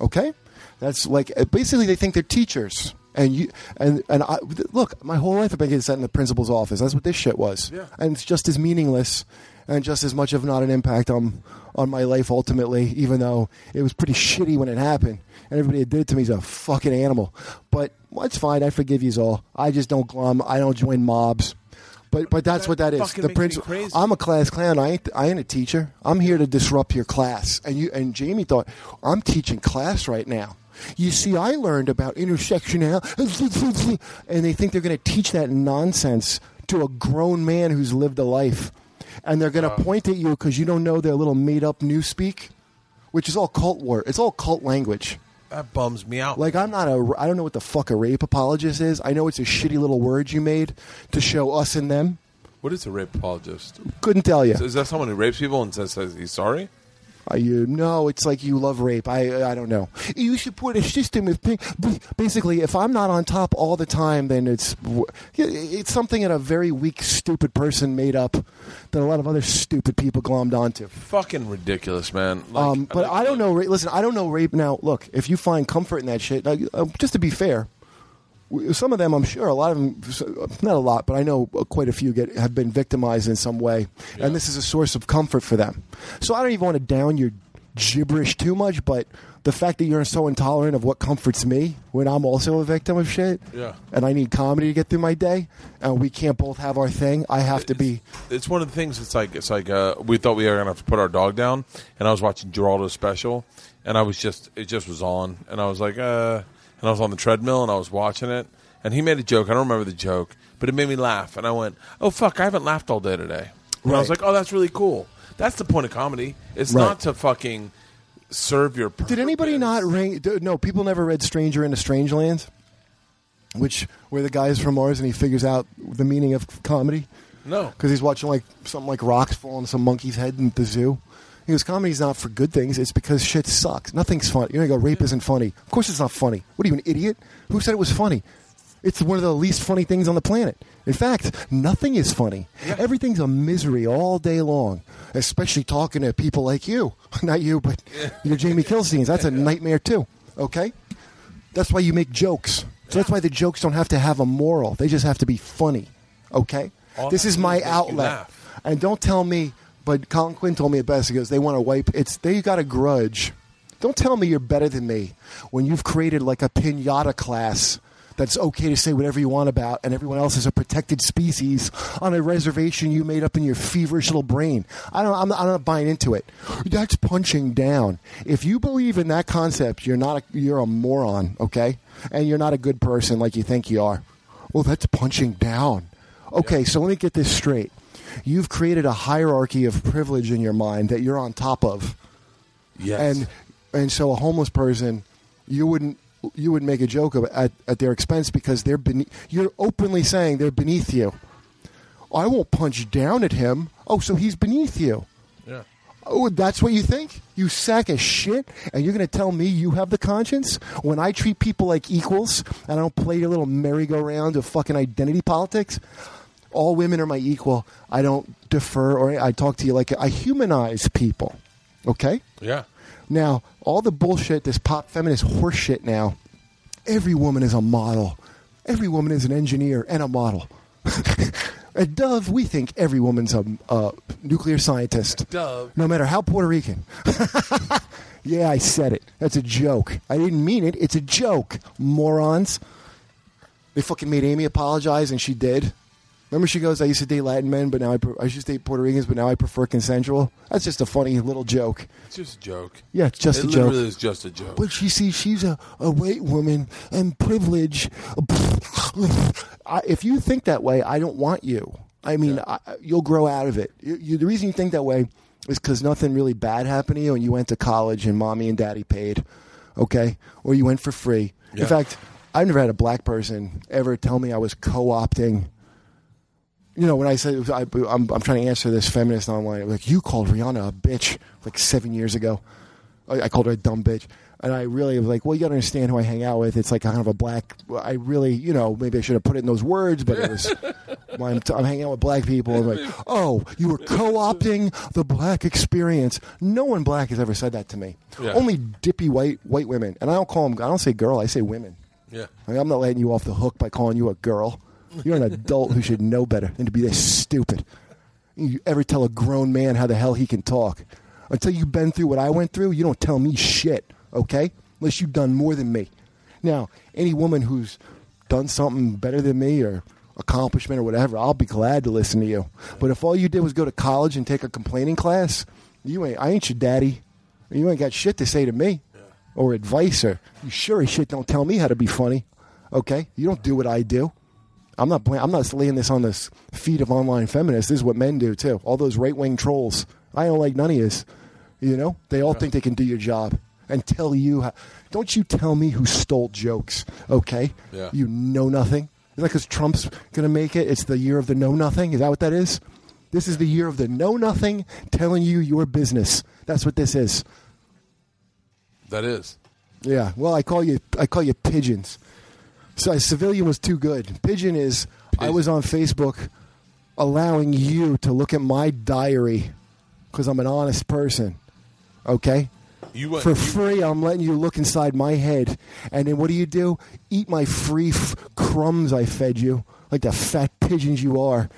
S3: Okay, that's like uh, basically they think they're teachers. And you and and I look, my whole life I've been getting sent in the principal's office. That's what this shit was.
S4: Yeah.
S3: And it's just as meaningless, and just as much of not an impact on on my life ultimately. Even though it was pretty shitty when it happened, and everybody that did it to me is a fucking animal. But well, it's fine. I forgive you all. I just don't glum. I don't join mobs. But but that's
S4: That
S3: what that is.
S4: fucking
S3: The
S4: makes me
S3: principal.
S4: crazy.
S3: I'm a class clown. I ain't, I ain't a teacher. I'm here to disrupt your class. And you and Jamie thought I'm teaching class right now. You see, [LAUGHS] I learned about intersectionality, and they think they're going to teach that nonsense to a grown man who's lived a life, and they're going to point at you because you don't know their little made-up newspeak, which is all cult war. It's all cult language.
S4: That bums me out.
S3: Like I'm not a I don't know what the fuck a rape apologist is. I know it's a shitty little word you made to show us and them.
S4: what is a rape apologist?
S3: Couldn't tell you.
S4: Is that someone who rapes people and says, says he's sorry?
S3: Are you no? It's like you love rape. I I don't know. You support a system of pink. Basically, if I'm not on top all the time, then it's it's something that a very weak, stupid person made up that a lot of other stupid people glommed onto.
S4: Fucking ridiculous, man. Like,
S3: Um, but I don't know. Rape, listen, I don't know rape. Now, look, if you find comfort in that shit, now, uh, just to be fair, w- some of them, I'm sure, a lot of them, s- uh, not a lot, but I know uh, quite a few get have been victimized in some way, and this is a source of comfort for them. So I don't even want to down your gibberish too much, but the fact that you're so intolerant of what comforts me when I'm also a victim of shit,
S4: Yeah.
S3: and I need comedy to get through my day, and we can't both have our thing. I have to be.
S4: It's one of the things. It's like it's like uh, we thought we were gonna have to put our dog down, and I was watching Geraldo's special, and I was just it just was on, and I was like, uh, and I was on the treadmill, and I was watching it, and he made a joke. I don't remember the joke, but it made me laugh, and I went, oh fuck, I haven't laughed all day today. And I was
S3: Right.
S4: like, oh, that's really cool. That's the point of comedy. It's
S3: Right.
S4: not to fucking serve your. Purpose.
S3: Did anybody not ring? d- No, people never read Stranger in a Strange Land, which where the guy's from Mars and he figures out the meaning of comedy
S4: No.
S3: because he's watching like something like rocks fall on some monkey's head in the zoo. He goes, comedy's not for good things. It's because shit sucks. Nothing's funny. You're gonna go, rape isn't funny. Of course it's not funny. What are you, an idiot? Who said it was funny? It's one of the least funny things on the planet. In fact, nothing is funny. Everything's a misery all day long, especially talking to people like you. [LAUGHS] Not you, but your Jamie Kilsteins. That's a nightmare too. Okay. That's why you make jokes. So that's why the jokes don't have to have a moral. They just have to be funny. Okay?
S4: All
S3: this
S4: that
S3: is
S4: does
S3: my
S4: is make you
S3: outlet.
S4: laugh.
S3: And don't tell me, but Colin Quinn told me it best. He goes, they want to wipe. It's they got a grudge. Don't tell me you're better than me when you've created like a pinata class that's okay to say whatever you want about, and everyone else is a protected species on a reservation you made up in your feverish little brain. I don't. I'm, I'm not buying into it. That's punching down. If you believe in that concept, you're not. A, you're a moron. Okay, and you're not a good person like you think you are. Well, that's punching down. Okay, so let me get this straight. You've created a hierarchy of privilege in your mind that you're on top of.
S4: Yes.
S3: And and so a homeless person, you wouldn't you would make a joke of, at at their expense because they're bene- you're openly saying they're beneath you. I won't punch down at him. Oh, so he's beneath you.
S4: yeah.
S3: Oh, that's what you think? You sack of shit, and you're going to tell me you have the conscience when I treat people like equals and I don't play your little merry-go-round of fucking identity politics? All women are my equal. I don't defer or I talk to you like I humanize people. Okay?
S4: Yeah.
S3: Now, all the bullshit, this pop feminist horseshit now, every woman is a model. Every woman is an engineer and a model. [LAUGHS] At Dove, we think every woman's a, a nuclear scientist.
S4: Dove.
S3: No matter how Puerto Rican. [LAUGHS] yeah, I said it. That's a joke. I didn't mean it. It's a joke, morons. They fucking made Amy apologize, and she did. Remember, she goes, "I used to date Latin men, but now I, pre- I used to date Puerto Ricans, but now I prefer consensual." That's just a funny little joke.
S4: It's just a joke.
S3: Yeah, it's just
S4: it
S3: a joke.
S4: literally is just a joke.
S3: But she sees she's a, a white woman and privilege. I, if you think that way, I don't want you. I mean, I, you'll grow out of it. You, you, the reason you think that way is because nothing really bad happened to you and you went to college and mommy and daddy paid, okay? Or you went for free.
S4: Yeah.
S3: In fact, I've never had a black person ever tell me I was co opting you know, when I said I, I'm, I'm trying to answer this feminist online, it was like you called Rihanna a bitch like seven years ago. I, I called her a dumb bitch, and I really was like, well, you got to understand who I hang out with. It's like kind of a black. I really, you know, maybe I should have put it in those words, but it was. well, I'm, t- I'm hanging out with black people. I'm like, oh, you were co-opting the black experience. No one black has ever said that to me.
S4: Yeah.
S3: Only dippy white white women, and I don't call them. I don't say girl. I say women.
S4: yeah.
S3: I mean, I'm not letting you off the hook by calling you a girl. You're an adult who should know better than to be this stupid. You ever tell a grown man how the hell he can talk? Until you've been through what I went through, you don't tell me shit, okay? Unless you've done more than me. Now, any woman who's done something better than me or accomplishment or whatever, I'll be glad to listen to you. But if all you did was go to college and take a complaining class, you ain't I ain't your daddy. You ain't got shit to say to me or advice or you sure as shit don't tell me how to be funny. Okay? You don't do what I do. I'm not blam- I'm not laying this on the s- feet of online feminists. This is what men do too. All those right wing trolls. I don't like none of yous. You know, they all think they can do your job and tell you. How- don't you tell me who stole jokes, okay?
S4: Yeah.
S3: You know nothing. Is that because Trump's gonna make it? It's the year of the know nothing. Is that what that is? This is the year of the know nothing telling you your business. That's what this is.
S4: That is.
S3: Yeah. Well, I call you I call you pigeons. So civilian was too good. Pigeon is I was on Facebook allowing you to look at my diary because I'm an honest person. Okay?
S4: You went.
S3: For free, I'm letting you look inside my head. And then what do you do? Eat my free f- crumbs I fed you, like the fat pigeons you are,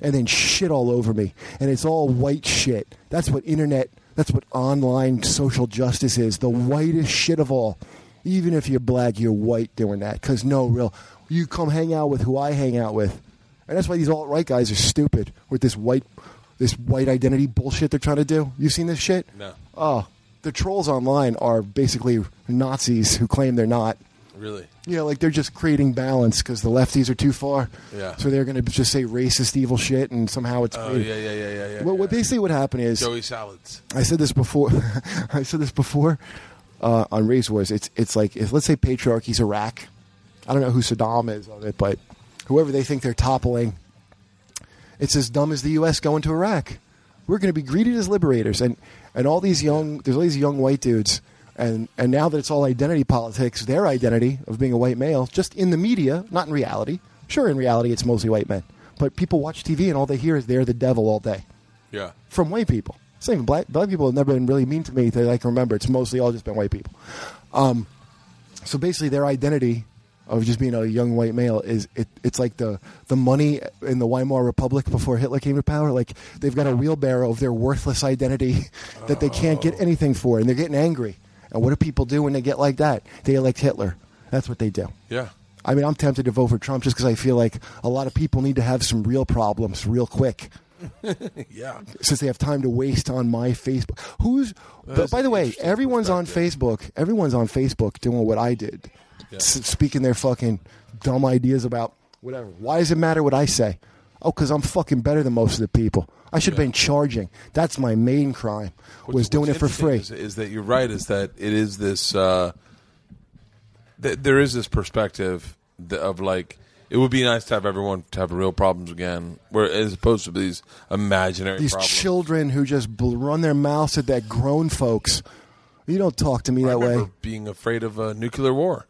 S3: and then shit all over me. And it's all white shit. That's what internet, that's what online social justice is the whitest shit of all. Even if you're black, you're white doing that. Because no real, you come hang out with who I hang out with. And that's why these alt right guys are stupid with this white. This white identity bullshit they're trying to do. You seen this shit?
S4: [LAUGHS] no,
S3: Oh, the trolls online are basically Nazis who claim they're not.
S4: really.
S3: Yeah, like they're just creating balance because the lefties are too far.
S4: Yeah.
S3: So they're going to just say racist, evil shit, and somehow it's.
S4: Oh
S3: created.
S4: yeah, yeah, yeah, yeah, yeah.
S3: Well,
S4: yeah.
S3: what basically what happened is
S4: Joey salads.
S3: I said this before. [LAUGHS] I said this before uh, on race wars. It's it's like if let's say patriarchy's Iraq. I don't know who Saddam is on it, but whoever they think they're toppling, it's as dumb as the U.S. going to Iraq. We're going to be greeted as liberators, and and all these young there's all these young white dudes, and and now that it's all identity politics, their identity of being a white male, just in the media, not in reality. Sure, in reality, it's mostly white men, but people watch TV and all they hear is they're the devil all day
S4: Yeah.
S3: from white people. It's not even black. Black people have never been really mean to me that I can remember. It's mostly all just been white people. Um, so basically, their identity of just being a young white male is it, it's like the the money in the Weimar Republic before Hitler came to power. Like they've got a wheelbarrow of their worthless identity [LAUGHS] that they can't get anything for, and they're getting angry. And what do people do when they get like that? They elect Hitler. That's what they do.
S4: Yeah.
S3: I mean, I'm tempted to vote for Trump just because I feel like a lot of people need to have some real problems real quick
S4: Yeah.
S3: since they have time to waste on my Facebook. Who's?
S4: that's
S3: But by the
S4: an
S3: way,
S4: interesting
S3: everyone's on Facebook. Everyone's on Facebook doing what I did,
S4: Yeah.
S3: S- speaking their fucking dumb ideas about whatever. Why does it matter what I say? Oh, because I'm fucking better than most of the people. I should have been charging. That's my main crime. was
S4: What's
S3: doing it for
S4: interesting
S3: free.
S4: Is, is that you're right? Is that it is this? Uh, th- there is this perspective th- of like it would be nice to have everyone to have real problems again, where as opposed to these imaginary
S3: These
S4: problems.
S3: children who just bl- run their mouths at that grown folks. You don't talk to me
S4: I
S3: that way.
S4: remember being afraid of a nuclear war.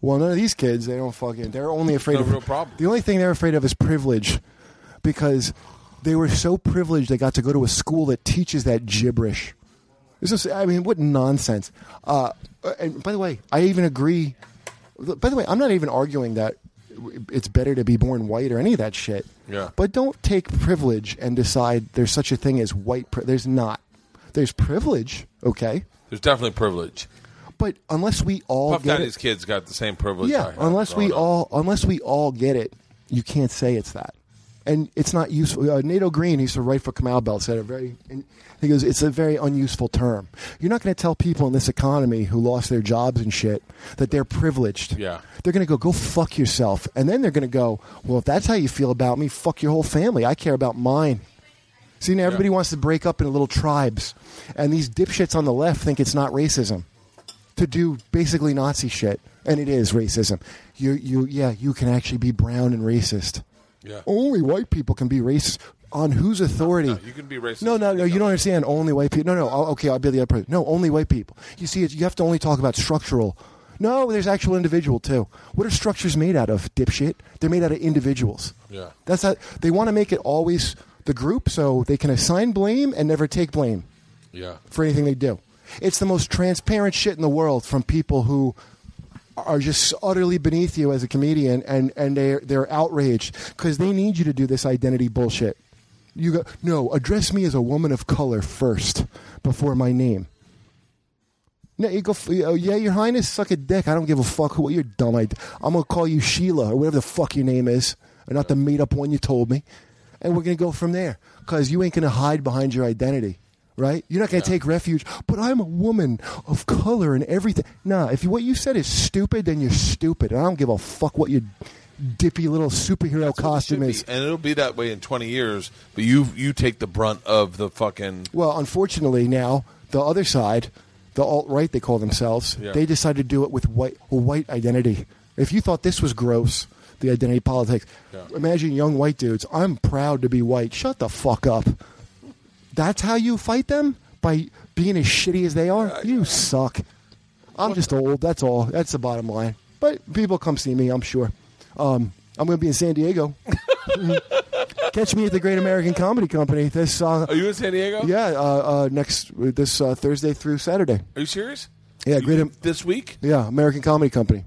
S3: Well, none of these kids, they don't fucking. They're only afraid
S4: No
S3: of
S4: real problem.
S3: The only thing they're afraid of is privilege, because they were so privileged they got to go to a school that teaches that gibberish. This is, I mean, what nonsense! Uh, and by the way, I even agree. By the way, I'm not even arguing that it's better to be born white or any of that shit.
S4: Yeah.
S3: But don't take privilege and decide there's such a thing as white. Pri- there's not. There's privilege, okay,
S4: There's definitely privilege.
S3: but unless we all
S4: Puff
S3: get it,
S4: Daddy's kids got the same privilege. I
S3: yeah,
S4: had
S3: unless we
S4: growing up.
S3: all unless we all get it, you can't say it's that, and it's not useful. Uh, Nato Green, he used to write for Kamau Bell, said a very. And he goes, it's a very unuseful term. You're not going to tell people in this economy who lost their jobs and shit that they're privileged.
S4: Yeah.
S3: they're going to go go fuck yourself, and then they're going to go, well, if that's how you feel about me, fuck your whole family. I care about mine. See, now everybody wants to break up into little tribes, and these dipshits on the left think it's not racism to do basically Nazi shit, and it is racism. You, you, yeah, you can actually be brown and racist.
S4: Yeah.
S3: Only white people can be racist. On whose authority?
S4: you can be racist.
S3: No, no, no. You don't understand. Only white people. No, no. I'll, okay, I'll be the other person. No, only white people. You see, it's, you have to only talk about structural. No, there's actual individual too. What are structures made out of, dipshit? They're made out of individuals.
S4: Yeah.
S3: That's how they want to make it always the group, so they can assign blame and never take blame
S4: Yeah.
S3: for anything they do. It's the most transparent shit in the world from people who are just utterly beneath you as a comedian, and and they they're outraged because they need you to do this identity bullshit. You go no, address me as a woman of color first before my name. No, you go. f- Oh, yeah, Your Highness, suck a dick. I don't give a fuck who you're dumb. I, I'm gonna call you Sheila or whatever the fuck your name is, or not the made up one you told me, and we're gonna go from there. Cause you ain't gonna hide behind your identity, right? You're not gonna take refuge. But I'm a woman of color and everything. Nah, if what you said is stupid, then you're stupid. And I don't give a fuck what you. dippy little superhero costume
S4: Should be,
S3: is.
S4: and it'll be that way in 20 years. But you you take the brunt of the fucking
S3: Well, unfortunately, now the other side, the alt right, they call themselves,
S4: Yeah.
S3: they decided to do it with white white identity. If you thought this was gross, the identity politics,
S4: Yeah.
S3: imagine young white dudes. I'm proud to be white. Shut the fuck up. That's how you fight them by being as shitty as they are. You suck. I'm just old. That's all. That's the bottom line. But people come see me. I'm sure. Um, I'm going to be in San Diego. [LAUGHS] Catch me at the Great American Comedy Company. This uh,
S4: Are you in San Diego?
S3: yeah, uh, uh, next this uh, Thursday through Saturday.
S4: Are you serious?
S3: Yeah,
S4: You
S3: great
S4: did
S3: Am-
S4: this week?
S3: Yeah, American Comedy Company.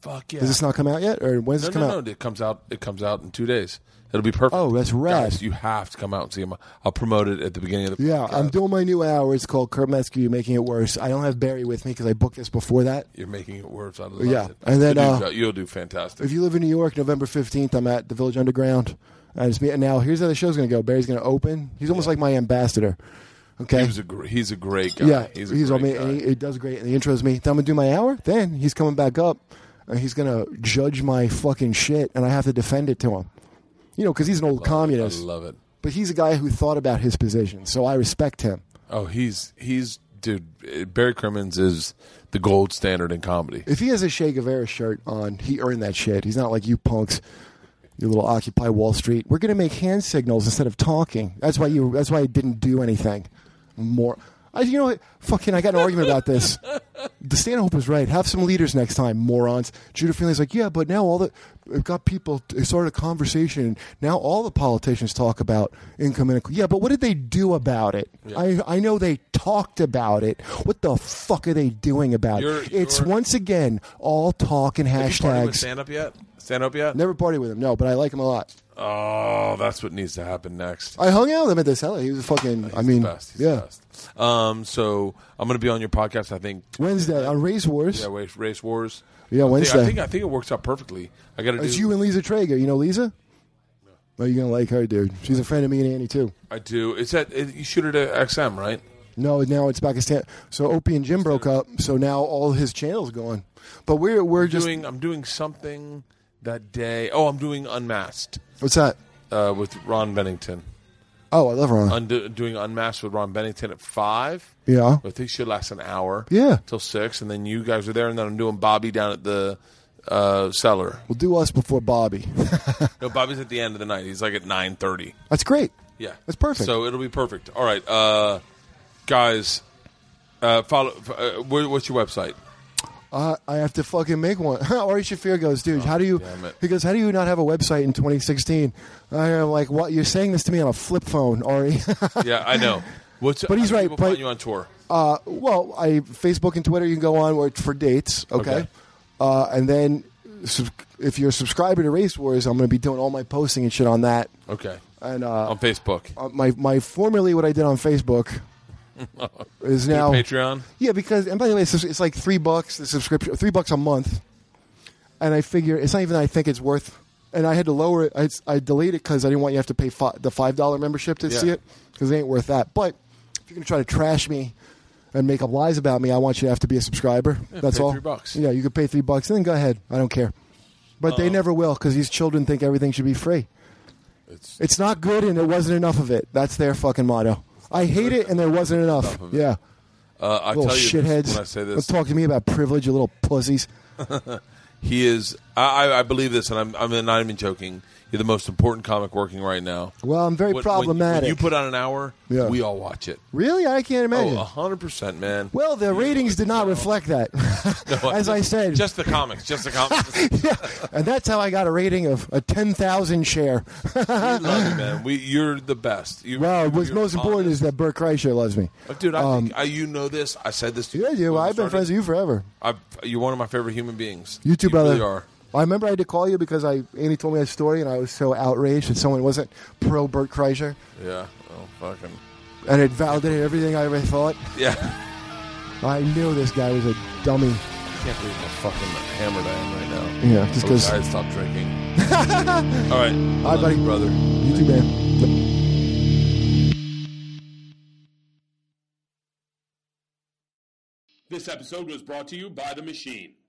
S4: Fuck yeah.
S3: Does this not come out yet, or when's
S4: no,
S3: this come
S4: no,
S3: out?
S4: no. It comes out. It comes out in two days. It'll be perfect.
S3: Oh, that's rad.
S4: Guys, you have to come out and see him. I'll promote it at the beginning of the.
S3: Yeah,
S4: podcast.
S3: I'm doing my new hour. It's called Kurt Meskew Making It Worse. I don't have Barry with me because I booked this before that.
S4: You're making it worse. I love
S3: Yeah,
S4: it.
S3: and then,
S4: you'll, do,
S3: uh,
S4: you'll do fantastic.
S3: If you live in New York, November 15th, I'm at the Village Underground. And it's me. And now here's how the show's going to go. Barry's going to open. He's almost like my ambassador. Okay.
S4: he was a gr- he's a great guy.
S3: Yeah,
S4: he's
S3: he's,
S4: a
S3: on me.
S4: great
S3: And
S4: guy.
S3: he, he does great, and he intros me. Then I'm gonna do my hour. Then he's coming back up, and he's gonna judge my fucking shit, and I have to defend it to him. You know, because he's an old communist,
S4: I love it.
S3: but he's a guy who thought about his position, so I respect him.
S4: Oh, he's he's dude. eh, Barry Crimmins is the gold standard in comedy.
S3: If he has a Che Guevara shirt on, he earned that shit. He's not like you punks, you little Occupy Wall Street. We're gonna make hand signals instead of talking. That's why you. That's why I didn't do anything more. I, you know what? Fucking, I got an argument about this. The Stanhope was right. Have some leaders next time, morons. Judah Finley's like, yeah, but now all the it got people it started a conversation. Now all the politicians talk about income inequality. Yeah, but what did they do about it? I I know they talked about it. What the fuck are they doing about
S4: You're-
S3: it? It's
S4: you're-
S3: once again all talk and
S4: Have you partied with
S3: hashtags.
S4: stand up yet? Stand up yet?
S3: Never party with him, no, but I like him a lot.
S4: Oh, that's what needs to happen next.
S3: I hung out with him at this hella. He was a fucking. I mean,
S4: He's the best. He's
S3: yeah.
S4: the best. Um, so I'm going to be on your podcast. I think
S3: Wednesday on Race Wars.
S4: Yeah, race, race wars.
S3: Yeah,
S4: I think-
S3: Wednesday.
S4: I think I think it works out perfectly. I got to do.
S3: It's you and Lisa Traeger. You know Lisa? Oh, you're gonna like her, dude. She's a friend of me and Annie too.
S4: I do. It's at it, you shoot it at XM, right?
S3: No, now it's Pakistan. So Opie and Jim broke up. So now all his channels going. But we're we're just
S4: doing. I'm doing something that day. Oh, I'm doing Unmasked
S3: what's that?
S4: uh, with Ron Bennington.
S3: Oh, I love Ron.
S4: Undo, doing Unmasked with Ron Bennington at five.
S3: yeah,
S4: I think should last an hour.
S3: Yeah.
S4: till six, and then you guys are there, and then I'm doing Bobby down at the uh, cellar.
S3: we'll do us before Bobby. [LAUGHS]
S4: No, Bobby's at the end of the night. He's like at nine thirty.
S3: That's great.
S4: Yeah,
S3: That's perfect.
S4: So it'll be perfect. All right, uh, guys, uh, follow. f- Uh, wh- what's your
S3: [LAUGHS]
S4: website?
S3: Uh, I have to fucking make one. [LAUGHS] Ari Shafir goes, dude, how do you?
S4: Oh, damn it.
S3: He goes, how do you not have a website in 2016? I am like, what? You're saying this to me on a flip phone, Ari. [LAUGHS]
S4: Yeah, I know. What's
S3: But he's
S4: how do
S3: right,
S4: People find
S3: but-
S4: you on tour.
S3: Uh, well, I Facebook and Twitter. You can go on where- for dates. Okay,
S4: Okay.
S3: Uh, and then sub- if you're a subscriber to Race Wars, I'm going to be doing all my posting and shit on that.
S4: Okay,
S3: And uh,
S4: on Facebook,
S3: uh, my my formerly what I did on
S4: [LAUGHS]
S3: Facebook is now
S4: Patreon.
S3: Yeah, because and by the way, it's, it's like three bucks the subscription, three bucks a month, and I figure it's not even that I think it's worth. And I had to lower it. I, I deleted it because I didn't want you to have to pay fi- the five dollar membership to
S4: Yeah.
S3: see it because it ain't worth that. But if you're gonna try to trash me and make up lies about me, I want you to have to be a subscriber. That's
S4: pay
S3: all.
S4: three bucks. Um,
S3: Yeah, you could pay three bucks and then go ahead. I don't care. But they never will because these children think everything should be free.
S4: It's-
S3: It's not good and there wasn't enough of it. That's their fucking motto. I hate it and there wasn't enough.
S4: of it.
S3: Yeah
S4: Uh, I tell you
S3: little
S4: this
S3: shitheads.
S4: when I say this,
S3: Don't talk to me about privilege, you little pussies.
S4: he is. I, I, I believe this, and I'm, I'm not even joking. You're the most important comic working right now.
S3: Well, I'm very
S4: When- when-
S3: problematic.
S4: When you put on an hour,
S3: Yeah.
S4: we all watch it.
S3: really? I can't imagine.
S4: Oh, hundred percent, man.
S3: well, the ratings did not reflect that,
S4: [LAUGHS]
S3: [LAUGHS]
S4: No,
S3: as I
S4: just-
S3: said.
S4: just the comics, just
S3: [LAUGHS]
S4: the comics.
S3: yeah, and that's how I got a rating of a ten thousand share. [LAUGHS]
S4: We love you, man. We, you're the best. You,
S3: Well,
S4: you-
S3: what's
S4: you're
S3: most important is
S4: honest.
S3: that Burt Kreischer loves me.
S4: Oh, dude, I, think, I you know this. I said this to you.
S3: Yeah, you.
S4: when we
S3: I've been
S4: started.
S3: friends with you forever.
S4: I've, you're one of my favorite human beings.
S3: You too,
S4: you
S3: brother.
S4: Really are.
S3: I remember I had to call you because I Andy told me a story and I was so outraged that someone wasn't pro Burt Kreischer,
S4: Yeah. Oh, fucking.
S3: and it validated everything I ever thought. [LAUGHS]
S4: Yeah.
S3: I knew this guy was a dummy.
S4: I can't believe how fucking hammered I am right now.
S3: Yeah, just
S4: I wish
S3: 'cause-
S4: I had stopped
S3: [LAUGHS]
S4: drinking. All right.
S3: All right, buddy.
S4: brother.
S3: You too, man.
S5: This episode was brought to you by The Machine.